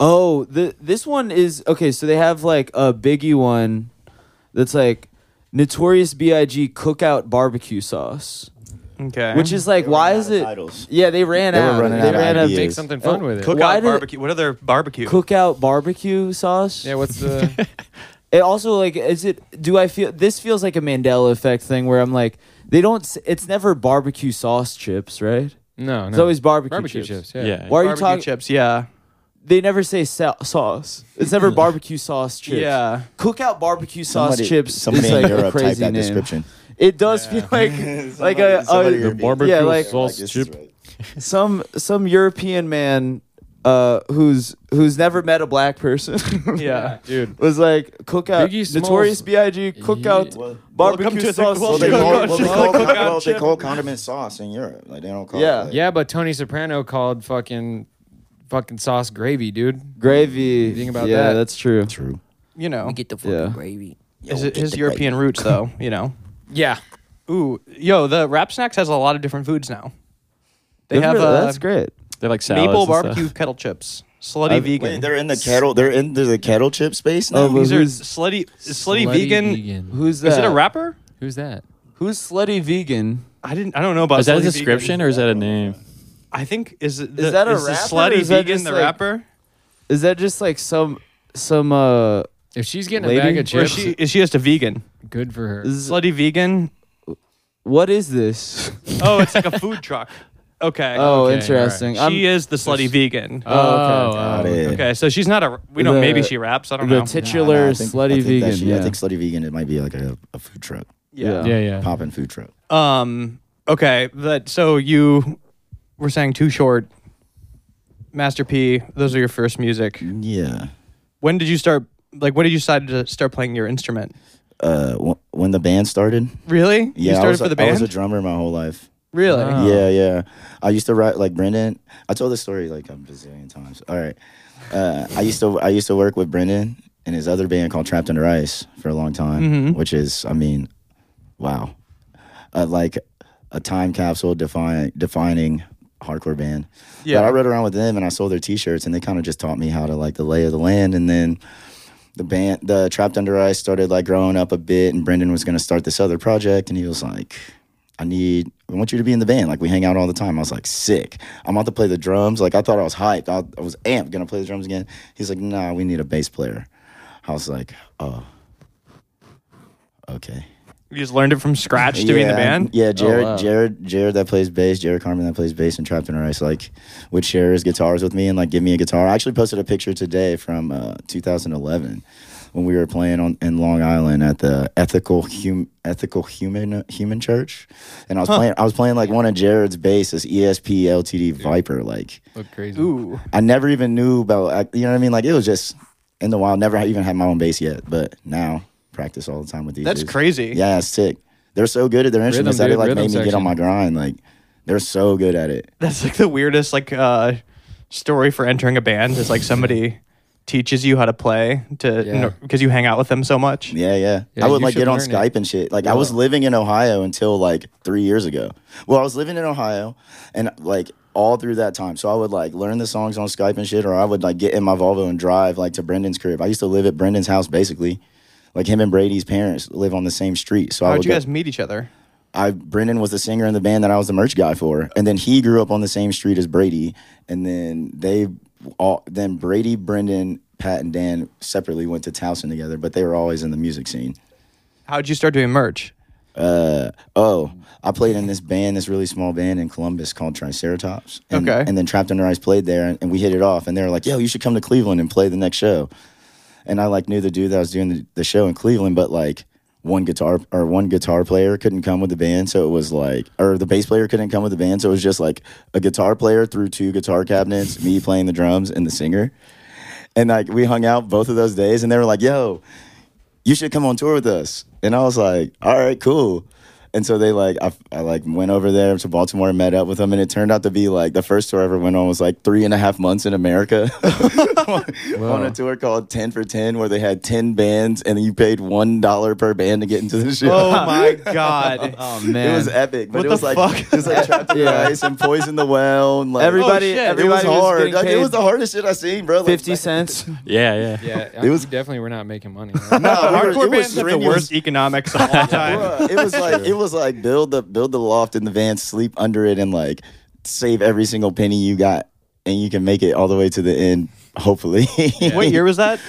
S2: oh, the this one is okay. So they have like a Biggie one that's like Notorious B.I.G. Cookout Barbecue Sauce,
S1: Okay.
S2: which is like, why is it?
S3: Titles.
S2: Yeah, they ran
S3: They were
S2: out.
S3: running
S2: they
S3: out of
S2: ran out.
S3: ideas.
S4: Make something fun
S2: Oh,
S4: with it.
S1: Cookout
S2: why did-
S1: barbecue. What other barbecue?
S2: Cookout barbecue sauce.
S4: Yeah, what's the?
S2: It also like is it? Do I feel this feels like a Mandela effect thing where I'm like they don't. s- It's never barbecue sauce chips, right?
S4: No, no.
S2: It's always barbecue,
S4: barbecue
S2: chips.
S4: chips. yeah.
S5: Yeah.
S2: Why are you
S1: barbecue
S2: talking?
S1: chips? Yeah.
S2: They never say sa- sauce. It's never barbecue sauce chips.
S1: Yeah.
S2: cookout barbecue sauce
S3: Somebody-
S2: chips
S3: Somebody
S2: is
S3: in
S2: like a
S3: Europe typed
S2: crazy
S3: that
S2: name.
S3: description.
S2: It does feel like like uh, oh, a,
S3: Somebody-
S2: a
S3: somebody-
S5: barbecue
S2: yeah, like-
S5: sauce
S3: this is
S5: chip.
S3: right.
S2: some some European man uh, who's who's never met a black person
S1: Yeah.
S4: dude.
S2: was like cookout
S4: Biggie Smalls-
S2: Notorious B.I.G. cookout
S4: Yeah.
S3: Well-
S1: Welcome to
S2: barbecue
S1: the
S2: sauce.
S1: Well,
S3: Well, they
S1: they
S3: call,
S1: call-
S3: well,
S1: they
S3: they
S1: call
S3: call,
S1: cookout
S3: well, they
S1: chip.
S3: call condiment sauce in Europe. Like they don't call
S2: Yeah.
S3: it. Like,
S4: Yeah, but Tony Soprano called fucking fucking sauce gravy, dude.
S2: gravy.
S4: Think about
S2: yeah,
S4: that.
S2: that's true.
S3: True.
S1: You know,
S10: the
S2: fucking Yeah.
S10: gravy.
S1: his, his European roots, though. You know.
S4: Yeah.
S1: Ooh, yo, the wrap snacks has a lot of different foods now. They
S2: Good for
S1: have
S2: that.
S1: uh,
S2: that's great.
S5: They're like salads.
S1: maple
S5: and stuff.
S1: barbecue kettle chips, slutty
S2: I've-
S1: vegan.
S3: Wait, they're in the kettle. They're in the, the kettle chip space now.
S2: Oh, but
S1: These are
S2: who's-
S1: slutty, slutty, vegan.
S2: Who's that?
S1: Is it a rapper?
S4: Who's that?
S2: Who's slutty vegan?
S1: I didn't. I don't know about.
S5: Is that a
S1: slutty vegan.
S5: description or is that a name?
S1: I think is it
S2: Is
S1: the-
S2: that
S1: the
S2: a rapper or
S1: slutty
S2: is that
S1: vegan
S2: just
S1: the
S2: like-
S1: rapper?
S2: Is that just like some some uh?
S4: If she's getting
S2: Lady?
S4: a bag of
S1: Or is
S4: chips,
S1: she is she just a vegan?
S4: good for her.
S2: Is,
S1: Slutty vegan.
S2: what is this?
S1: Oh, it's like a food truck. Okay.
S2: Oh,
S4: Okay,
S2: interesting.
S1: she
S2: I'm-
S1: is the slutty vegan.
S2: Oh, okay.
S4: Oh,
S3: Got it.
S1: okay, so she's not a. We don't.
S2: The-
S1: Maybe she raps. I don't
S2: the
S1: know.
S3: Nah, nah,
S2: titular
S3: I think- I
S2: slutty
S3: think that
S2: vegan.
S3: should-
S2: yeah.
S3: I think slutty vegan. It might be like a, a food truck,
S2: yeah.
S4: yeah, yeah.
S3: poppin' food truck.
S1: um. Okay. But so you were saying too short. Master P. Those are your first music.
S3: Yeah.
S1: When did you start? Like, when did you decide to start playing your instrument?
S3: Uh, w- when the band started.
S1: Really?
S3: Yeah,
S1: you
S3: I
S1: started
S3: was,
S1: for
S3: a-
S1: the
S3: I
S1: band.
S3: was a Uh-huh. drummer my whole life.
S1: really?
S4: Wow.
S3: Yeah, yeah. I used to write like Brendan. I told this story like a bazillion times. All right. Uh, I used to I used to work with Brendan and his other band called Trapped Under Ice for a long time, which is I mean, wow, uh, like a time capsule define, defining hardcore band.
S1: Yeah.
S3: But I rode around with them and I sold their T-shirts and they kind of just taught me how to like the lay of the land and then. The band, the Trapped Under Ice, started like growing up a bit, and Brendan was gonna start this other project, and he was like, I need, I want you to be in the band. Like, we hang out all the time. I was like, sick. I'm about to play the drums. Like, I thought I was hyped. I, I was amped, gonna play the drums again. He's like, nah, we need a bass player. I was like, oh, okay.
S1: You just learned it from scratch to be in the band.
S3: Yeah, Jared,
S2: wow.
S3: Jared, Jared that plays bass, Jared Carmen that plays bass and Trapped in Rice, like would share his guitars with me and like give me a guitar. I actually posted a picture today from uh, 2011 when we were playing on in Long Island at the Ethical hum, Ethical Human Human Church, and I was playing I was playing like one of Jared's E bass, this ESP LTD Viper, like.
S4: Look crazy.
S1: Ooh.
S3: I never even knew about, I- you know what I mean? Like, it was just in the wild. Never even had my own bass yet, but now practice all the time with these.
S1: That's
S3: dudes.
S1: crazy.
S3: Yeah, it's sick. They're so good at their instruments that
S4: dude,
S3: it like
S4: rhythm
S3: made me get
S4: section.
S3: on my grind. Like, They're so good at it.
S1: That's like the weirdest like uh, story for entering a band is like somebody teaches you how to play
S4: Yeah.
S1: to because you hang out with them so much.
S3: Yeah, yeah.
S4: Yeah,
S3: I would
S4: you
S3: like
S4: should
S3: get on
S4: learn it.
S3: Skype and shit. Like I was living in Ohio until like three years ago. Well, I was living in Ohio and like all through that time. So I would like learn the songs on Skype and shit, or I would like get in my Volvo and drive like to Brendan's crib. I used to live at Brendan's house basically. Like him and Brady's parents live on Oh, the same street. So I
S1: How'd
S3: would
S1: you
S3: go-
S1: guys meet each other?
S3: I Brendan was the singer in the band that I was the merch guy for, and then he grew up on the same street as Brady, and then they all then Brady, Brendan, Pat, and Dan separately went to Towson together, but they were always in the music scene.
S1: How'd you start doing merch?
S3: Uh, oh, I played in this band, this really small band in Columbus called Triceratops. And,
S1: Okay.
S3: And then Trapped Under Ice played there, and, and we hit it off. And they were like, "Yo, you should come to Cleveland and play the next show." And I like knew the dude that was doing the, the show in Cleveland, but like one guitar or one guitar player couldn't come with the band, so it was like, or the bass player couldn't come with the band, so it was just like a guitar player through two guitar cabinets, me playing the drums, and the singer. And like we hung out both of those days, and they were like, "Yo, you should come on tour with us. And I was like, all right, cool. And so they like, I, I like went over there to Baltimore, met up with them, and it turned out to be like the first tour I ever went on was like three and a half months in America on a tour called Ten for Ten, where they had ten bands and you paid one dollar per band to get into the show.
S1: Oh my god!
S2: Oh
S3: It
S2: man,
S3: was epic, but
S1: What
S3: it was
S1: the
S3: like
S1: fuck?
S3: it was like trapped in
S2: Yeah.
S3: ice and poison the well. And like,
S2: everybody,
S1: Oh, shit. It was
S3: it was
S2: everybody was
S3: hard.
S2: getting
S3: like, it
S2: paid
S3: was the hardest shit I seen, bro. Like,
S2: fifty
S3: back-
S2: cents.
S5: Yeah, yeah.
S4: Yeah,
S3: It was-
S4: you definitely were not making money.
S3: No, we were-
S1: Uh, Hardcore
S3: it was
S1: bands have the
S3: strenuous.
S1: worst E economics of all time.
S3: Bruh, it was like it was like build the build the loft in the van, sleep under it, and like save every single penny you got, and you can make it all the way to the end. Hopefully,
S1: What year was that?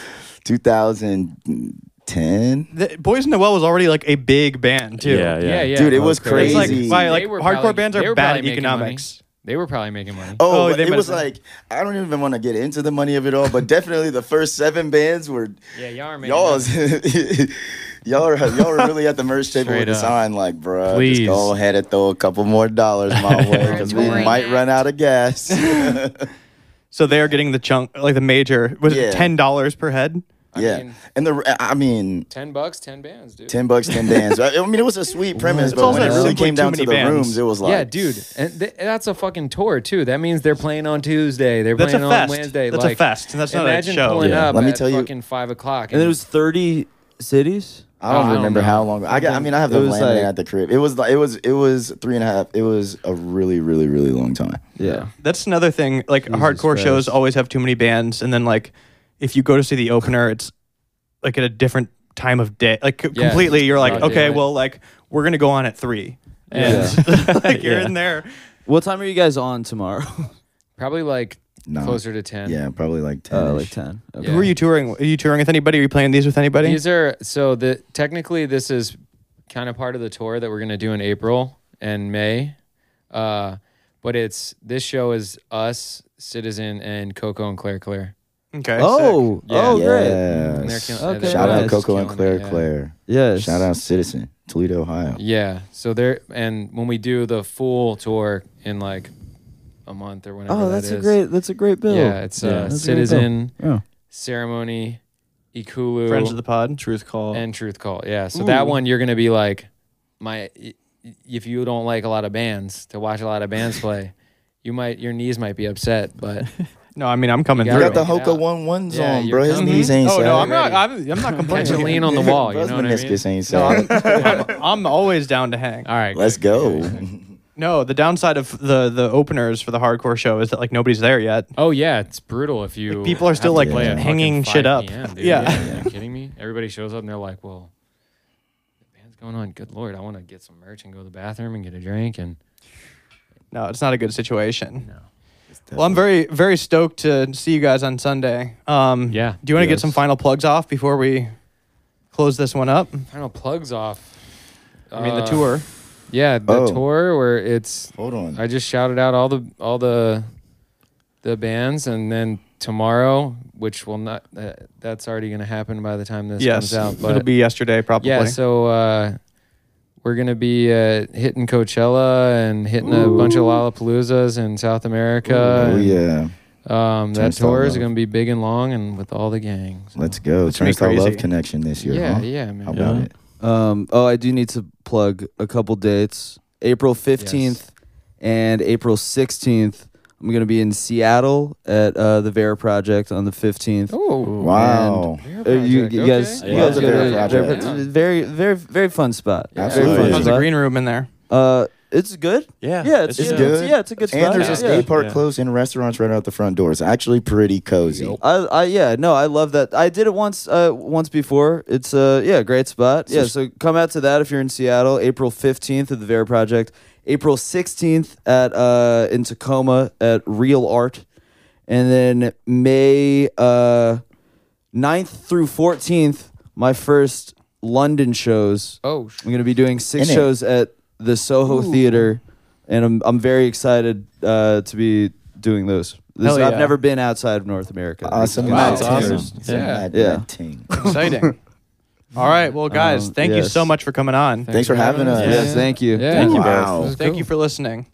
S3: 2010.
S1: The, Boys in the Well was already like a big band too.
S5: Yeah, yeah.
S4: yeah, yeah,
S3: Dude, it
S4: that
S3: was
S1: It's like
S3: Crazy.
S1: by
S4: They
S1: like
S4: were
S1: hardcore
S4: probably-
S1: bands
S4: they
S1: are
S4: were
S1: bad
S4: probably making money.
S1: economics.
S4: They were probably making money.
S3: Oh,
S1: Oh,
S3: but
S1: they
S3: it
S1: might've
S3: was
S1: been-
S3: like I don't even want to get into the money of it all, but definitely the first seven bands were
S4: yeah, y'all are making
S3: y'all's. Y'all are y'all are really at the merch table
S4: Straight
S3: with the
S4: up.
S3: sign, like, bruh,
S4: Please.
S3: just go ahead and throw a couple more dollars my way because we
S10: Touring
S3: might
S10: act.
S3: run out of gas.
S1: So they're getting the chunk, like the major. Was
S3: Yeah.
S1: it ten dollars per head?
S3: yeah,
S4: mean-
S3: and the I mean,
S4: ten bucks, ten bands, dude.
S3: Ten bucks, ten bands. I I mean, it was a sweet premise,
S1: It's
S3: but
S1: also
S3: when it
S1: like
S3: really
S1: simply
S3: came
S1: too
S3: down to
S1: many
S3: the
S1: bands.
S3: rooms, it was like,
S4: yeah, dude, and th- that's a fucking tour too. That means they're playing on Tuesday. They're
S1: That's a
S4: playing on
S1: fest.
S4: Wednesday.
S1: That's a
S4: like,
S1: fest, and that's not a
S4: imagine
S1: show.
S4: Pulling
S5: Yeah.
S4: up
S3: Let me
S4: at
S3: tell you-
S4: fucking five o'clock.
S2: And it was thirty cities.
S3: I don't
S4: I don't
S3: remember
S4: know.
S3: how long. I got. I mean, I have
S2: It
S3: the
S2: was
S3: laminate
S2: like-
S3: at the crib. It was like it was it was three and a half. It was a really really really long time.
S2: Yeah,
S1: That's another thing. Like hardcore
S2: Christ.
S1: shows always have too many bands, and then like if you go to see the opener, it's like at a different time of day. Like c-
S4: Yeah.
S1: completely, you're like,
S4: God damn
S1: okay,
S4: it.
S1: well, like we're gonna go on at three, and like you're
S5: Yeah.
S1: in there.
S2: What time are you guys on tomorrow?
S4: probably like
S3: No.
S4: closer to ten.
S3: Yeah, probably like ten.
S2: uh, like ten. Okay.
S4: Yeah.
S1: Who are you touring? Are you touring with anybody? Are you playing these with anybody?
S4: These are so the technically this is kind of part of the tour that we're gonna do in April and May, uh, but it's this show is us, Citizen, and Coco and Claire Claire.
S1: okay. sick.
S2: Oh,
S4: Yeah.
S2: oh, great.
S4: And they're
S3: Yes.
S4: killing-
S2: Okay.
S4: they're
S3: Shout out
S2: Nice.
S4: just
S3: Coco and
S4: killing
S3: Claire
S4: it, yeah.
S3: Claire.
S2: Yes.
S3: Shout out Citizen Toledo, Ohio.
S4: Yeah. So there, and when we do the full tour in like a month or whenever.
S2: Oh,
S4: that
S2: that's a
S4: is.
S2: great. That's a great bill.
S4: Yeah, it's
S5: Yeah,
S4: uh,
S5: that's
S2: a great
S4: Citizen,
S5: bill. Yeah.
S4: Ceremony, Ikulu,
S1: friends of the pod.
S5: Truth call.
S4: and Truth Call. Yeah. So that one you're gonna be like, my i- if you don't like a lot of bands to watch a lot of bands play, you might your knees might be upset, but
S1: No, I I mean I'm coming
S4: You
S3: I
S1: through.
S4: gotta
S3: got the
S4: Check it
S3: Hoka
S4: out.
S3: one ones
S4: Yeah,
S3: on,
S4: you're
S3: bro. His
S4: coming.
S3: knees ain't
S1: oh
S3: sad.
S1: no, I'm
S4: ready.
S1: not. I'm, I'm not
S4: catch a
S1: complaining.
S4: lean on the wall. You
S3: Bro's
S4: know what I mean?
S3: meniscus ain't sad.
S1: I'm, I'm always down to hang.
S4: All right,
S3: Let's
S4: good.
S3: go.
S1: No, the downside of the the openers for the hardcore show is that like nobody's there yet.
S4: Oh yeah, it's brutal if you.
S1: people are still,
S4: have to
S1: like,
S4: play at
S1: hanging
S4: fucking
S1: shit
S4: 5
S1: up.
S4: PM, dude.
S1: Yeah.
S4: are you kidding me? Everybody shows up and they're like, "Well, the band's going on. Good lord, I want to get some merch and go to the bathroom and get a drink." And
S1: No, it's not a good situation. Well, I'm very very stoked to see you guys on Sunday. Um,
S4: Yeah.
S1: Do you want to get
S2: Yes.
S1: some final plugs off before we close this one up?
S4: final plugs off.
S1: I mean the
S4: Uh,
S1: tour.
S4: Yeah, the
S3: Oh.
S4: tour where it's.
S3: Hold on.
S4: I just shouted out all the all the the bands, and then tomorrow, which will not. Uh, that's already going to happen by the time this
S1: Yes,
S4: comes out. But
S1: it'll be yesterday probably.
S4: Yeah, so uh, we're gonna be uh, hitting Coachella and hitting a bunch of Lollapaloozas in South America.
S3: Oh yeah.
S4: Um, that
S3: Turnstile
S4: tour is
S3: Love.
S4: gonna be big and long and with all the gangs.
S3: Let's go.
S1: gonna be
S3: Turnstile
S1: crazy.
S3: Love Connection this year.
S4: yeah,
S3: huh?
S4: yeah,
S3: How
S4: man.
S3: about
S5: Yeah.
S3: it?
S2: Um, oh, I do need to plug a couple dates. April 15th, And April 16th, I'm going to be in Seattle at uh, the Vera Project on the 15th.
S4: Oh,
S3: Wow.
S4: Bear
S2: Uh, you,
S4: Project,
S2: you
S4: okay.
S2: guys, you
S5: Yeah.
S2: guys
S5: Yeah.
S2: go to
S3: Yeah.
S2: Vera Pro- very, very, very fun spot. Very
S3: Yeah. Absolutely.
S2: fun
S1: How's the
S2: spot.
S1: green room in there?
S2: Uh, it's good.
S5: Yeah,
S2: yeah, it's,
S5: it's
S2: yeah,
S5: good.
S2: it's- yeah, it's a good spot.
S3: And there's a
S2: yeah.
S3: skate park
S5: Yeah.
S3: closed and restaurants right out the front door. It's actually pretty cozy.
S4: Yup.
S2: I, I yeah no I love that I did it once uh once before it's uh yeah great spot yeah so come out to that if you're in Seattle April fifteenth at the Vera Project April sixteenth at uh in Tacoma at Real Art and then May uh 9th through fourteenth my first London shows
S4: Oh, sh-
S2: I'm gonna be doing six
S3: In it.
S2: shows at the Soho Theater and I'm I'm very excited uh to be doing those. This,
S1: Hell
S2: I've
S1: yeah.
S2: never been outside of North America.
S3: Awesome.
S5: Wow,
S3: mad
S5: that's awesome.
S3: ting.
S5: Yeah.
S3: Mad,
S2: Yeah.
S3: mad ting.
S1: Exciting. All right, well, guys,
S2: Um,
S1: thank you
S2: yes.
S1: so much for coming on.
S3: Thanks for having us.
S2: Yes, thank you.
S4: Yeah.
S5: Thank you
S3: Wow.
S5: both.
S4: This is
S1: Thank
S4: cool.
S1: you for listening.